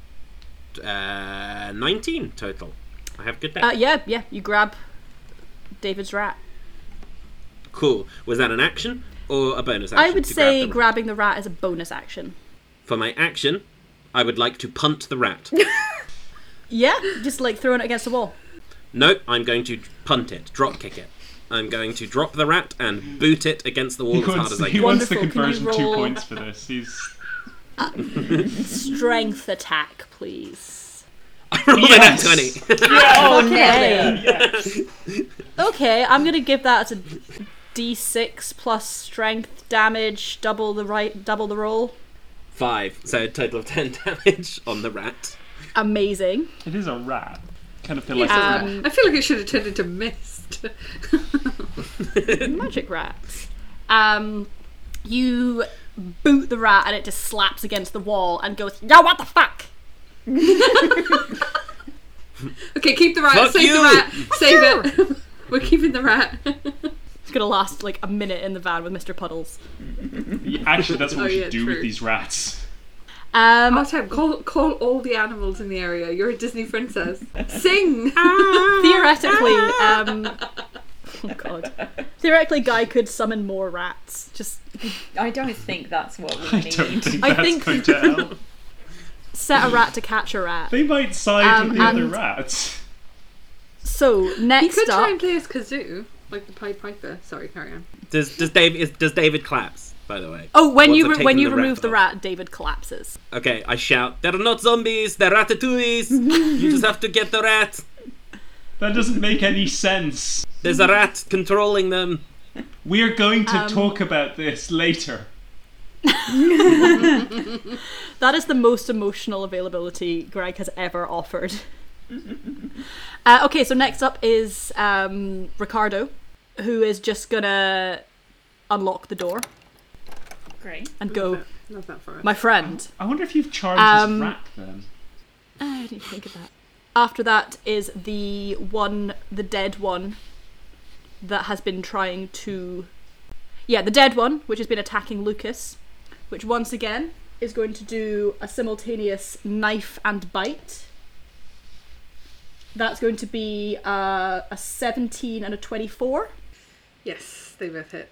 Speaker 5: uh, 19 total. I have good day.
Speaker 8: Uh, yeah, yeah, you grab David's rat.
Speaker 5: cool. Was that an action or a bonus action?
Speaker 8: I would
Speaker 5: to grab
Speaker 8: say
Speaker 5: the rat?
Speaker 8: grabbing the rat is a bonus action.
Speaker 5: For my action, I would like to punt the
Speaker 8: [laughs]
Speaker 5: rat.
Speaker 8: Yeah, just like throwing it against the wall.
Speaker 5: nope, I'm going to punt it, drop kick it. I'm going to drop the rat and boot it against the wall
Speaker 3: he
Speaker 5: as hard
Speaker 3: wants,
Speaker 5: as I
Speaker 3: he
Speaker 5: can.
Speaker 3: wants the
Speaker 8: Wonderful, can you
Speaker 3: conversion two
Speaker 8: roll-
Speaker 3: points for this. He's
Speaker 8: Strength attack, please.
Speaker 5: I [laughs] rolled
Speaker 3: Yes.
Speaker 5: an at 20.
Speaker 8: Oh,
Speaker 7: hell
Speaker 8: Okay, I'm gonna give that a d6 plus strength damage, double the right, double the roll.
Speaker 5: Five. So a total of 10 [laughs] damage on the rat.
Speaker 8: Amazing.
Speaker 3: It is a rat. Kind of feel like it's a rat.
Speaker 8: Um,
Speaker 4: I feel like it should have turned into mist. [laughs]
Speaker 8: magic rats. Um, you boot the rat and it just slaps against the wall and goes, "Yo, what the fuck?"
Speaker 4: okay, keep the rat.
Speaker 5: Fuck
Speaker 4: save
Speaker 5: you.
Speaker 4: the rat. Save
Speaker 8: [laughs]
Speaker 4: it. [laughs] We're keeping the rat. [laughs]
Speaker 8: It's gonna last like a minute in the van with Mr. Puddles.
Speaker 3: Actually, that's what
Speaker 4: Oh,
Speaker 3: we should
Speaker 4: yeah,
Speaker 3: do with
Speaker 4: true.
Speaker 3: these rats. [laughs]
Speaker 8: Um,
Speaker 4: Artem, call call all the animals in the area. You're a Disney
Speaker 5: [laughs]
Speaker 4: princess. Sing.
Speaker 8: Ah,
Speaker 4: [laughs]
Speaker 8: [laughs] theoretically, um, oh god, theoretically, Guy could summon more rats. Just
Speaker 7: I don't think that's what we
Speaker 3: [laughs] I
Speaker 7: need.
Speaker 3: don't think
Speaker 8: I
Speaker 3: that's
Speaker 8: think-
Speaker 3: going to help.
Speaker 8: set a rat to catch a rat.
Speaker 3: They might side
Speaker 8: Um,
Speaker 3: with the other
Speaker 8: and-
Speaker 3: rats.
Speaker 8: So
Speaker 4: he
Speaker 8: next
Speaker 4: could
Speaker 8: up,
Speaker 4: try and play as kazoo, like the Pied Piper. Sorry, carry on.
Speaker 5: Does, does, Dave, is, does David claps, by the way?
Speaker 8: oh, when
Speaker 5: Once
Speaker 8: you
Speaker 5: I've
Speaker 8: re- when
Speaker 5: taken
Speaker 8: you remove the
Speaker 5: off.
Speaker 8: rat, David collapses.
Speaker 5: Okay, I shout, they're not zombies, they're
Speaker 8: [laughs]
Speaker 5: ratatouilles. you just have to get the rat.
Speaker 3: That doesn't make any sense.
Speaker 5: There's a rat controlling them.
Speaker 3: We are going to
Speaker 8: Um,
Speaker 3: talk about this later.
Speaker 8: That is the most emotional availability Greg has
Speaker 5: [laughs]
Speaker 8: ever offered. uh, okay, so next up is um, Ricardo, who is just gonna unlock the door
Speaker 7: Great.
Speaker 8: and go,
Speaker 4: Not that far.
Speaker 8: my friend.
Speaker 3: I wonder if you've charmed
Speaker 8: Um,
Speaker 3: his rat then.
Speaker 8: Uh, [sighs] I didn't even think of that. After that is the one, the dead one, that has been trying to. Yeah, the dead one, which has been attacking Lucas, which once again is going to do a simultaneous knife and bite. That's going to be uh, a 17 and a 24.
Speaker 4: Yes, they both hit.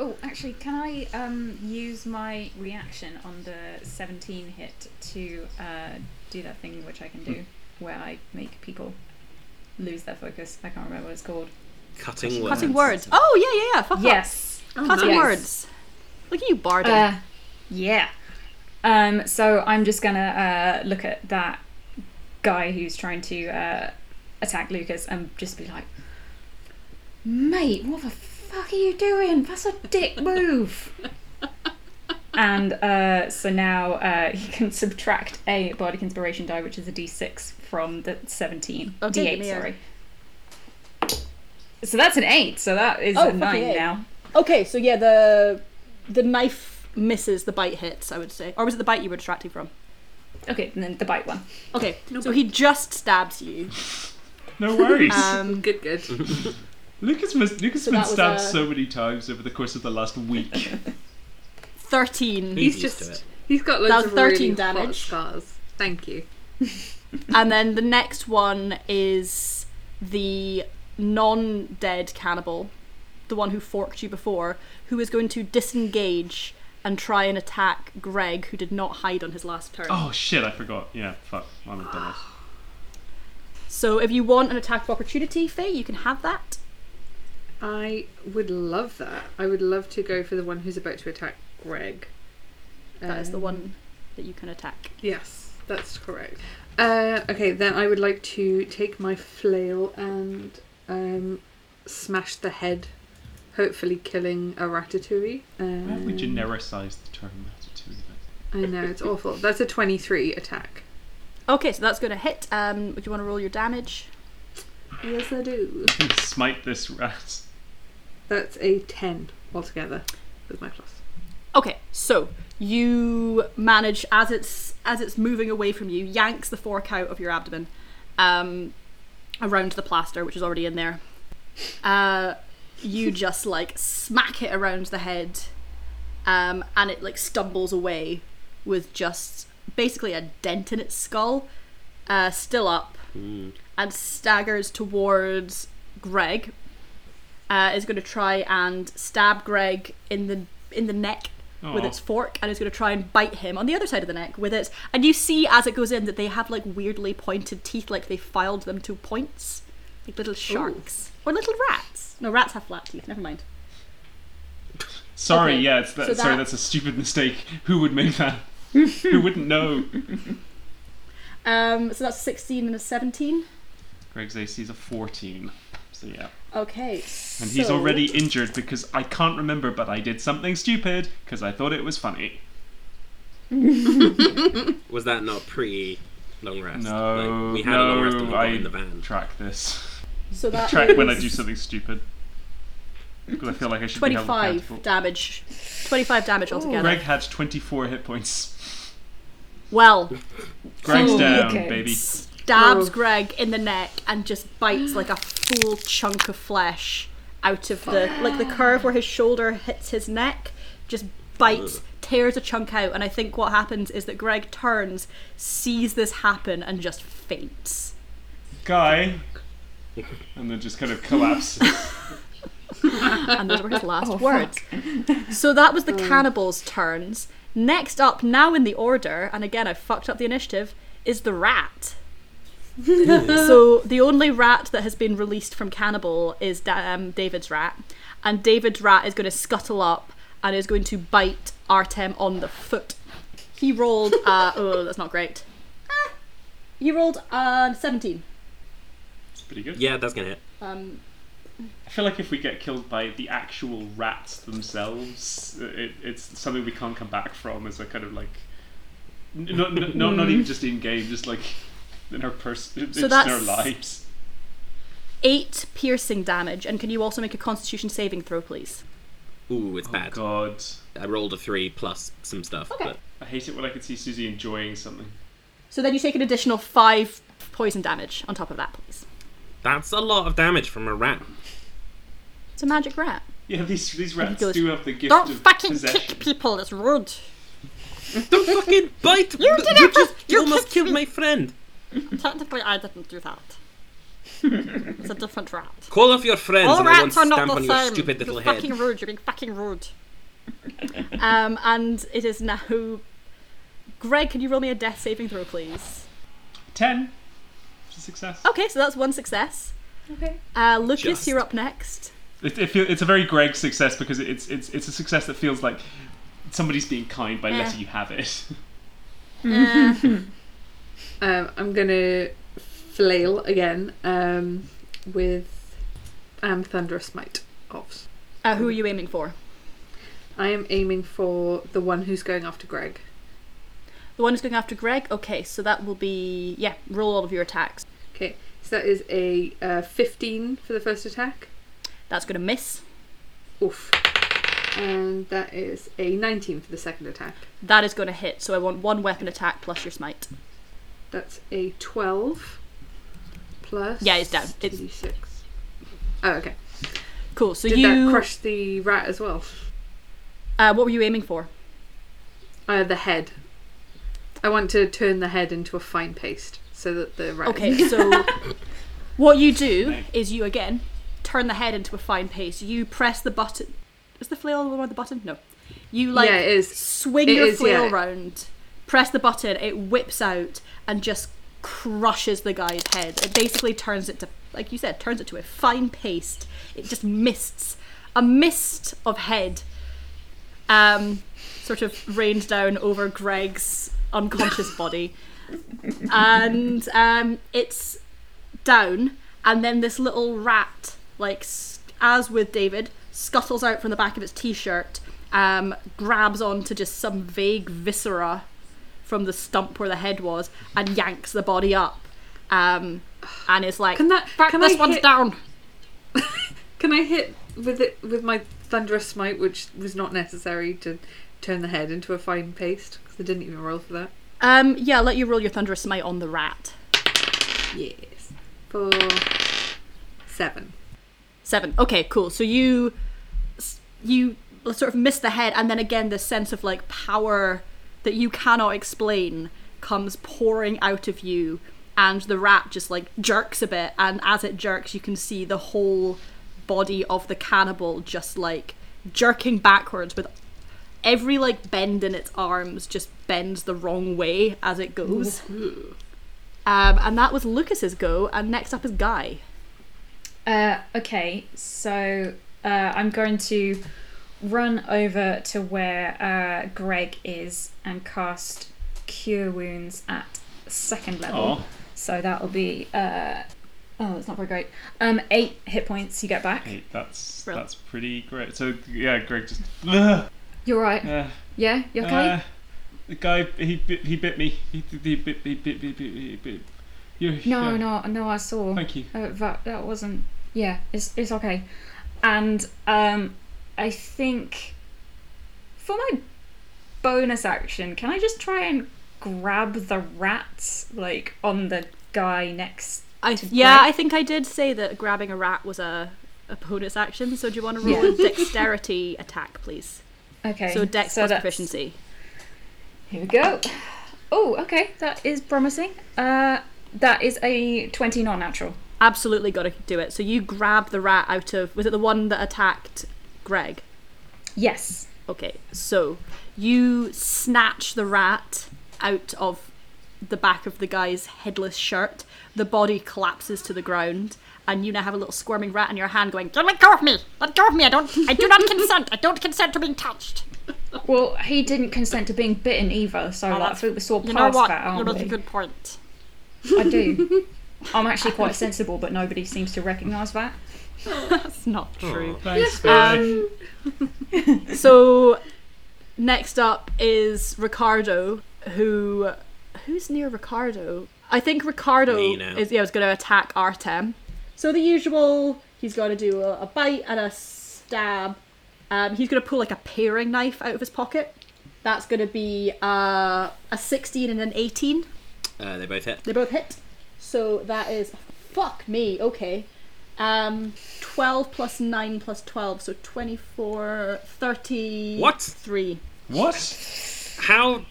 Speaker 7: Oh, actually, can I um, use my reaction on the 17 hit to uh, do that thing which I can do
Speaker 3: Hmm.
Speaker 7: where I make people lose their focus? I can't remember what it's called.
Speaker 5: Cutting words.
Speaker 8: Cutting words. Oh, yeah, yeah, yeah. Fuck
Speaker 7: Yes.
Speaker 8: up. Cutting
Speaker 7: nice.
Speaker 8: words. Look at you, Bardo.
Speaker 7: Uh, yeah. Um, so I'm just gonna uh, look at that guy who's trying to uh, attack Lucas and just be like, "Mate, what the fuck are you doing? That's a dick
Speaker 8: [laughs]
Speaker 7: move." and uh, so now uh, you can subtract a bardic inspiration die, which is a d6 from the 17
Speaker 8: Okay, give
Speaker 7: d8.
Speaker 8: me a-
Speaker 7: Sorry. So that's an eight. So that is
Speaker 8: Oh,
Speaker 7: a
Speaker 8: fucking
Speaker 7: nine
Speaker 8: eight.
Speaker 7: now.
Speaker 8: Okay, so yeah, the the knife misses, the bite hits, I would say. Or was it the bite you were distracting from?
Speaker 7: Okay, and then the bite one.
Speaker 8: Okay, so he just stabs you.
Speaker 3: No worries.
Speaker 4: [laughs]
Speaker 8: Um,
Speaker 4: Good, good.
Speaker 3: Lucas was, Lucas has
Speaker 8: so that
Speaker 3: been
Speaker 8: was uh,
Speaker 3: stabbed
Speaker 8: a-
Speaker 3: so many times over the course of the last
Speaker 8: [laughs]
Speaker 3: week.
Speaker 4: He's
Speaker 8: 13.
Speaker 5: He's used to
Speaker 4: just
Speaker 5: it.
Speaker 4: he's got loads
Speaker 8: That was
Speaker 4: of really
Speaker 8: 13
Speaker 4: hot
Speaker 8: damage.
Speaker 4: scars. Thank you.
Speaker 8: And then the next one is the non dead cannibal, the one who forked you before, who is going to disengage and try and attack Greg, who did not hide on his last turn.
Speaker 3: oh shit, I forgot. Yeah, fuck. I'm a dumbass.
Speaker 8: So if you want an attack of opportunity, Faye, you can have that.
Speaker 4: I would love that. I would love to go for the one who's about to attack Greg.
Speaker 8: That is the
Speaker 4: Um,
Speaker 8: one that you can attack.
Speaker 4: Yes, that's correct. Uh, okay, then I would like to take my flail and um, smash the head, hopefully killing a ratatouille. Um,
Speaker 3: Why have we genericized the term ratatouille?
Speaker 4: I know it's awful. That's a twenty-three attack.
Speaker 8: Okay, so that's going to hit. Um, would you want to roll your damage?
Speaker 4: Yes, I do.
Speaker 3: I'm gonna smite this rat.
Speaker 4: That's a ten altogether with my plus.
Speaker 8: Okay, so you manage as it's as it's moving away from you, yanks the fork out of your abdomen, um, around the plaster which is already in there. Uh, you just like smack it around the head, um, and it like stumbles away with just basically a dent in its skull, uh, still up, and staggers towards Greg, uh, is going to try and stab Greg in the in the neck with
Speaker 3: Aw.
Speaker 8: its fork, and is going to try and bite him on the other side of the neck with its. And you see as it goes in that they have like weirdly pointed teeth, like they filed them to points, like little sharks or little rats. No, rats have flat teeth. Never mind.
Speaker 3: Sorry,
Speaker 8: Okay,
Speaker 3: yeah, it's that,
Speaker 8: so
Speaker 3: sorry,
Speaker 8: that- [laughs]
Speaker 3: that's a stupid mistake. Who would make that? Who wouldn't know?
Speaker 8: Um, so that's 16 and a 17.
Speaker 3: Greg's AC's a 14. So yeah.
Speaker 8: Okay.
Speaker 3: And he's
Speaker 8: so-
Speaker 3: already injured because I can't remember, but I did something stupid because I thought it was funny.
Speaker 5: Was that not pre long rest?
Speaker 3: No,
Speaker 5: Like, we had
Speaker 3: no,
Speaker 5: a long rest and we got
Speaker 3: I
Speaker 5: in the van.
Speaker 3: track this.
Speaker 8: So that
Speaker 3: track when I
Speaker 8: is
Speaker 3: do something stupid because I feel like I should be held
Speaker 8: 25
Speaker 3: accountable.
Speaker 8: damage. 25 damage altogether.
Speaker 3: Greg had 24 hit points.
Speaker 8: Well,
Speaker 3: Greg's
Speaker 7: Oh,
Speaker 3: down,
Speaker 7: okay.
Speaker 3: baby.
Speaker 8: stabs
Speaker 4: Oh.
Speaker 8: Greg in the neck and just bites like a full chunk of flesh out of the like the curve where his shoulder hits his neck. Just bites, tears a chunk out, and I think what happens is that Greg turns, sees this happen, and just faints.
Speaker 3: Guy. And then just kind of collapses.
Speaker 8: And those were his last words. So that was the cannibals' turns. Next up, now in the order, and again I fucked up the initiative, is the rat. so the only rat that has been released from cannibal is da- um, David's rat, and David's rat is going to scuttle up and is going to bite Artem on the foot. He rolled. Uh, oh, that's not great. Ah, he rolled uh, seventeen.
Speaker 3: It's pretty good.
Speaker 5: Yeah, that's gonna hit.
Speaker 8: Um,
Speaker 3: I feel like if we get killed by the actual rats themselves, it, it's something we can't come back from as a kind of like. n- Not, n- not, not even just in game, just like in our person, just in our
Speaker 8: that's-
Speaker 3: lives.
Speaker 8: eight piercing damage, and can you also make a Constitution saving throw, please?
Speaker 5: Ooh, it's
Speaker 3: Oh
Speaker 5: bad.
Speaker 3: god.
Speaker 5: I rolled a three plus some stuff, but
Speaker 3: I hate it when I can see Susie enjoying something.
Speaker 8: So then you take an additional five poison damage on top of that, please.
Speaker 5: that's a lot of damage from a
Speaker 8: [laughs]
Speaker 5: rat.
Speaker 8: It's a magic rat.
Speaker 3: Yeah, these these
Speaker 8: And he
Speaker 3: rats
Speaker 8: goes,
Speaker 3: do have the gift
Speaker 8: Don't
Speaker 3: of
Speaker 8: fucking
Speaker 3: possession.
Speaker 8: kick people. It's rude.
Speaker 5: Don't fucking bite! You,
Speaker 8: did
Speaker 5: you
Speaker 8: it!
Speaker 5: just you
Speaker 8: You
Speaker 5: almost
Speaker 8: kicked
Speaker 5: killed
Speaker 8: me!
Speaker 5: my friend.
Speaker 8: Technically, I didn't do that. it's a different rat.
Speaker 5: Call off your friends
Speaker 8: All
Speaker 5: and I won't
Speaker 8: rats are
Speaker 5: stamp
Speaker 8: not the
Speaker 5: on your
Speaker 8: same.
Speaker 5: stupid little
Speaker 8: You're
Speaker 5: head.
Speaker 8: fucking rude. You're being fucking rude. um, and it is now. Greg, can you roll me a death saving throw, please?
Speaker 3: Ten. It's a success.
Speaker 8: Okay, so that's one success.
Speaker 7: Okay.
Speaker 8: Uh, Lucas,
Speaker 5: Just.
Speaker 8: you're up next.
Speaker 3: It, it feel, it's a very Greg success because it's it's it's a success that feels like somebody's being kind by letting you have it.
Speaker 4: Um, I'm gonna flail again um, with um, thunderous smite. Offs.
Speaker 8: Uh, who are you aiming for?
Speaker 4: I am aiming for the one who's going after Greg.
Speaker 8: The one who's going after Greg? Okay, so that will be. Yeah, roll all of your attacks.
Speaker 4: Okay, so that is a uh, 15 for the first attack.
Speaker 8: That's going to miss.
Speaker 4: Oof. And that is a 19 for the second attack.
Speaker 8: That is going to hit, so I want one weapon attack plus your smite.
Speaker 4: That's a 12 plus.
Speaker 8: Yeah, it's down. It's-
Speaker 4: 2d6. Oh, okay.
Speaker 8: Cool, so
Speaker 4: Did
Speaker 8: you.
Speaker 4: that crush the rat as well?
Speaker 8: uh, what were you aiming for?
Speaker 4: Uh, the head. I want to turn the head into a fine paste so that the rat.
Speaker 8: Okay,
Speaker 4: [laughs]
Speaker 8: so what you do is you again turn the head into a fine paste. You press the button. Is the flail the one with the button? No. You like
Speaker 4: yeah, it is.
Speaker 8: swing
Speaker 4: It
Speaker 8: your
Speaker 4: is,
Speaker 8: flail
Speaker 4: yeah.
Speaker 8: round, press the button, it whips out and just crushes the guy's head. It basically turns it to, like you said, turns it to a fine paste. It just mists, a mist of head, um, sort of rains down over Greg's unconscious body, and um, it's down. And then this little rat, like s- as with David, scuttles out from the back of its t-shirt um, grabs onto just some vague viscera from the stump where the head was and yanks the body up. Um, and is like,
Speaker 4: Can that-
Speaker 8: "Fuck,
Speaker 4: can
Speaker 8: this
Speaker 4: I
Speaker 8: one's
Speaker 4: hit-
Speaker 8: down.
Speaker 4: Can I hit with it with my thunderous smite, which was not necessary to turn the head into a fine paste? Because I didn't even roll for that.
Speaker 8: Um, yeah, I'll let you roll your thunderous smite on the rat.
Speaker 4: Yes. For seven.
Speaker 8: Seven. Okay, cool. So you, you sort of miss the head, and then again, this sense of like power that you cannot explain comes pouring out of you, and the rat just like jerks a bit, and as it jerks, you can see the whole body of the cannibal just like jerking backwards with every like bend in its arms just bends the wrong way as it goes. Um, and that was Lucas's go, and next up is Guy.
Speaker 7: Uh, okay, so uh, I'm going to run over to where uh, Greg is and cast Cure Wounds at second level.
Speaker 3: Aw.
Speaker 7: So that'll be uh, oh, it's not very great. Um, eight hit points you get back.
Speaker 3: Hey, that's
Speaker 8: Real.
Speaker 3: that's pretty great. So yeah, Greg just. Ugh,
Speaker 7: You're right.
Speaker 3: uh,
Speaker 7: Yeah, you okay?
Speaker 3: uh, the guy he bit, he bit me. He, he bit he bit he bit he bit. You,
Speaker 7: no,
Speaker 3: yeah.
Speaker 7: no, no. I saw.
Speaker 3: Thank you.
Speaker 7: Uh, that that wasn't. Yeah, it's it's okay. And um, I think for my bonus action, can I just try and grab the rat like on the guy next?
Speaker 8: I
Speaker 7: to
Speaker 8: yeah,
Speaker 7: Greg?
Speaker 8: I think I did say that grabbing a rat was a, a bonus action. So do you want to roll a dexterity attack, please?
Speaker 7: Okay.
Speaker 8: So dex plus
Speaker 7: that's-
Speaker 8: proficiency.
Speaker 7: Here we go. Oh, okay. That is promising. Uh, that is a twenty non-natural.
Speaker 8: Absolutely got to do it. So you grab the rat out of was it the one that attacked Greg?
Speaker 7: Yes.
Speaker 8: Okay, so you snatch the rat out of the back of the guy's headless shirt. The body collapses to the ground, and you now have a little squirming rat in your hand, going, "Don't let go of me! Let go of me! I don't! I
Speaker 7: [laughs]
Speaker 8: do not consent! I don't consent to being touched!"
Speaker 7: Well, he didn't consent to being bitten either, so
Speaker 8: Oh, that's-
Speaker 7: that's that we saw past
Speaker 8: You know what?
Speaker 7: that,
Speaker 8: You
Speaker 7: aren't
Speaker 8: know,
Speaker 7: we?
Speaker 8: that's a good point.
Speaker 7: I [laughs] do. I'm actually quite sensible, but nobody seems to recognise that.
Speaker 8: That's not
Speaker 5: Hmm. [laughs]
Speaker 8: true.
Speaker 3: Thanks, guy.
Speaker 7: um,
Speaker 8: So, next up is Ricardo, who who's near Ricardo? I think Ricardo
Speaker 5: Me now.
Speaker 8: is yeah is going to attack Artem. So the usual, he's going to do a, a bite and a stab. Um, he's going to pull like a paring knife out of his pocket. That's going to be uh, a sixteen and an eighteen.
Speaker 5: Uh, they both hit.
Speaker 8: They both hit. So that is fuck me. Okay. Um 12 plus 9 plus 12 so 24 30
Speaker 5: What?
Speaker 8: 3.
Speaker 3: What?
Speaker 5: How?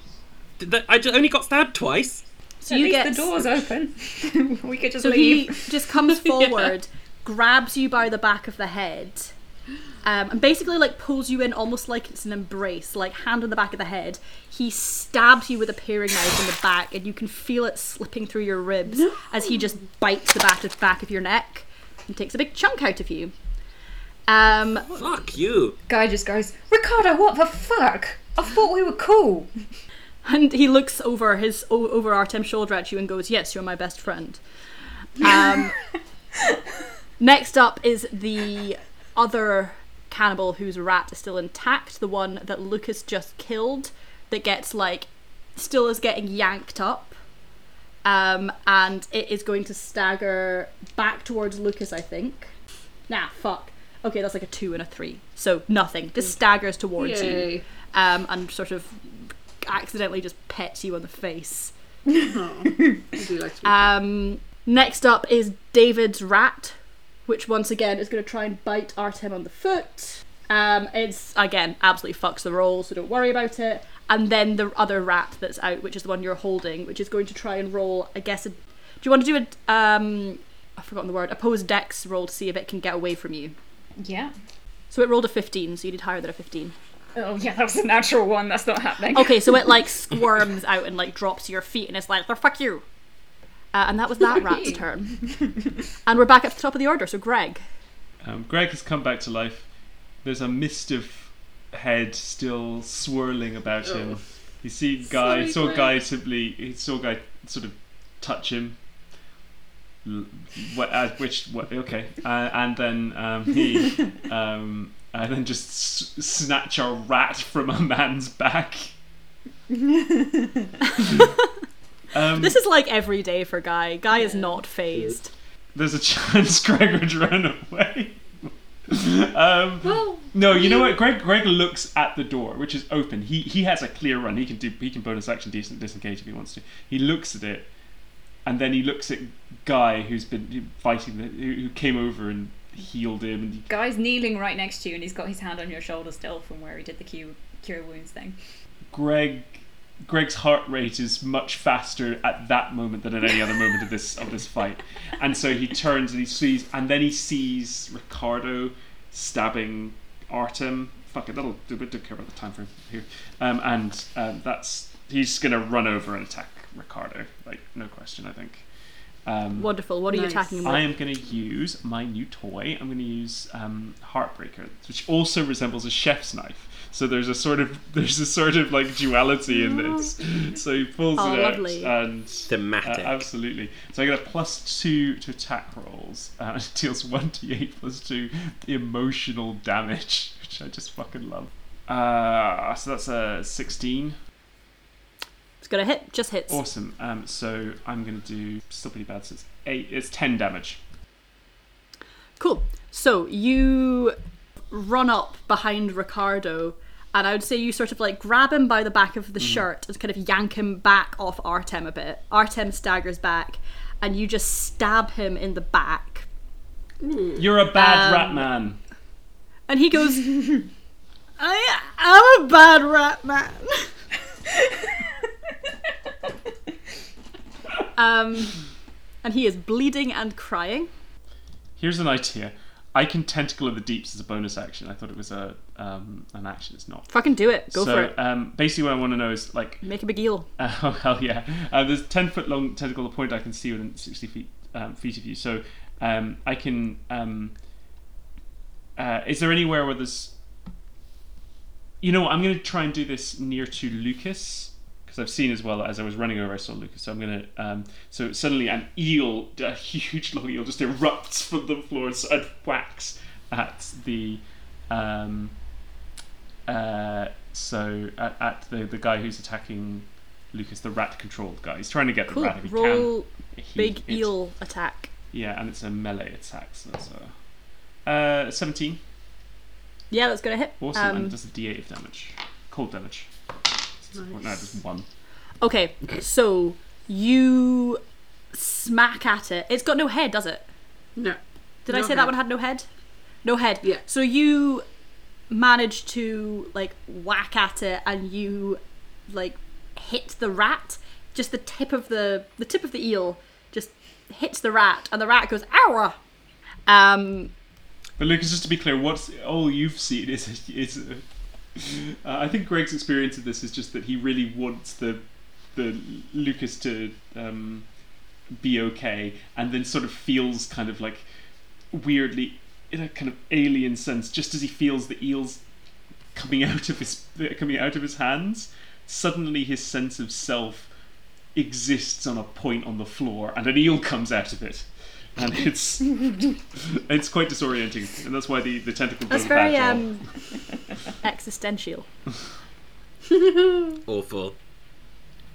Speaker 5: Did that, I ju- only got stabbed twice.
Speaker 8: So
Speaker 7: At
Speaker 8: you
Speaker 7: least
Speaker 8: get
Speaker 7: the door's open. [laughs] we could just
Speaker 8: So he
Speaker 7: leave.
Speaker 8: just
Speaker 7: [laughs]
Speaker 8: comes forward, grabs you by the back of the head. Um, and basically like pulls you in almost like it's an embrace, like hand on the back of the head. He stabs you with a paring knife in the back and you can feel it slipping through your ribs as he just bites the back of, back of your neck and takes a big chunk out of you. Um,
Speaker 5: Fuck you.
Speaker 3: Uh,
Speaker 7: Guy just goes, Ricardo, what the fuck? I thought we were cool.
Speaker 8: And he looks over his o- over Artem's shoulder at you and goes, "Yes, you're my best friend." Um, next up is the other cannibal whose rat is still intact, the one that Lucas just killed, that gets like still is getting yanked up, um, and it is going to stagger back towards Lucas, I think. Nah, fuck. Okay, that's like a two and a three, so nothing. Just staggers towards you
Speaker 4: Yay.
Speaker 8: um, and sort of accidentally just pets you on the face.
Speaker 4: I do like to be
Speaker 8: Um, next up is David's rat, which once again is going to try and bite Artem on the foot. Um, it's again absolutely fucks the roll, so don't worry about it. And then the other rat that's out, which is the one you're holding, which is going to try and roll. I guess. A, do you want to do a? Um, I've forgotten the word. A pose dex roll to see if it can get away from you.
Speaker 7: Yeah.
Speaker 8: So it rolled a 15, so you did higher than a 15.
Speaker 7: Oh, yeah, that was a natural one. That's not happening.
Speaker 8: Okay, so it like squirms out and like drops to your feet and it's like, "Oh, fuck you. Uh, and that was that rat's turn. And we're back at the top of the order, so Greg.
Speaker 3: Um, Greg has come back to life. There's a mist of head still swirling about him. He see guy
Speaker 4: Oh. Sorry,
Speaker 3: saw
Speaker 4: Greg.
Speaker 3: guy simply he saw guy sort of touch him. L- What, uh, which what, okay, uh, and then um,
Speaker 4: [laughs]
Speaker 3: he um, and then just s- snatch a rat from a man's
Speaker 4: [laughs]
Speaker 3: back. um,
Speaker 8: This is like every day for Guy. Guy is not phased.
Speaker 3: there's a chance [laughs] Greg would run away. um,
Speaker 4: Well,
Speaker 3: no, you know what? Greg Greg looks at the door, which is open. He he has a clear run. He can do he can bonus action decent disengage if he wants to. He looks at it, and then he looks at guy who's been fighting the who who came over and healed him. And he,
Speaker 7: Guy's kneeling right next to you, and he's got his hand on your shoulder still from where he did the cure, cure wounds thing.
Speaker 3: Greg Greg's heart rate is much faster at that moment than at any other moment of this of this fight. And so he turns and he sees and then he sees Ricardo stabbing Artem. Fuck it, that'll do but don't care about the time frame here. Um, and um, that's he's gonna run over and attack Ricardo, like no question, I think. Um,
Speaker 8: Wonderful. What are you
Speaker 4: Nice.
Speaker 8: attacking him with?
Speaker 3: I am going to use my new toy. I'm going to use um, Heartbreaker, which also resembles a chef's knife. So there's a sort of [laughs] there's a sort of like duality in this. So he pulls
Speaker 8: Oh,
Speaker 3: it out
Speaker 8: lovely.
Speaker 3: and
Speaker 5: Thematic.
Speaker 3: uh, absolutely. So I get a plus two to attack rolls. Uh, [laughs] it deals one d eight plus two emotional damage, [laughs] which I just fucking love. Uh, so that's a sixteen.
Speaker 8: It's gonna hit. Just hits.
Speaker 3: Awesome. Um, so I'm going to do still pretty bad. So it's eight. It's ten damage.
Speaker 8: Cool. So you run up behind Ricardo, and I would say you sort of like grab him by the back of the
Speaker 3: Mm.
Speaker 8: shirt and kind of yank him back off Artem a bit. Artem staggers back, and you just stab him in the back.
Speaker 3: You're a bad
Speaker 8: Um,
Speaker 3: rat man.
Speaker 8: And he goes, I am a bad rat man. um, and he is bleeding and crying.
Speaker 3: Here's an idea. I can tentacle of the deeps as a bonus action. I thought it was a um, an action. It's not.
Speaker 8: Fucking do it. Go
Speaker 3: so
Speaker 8: for it.
Speaker 3: Um, basically, what I want to know is like, [laughs]
Speaker 8: Make a big eel.
Speaker 3: uh, oh hell yeah, uh, there's ten foot long tentacle. The point I can see within sixty feet um, feet of you. So um, I can. Um, uh, is there anywhere where there's? You know, what? I'm going to try and do this near to Lucas because I've seen as well as I was running over, I saw Lucas. So I'm going to. Um, so suddenly, an eel, a huge long eel, just erupts from the floor and, s- and whacks at the. Um, uh, so at, at the the guy who's attacking Lucas, the rat controlled guy. He's trying to get the
Speaker 8: Cool.
Speaker 3: rat if he can.
Speaker 8: Roll
Speaker 3: He-
Speaker 8: big
Speaker 3: it's-
Speaker 8: eel attack.
Speaker 3: yeah, and it's a melee attack, so that's a uh, seventeen.
Speaker 8: Yeah, that's gonna hit.
Speaker 3: Awesome, and
Speaker 8: Um,
Speaker 3: it does a D eight of damage, cold damage. So it's- well, No, just one.
Speaker 8: okay, so you smack at it. It's got no head, does it?
Speaker 4: No.
Speaker 8: Did I
Speaker 4: No
Speaker 8: say that
Speaker 4: head.
Speaker 8: one had no head? No head.
Speaker 4: Yeah.
Speaker 8: So you manage to like whack at it, and you like hit the rat. Just the tip of the the tip of the eel just hits the rat, and the rat goes "ow!" Um,
Speaker 3: But Lucas, just to be clear, what's all you've seen is is. Uh, I think Greg's experience of this is just that he really wants the the Lucas to um, be okay, and then sort of feels kind of like weirdly in a kind of alien sense, just as he feels the eels coming out of his coming out of his hands. Suddenly, his sense of self exists on a point on the floor, and an eel comes out of it, and it's [laughs] it's quite disorienting, and that's why the the tentacle does
Speaker 8: that's
Speaker 3: a bad
Speaker 8: very
Speaker 3: job.
Speaker 8: um,
Speaker 4: [laughs]
Speaker 8: existential.
Speaker 5: Awful.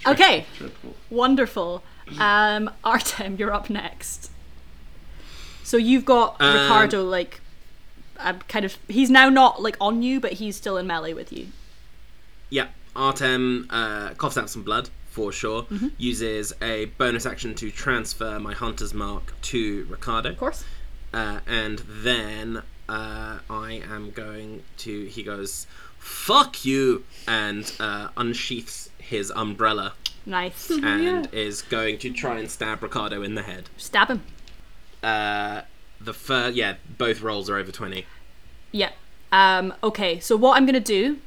Speaker 8: Okay.
Speaker 3: Dreadful.
Speaker 8: Wonderful. Um, Artem, you're up next. So you've got
Speaker 5: Um,
Speaker 8: Ricardo, like, I'm kind of. He's now not, like, on you, but he's still in melee with you.
Speaker 5: Yeah, Artem uh, coughs out some blood for sure.
Speaker 8: Mm-hmm.
Speaker 5: Uses a bonus action to transfer my hunter's mark to Ricardo.
Speaker 8: Of course.
Speaker 5: Uh, and then uh, I am going to. He goes, "Fuck you!" and uh, unsheaths his umbrella
Speaker 8: Nice.
Speaker 5: and is going to try and stab Ricardo in the head.
Speaker 8: Stab him.
Speaker 5: Uh, the first, yeah, both rolls are over twenty.
Speaker 8: Yeah. Um, okay, so what I'm going to do.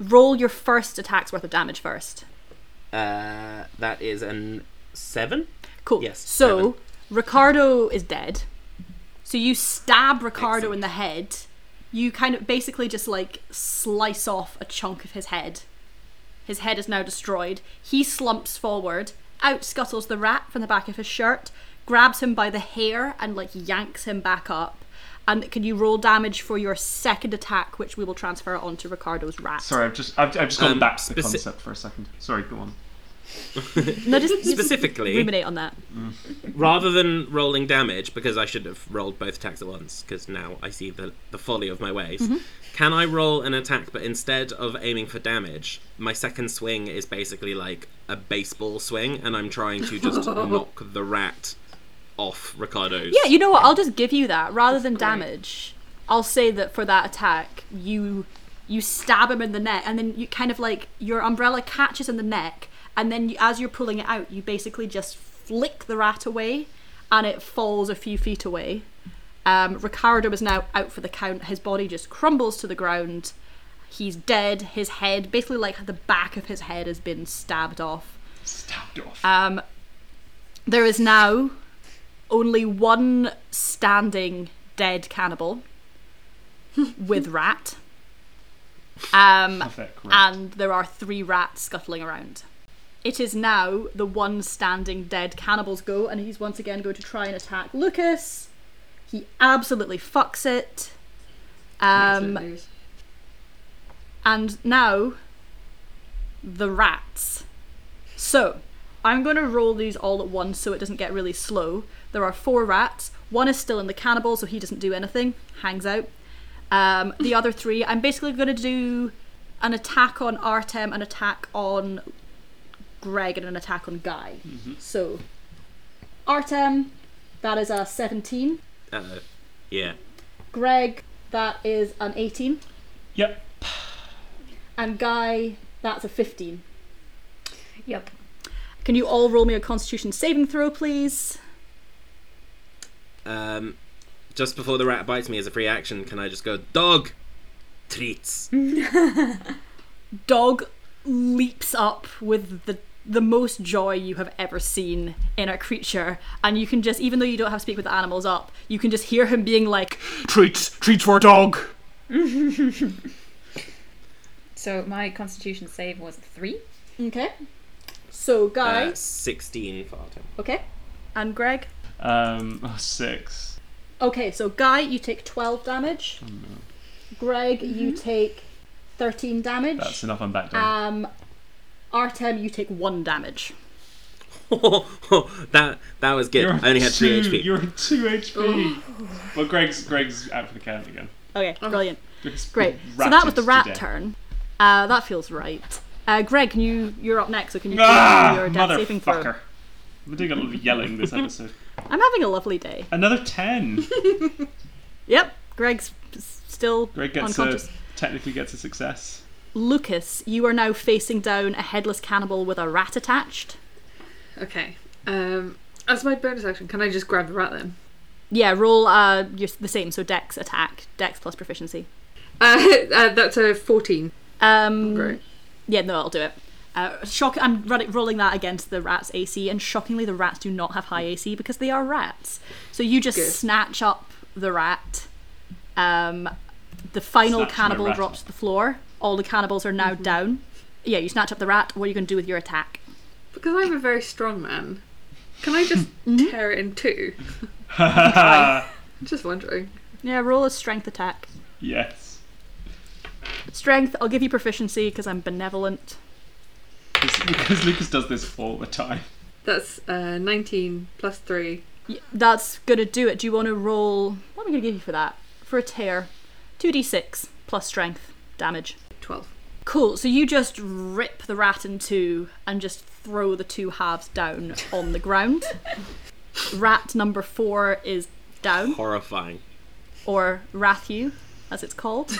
Speaker 8: Roll your first attack's worth of damage first.
Speaker 5: Uh, that is an seven.
Speaker 8: Cool.
Speaker 5: Yes,
Speaker 8: So
Speaker 5: seven.
Speaker 8: Ricardo is dead. So you stab Ricardo in the head. You kind of basically just like slice off a chunk of his head. His head is now destroyed. He slumps forward. Out scuttles the rat from the back of his shirt, grabs him by the hair and like yanks him back up. And can you roll damage for your second attack, which we will transfer onto Ricardo's rat?
Speaker 3: Sorry, I've just I've, I've just gone
Speaker 5: Um,
Speaker 3: back to the
Speaker 5: speci-
Speaker 3: concept for a second. Sorry, go on.
Speaker 8: no, just [laughs] just
Speaker 5: Specifically,
Speaker 8: ruminate on that.
Speaker 5: rather than rolling damage, because I should have rolled both attacks at once, because now I see the, the folly of my ways,
Speaker 8: Mm-hmm.
Speaker 5: can I roll an attack, but instead of aiming for damage, my second swing is basically like a baseball swing, and I'm trying to
Speaker 8: [laughs]
Speaker 5: just knock the rat off Ricardo's.
Speaker 8: Yeah, you know what? I'll just give you that rather than damage. I'll say that for that attack, you you stab him in the neck, and then you kind of like your umbrella catches in the neck, and then you, as you're pulling it out, you basically just flick the rat away, and it falls a few feet away. Um, Ricardo is now out for the count. His body just crumbles to the ground. He's dead. His head, basically, like the back of his head, has been stabbed off.
Speaker 3: Stabbed off.
Speaker 8: Um, There is now only one standing dead cannibal with rat. Um,
Speaker 3: Perfect. Right.
Speaker 8: and there are three rats scuttling around. It is now the one standing dead cannibals go, and he's once again going to try and attack Lucas. He absolutely fucks it. Um,
Speaker 4: Lose.
Speaker 8: and now, the rats. So, I'm going to roll these all at once so it doesn't get really slow. There are four rats. One is still in the cannibal, so he doesn't do anything, hangs out. Um, the other three, I'm basically going to do an attack on Artem, an attack on Greg, and an attack on Guy. So, Artem, that is a 17.
Speaker 5: Uh, yeah.
Speaker 8: Greg, that is an 18.
Speaker 3: Yep.
Speaker 8: And Guy, that's a 15.
Speaker 7: Yep.
Speaker 8: Can you all roll me a constitution saving throw, please?
Speaker 5: Um, just before the rat bites me as a free action, can I just go dog treats? uh,
Speaker 8: Dog leaps up with the the most joy you have ever seen in a creature, and you can just, even though you don't have speak with animals up, you can just hear him being like,
Speaker 11: Treats, treats for dog.
Speaker 7: So my constitution save was three.
Speaker 8: "Okay." So guy,
Speaker 5: Uh, Sixteen for Artem.
Speaker 8: okay, and Greg,
Speaker 3: Um, oh, six.
Speaker 8: okay. So guy, you take twelve damage.
Speaker 3: Mm.
Speaker 8: Greg, you take thirteen damage.
Speaker 3: That's enough. I'm back down.
Speaker 8: um, Artem, you take one damage.
Speaker 5: [laughs] that that was good.
Speaker 8: Uh,
Speaker 5: I only had three
Speaker 3: two,
Speaker 5: HP.
Speaker 3: You're at two HP. well, Greg's Greg's out for the count again.
Speaker 8: Okay, brilliant.
Speaker 3: Greg's
Speaker 8: Great. So
Speaker 3: ratted
Speaker 8: that was the
Speaker 3: to
Speaker 8: rat
Speaker 3: death.
Speaker 8: turn. Uh, that feels right. Uh, Greg, can you? You're up next. So can you please do
Speaker 3: Ah,
Speaker 8: your death saving throw?
Speaker 3: motherfucker! We're doing a lot of yelling this
Speaker 8: [laughs]
Speaker 3: episode.
Speaker 8: I'm having a lovely day.
Speaker 3: Another ten.
Speaker 8: Yep, Greg's s- still
Speaker 3: Greg gets a
Speaker 8: unconscious.
Speaker 3: technically gets a success.
Speaker 8: Lucas, you are now facing down a headless cannibal with a rat attached.
Speaker 4: Okay. Um, as my bonus action, can I just grab the rat then?
Speaker 8: Yeah, roll uh, you the same. So Dex attack, Dex plus proficiency.
Speaker 4: [laughs] Uh, uh, that's a 14.
Speaker 8: Um,
Speaker 4: Great.
Speaker 8: Yeah, no, I'll do it. Uh, shock. I'm ru- rolling that against the rat's AC, and shockingly, the rats do not have high AC because they are rats. So you just
Speaker 4: Good.
Speaker 8: snatch up the rat. Um, the final
Speaker 3: Snatch my
Speaker 8: cannibal
Speaker 3: rat
Speaker 8: drops
Speaker 3: up.
Speaker 8: to the floor. All the cannibals are now down. Yeah, you snatch up the rat. What are you going to do with your attack?
Speaker 4: Because I'm a very strong man, can I [laughs] just tear it in two?
Speaker 3: Uh,
Speaker 4: Just wondering.
Speaker 8: Yeah, roll a strength attack.
Speaker 3: yes.
Speaker 8: Strength. I'll give you proficiency because I'm benevolent.
Speaker 3: It's because Lucas does this all the time.
Speaker 4: That's uh, 19 plus 3.
Speaker 8: Y- That's gonna do it. Do you want to roll? What am I gonna give you for that? For a tear, two d six plus strength damage.
Speaker 4: 12.
Speaker 8: Cool. So you just rip the rat in two and just throw the two halves down on the ground. rat number four is down,
Speaker 5: Horrifying.
Speaker 8: or Rathu, as it's called.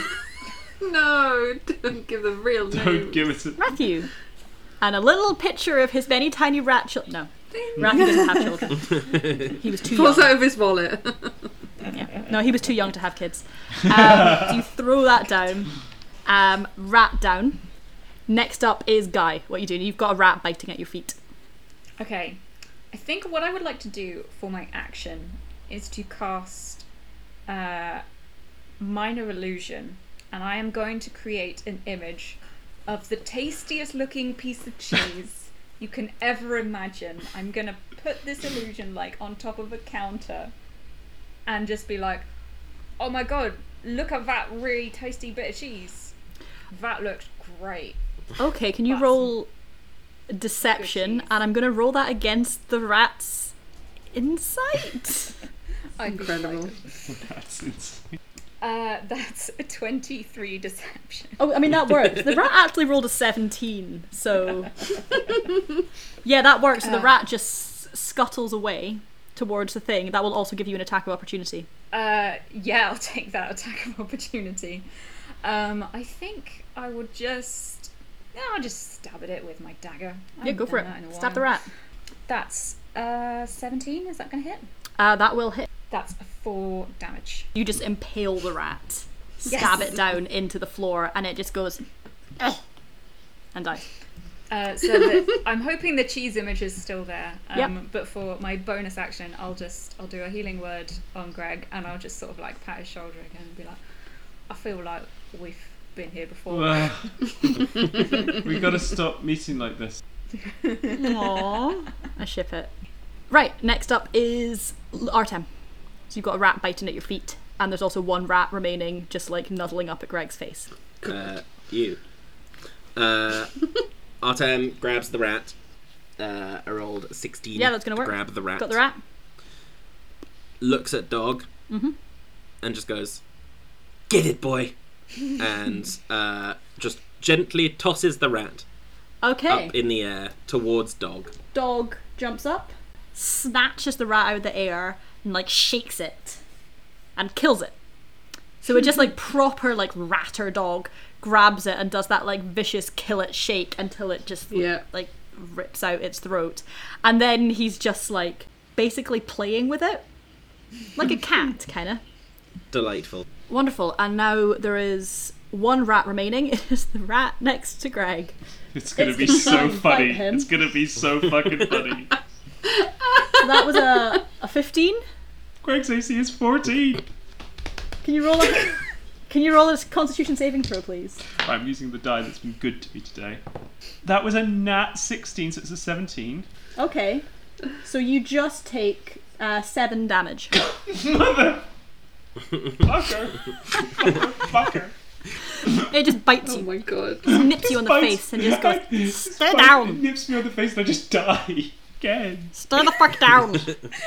Speaker 4: No, don't give them real
Speaker 3: Don't
Speaker 4: names.
Speaker 3: give it.
Speaker 8: [laughs]
Speaker 3: A,
Speaker 8: Rathu. And a little picture of his many tiny rat children. No. Rathu doesn't have children. He was too young.
Speaker 4: Falls out of his wallet.
Speaker 8: No, he was too young to have kids. Um, so you throw that down. Um, rat down. Next up is Guy. What are you doing? You've got a rat biting at your feet.
Speaker 7: Okay. I think what I would like to do for my action is to cast uh, minor illusion, and I am going to create an image of the tastiest looking piece of cheese you can ever imagine. I'm going to put this illusion like on top of a counter, and just be like, "Oh my god, look at that really tasty bit of cheese! That looks great."
Speaker 8: Okay, can you
Speaker 7: Awesome.
Speaker 8: roll deception?
Speaker 7: Good cheese.
Speaker 8: And I'm going to roll that against the rat's insight.
Speaker 7: I'd be
Speaker 4: [laughs] Incredible.
Speaker 3: that's insane.
Speaker 7: Uh, [laughs] that's a 23 deception.
Speaker 8: [laughs] oh, I mean, that works. The rat actually rolled a 17, so. [laughs] yeah, that works. So the
Speaker 7: Uh.
Speaker 8: rat just s- scuttles away towards the thing. That will also give you an attack of opportunity.
Speaker 7: Uh, yeah, I'll [laughs] take that attack of opportunity. Um, I think I would just. No, I'll just stab at it with my dagger. I
Speaker 8: Yeah, go
Speaker 7: haven't
Speaker 8: for
Speaker 7: done that in a
Speaker 8: it. Stab the
Speaker 7: while.
Speaker 8: rat.
Speaker 7: That's uh, 17. Is that going to hit?
Speaker 8: Uh, that will hit.
Speaker 7: That's a 4 damage.
Speaker 8: You just impale the rat,
Speaker 7: Yes.
Speaker 8: stab it down into the floor, and it just goes. "Ugh," and dies. [laughs]
Speaker 7: Uh, so that I'm hoping the cheese image is still there. Um,
Speaker 8: Yep.
Speaker 7: But for my bonus action, I'll just I'll do a healing word on Greg, and I'll just sort of like pat his shoulder again and be like, I feel like we've been here before.
Speaker 3: [laughs] we got to stop meeting like this.
Speaker 8: Aww. [laughs] I ship it. Right, next up is L- Artem. So you've got a rat biting at your feet, and there's also one rat remaining just like nuddling up at Greg's face.
Speaker 5: Uh, you. Uh, Artem grabs the rat. Uh, I rolled a 16.
Speaker 8: Yeah, that's gonna work.
Speaker 5: Grab the rat.
Speaker 8: Got the rat?
Speaker 5: Looks at dog.
Speaker 8: Mm-hmm.
Speaker 5: And just goes, Get it, boy! and uh, just gently tosses the rat
Speaker 8: Okay.
Speaker 5: up in the air towards dog.
Speaker 8: Dog jumps up, snatches the rat out of the air, and like shakes it and kills it. So it just like proper like ratter dog grabs it and does that like vicious kill it shake until it just like,
Speaker 4: Yeah.
Speaker 8: like rips out its throat. And then he's just like basically playing with it. Like a cat, kinda.
Speaker 5: Delightful.
Speaker 8: Wonderful. And now there is one rat remaining. [laughs] It is the rat next to Greg.
Speaker 3: It's gonna
Speaker 8: It's
Speaker 3: be
Speaker 8: gonna try
Speaker 3: so
Speaker 8: and bite
Speaker 3: funny.
Speaker 8: him.
Speaker 3: It's gonna be so fucking
Speaker 8: [laughs]
Speaker 3: funny.
Speaker 8: So that was a, a 15.
Speaker 3: Greg's AC is fourteen.
Speaker 8: Can you roll a Can you roll a Constitution saving throw, please?
Speaker 3: Right, I'm using the die that's been good to me today. That was a nat sixteen, so it's a seventeen. [laughs]
Speaker 8: Okay. So you just take uh, seven damage.
Speaker 3: Mother. Fucker. Fucker.
Speaker 8: It just bites
Speaker 3: [coughs]
Speaker 4: Oh
Speaker 8: you,
Speaker 4: my god.
Speaker 8: nips you on the
Speaker 3: Bites-
Speaker 8: face, and just
Speaker 3: [laughs]
Speaker 8: goes,
Speaker 3: Just
Speaker 8: "Stay
Speaker 3: bites-
Speaker 8: down.
Speaker 3: Nips me on the face and I just die again.
Speaker 8: "Stay the fuck down!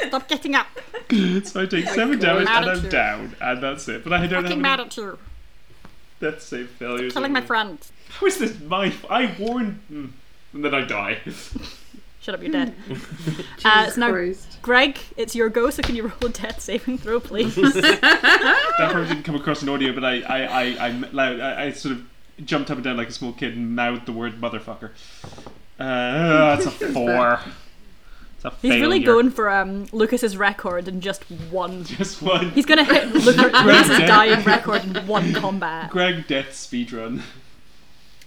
Speaker 8: Stop
Speaker 3: [laughs]
Speaker 8: getting up!
Speaker 3: So I
Speaker 8: Oh
Speaker 3: take seven damage
Speaker 8: Mad
Speaker 3: and
Speaker 8: at
Speaker 3: I'm
Speaker 8: you.
Speaker 3: down, and that's it. But I don't
Speaker 8: Fucking
Speaker 3: have
Speaker 8: mad
Speaker 3: any
Speaker 8: at you!
Speaker 3: death save failures.
Speaker 8: Killing
Speaker 3: or
Speaker 8: my
Speaker 3: anything.
Speaker 8: friends!
Speaker 3: How is this my? f- I warned, mm. and then I die.
Speaker 8: Shut up,
Speaker 3: [laughs]
Speaker 8: you're dead." uh, so now,
Speaker 4: Christ.
Speaker 8: Greg, it's your go. So can you roll a death saving
Speaker 3: [laughs]
Speaker 8: throw, please?
Speaker 3: that probably didn't come across in audio, but I, I, I, I, loud, I, I sort of jumped up and down like a small kid and mouthed the word motherfucker. Uh, that's a four. It's a
Speaker 8: He's
Speaker 3: failure.
Speaker 8: really going for um, Lucas's record in just one.
Speaker 3: [laughs] Just one.
Speaker 8: He's
Speaker 3: [laughs]
Speaker 8: gonna hit Lucas, Lucas's
Speaker 3: dead.
Speaker 8: dying record in one combat.
Speaker 3: Greg death speedrun.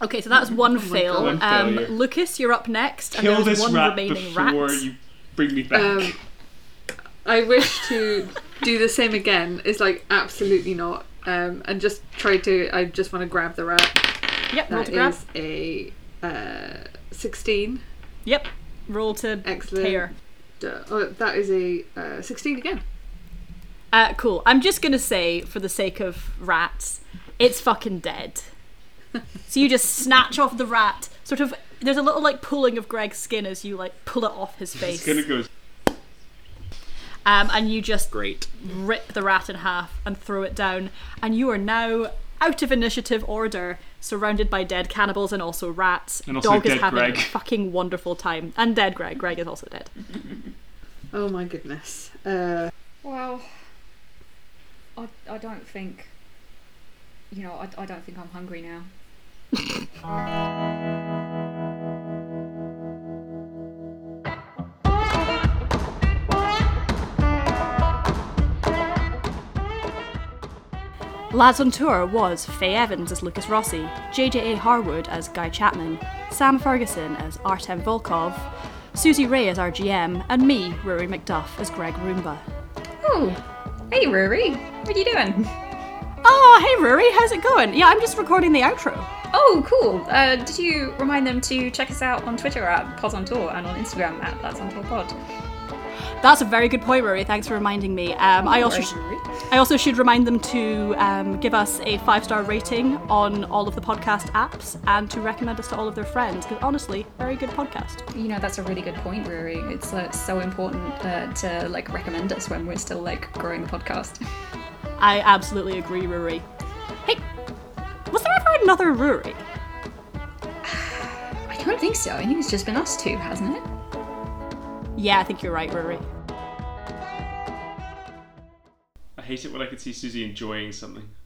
Speaker 8: Okay, so that's
Speaker 4: Oh
Speaker 8: one fail.
Speaker 3: God. One
Speaker 8: um,
Speaker 3: failure.
Speaker 8: Lucas, you're up next, and
Speaker 3: Kill
Speaker 8: there's
Speaker 3: this
Speaker 8: one
Speaker 3: rat
Speaker 8: remaining
Speaker 3: before
Speaker 8: rat.
Speaker 3: you bring me back.
Speaker 4: Um, I wish to do the same again. It's like absolutely not. Um, and just try to. I just want to grab the rat.
Speaker 8: Yep, roll
Speaker 4: That
Speaker 8: to grab.
Speaker 4: is a uh, sixteen.
Speaker 8: Yep, roll to
Speaker 4: Excellent.
Speaker 8: tear.
Speaker 4: Duh. Oh, that is a uh, sixteen again.
Speaker 8: Uh, cool. I'm just gonna say, for the sake of rats, it's fucking dead. so you just snatch off the rat. Sort of, there's a little like pulling of Greg's skin as you like pull it off his
Speaker 3: it's
Speaker 8: face,
Speaker 3: gonna go.
Speaker 8: um, and you just
Speaker 5: Great.
Speaker 8: rip the rat in half and throw it down. And you are now out of initiative order, surrounded by dead cannibals and also rats.
Speaker 3: And also
Speaker 8: Dog
Speaker 3: dead
Speaker 8: is having
Speaker 3: Greg. [laughs]
Speaker 8: a fucking wonderful time. And dead Greg. Greg is also dead.
Speaker 4: Oh my goodness. Uh,
Speaker 7: Well, I, I don't think, you know, I, I don't think I'm hungry now.
Speaker 8: Lads on Tour was Faye Evans as Lucas Rossi, JJA Harwood as Guy Chapman, Sam Ferguson as Artem Volkov, Susie Ray as our GM, and me, Rory McDuff, as Greg Roomba.
Speaker 7: Oh, hey Rory, what are you doing?
Speaker 8: Oh, hey Rory, how's it going? Yeah, I'm just recording the outro.
Speaker 7: Oh, cool. Uh, did you remind them to check us out on Twitter at Pods on Tour and on Instagram at That's on Tour Pod?
Speaker 8: That's a very good point, Rory. Thanks for reminding me. Um, I also sh-
Speaker 7: Rory.
Speaker 8: I also should remind them to um, give us a five star rating on all of the podcast apps and to recommend us to all of their friends because honestly, very good podcast.
Speaker 7: You know, that's a really good point, Rory. It's uh, so important uh, to like recommend us when we're still like growing the podcast.
Speaker 8: I absolutely agree, Rory. Hey, was there ever another Rory?
Speaker 7: I don't think so. I think it's just been us two, hasn't it?
Speaker 8: Yeah, I think you're right, Rory.
Speaker 3: I hate it when I can see Susie enjoying something.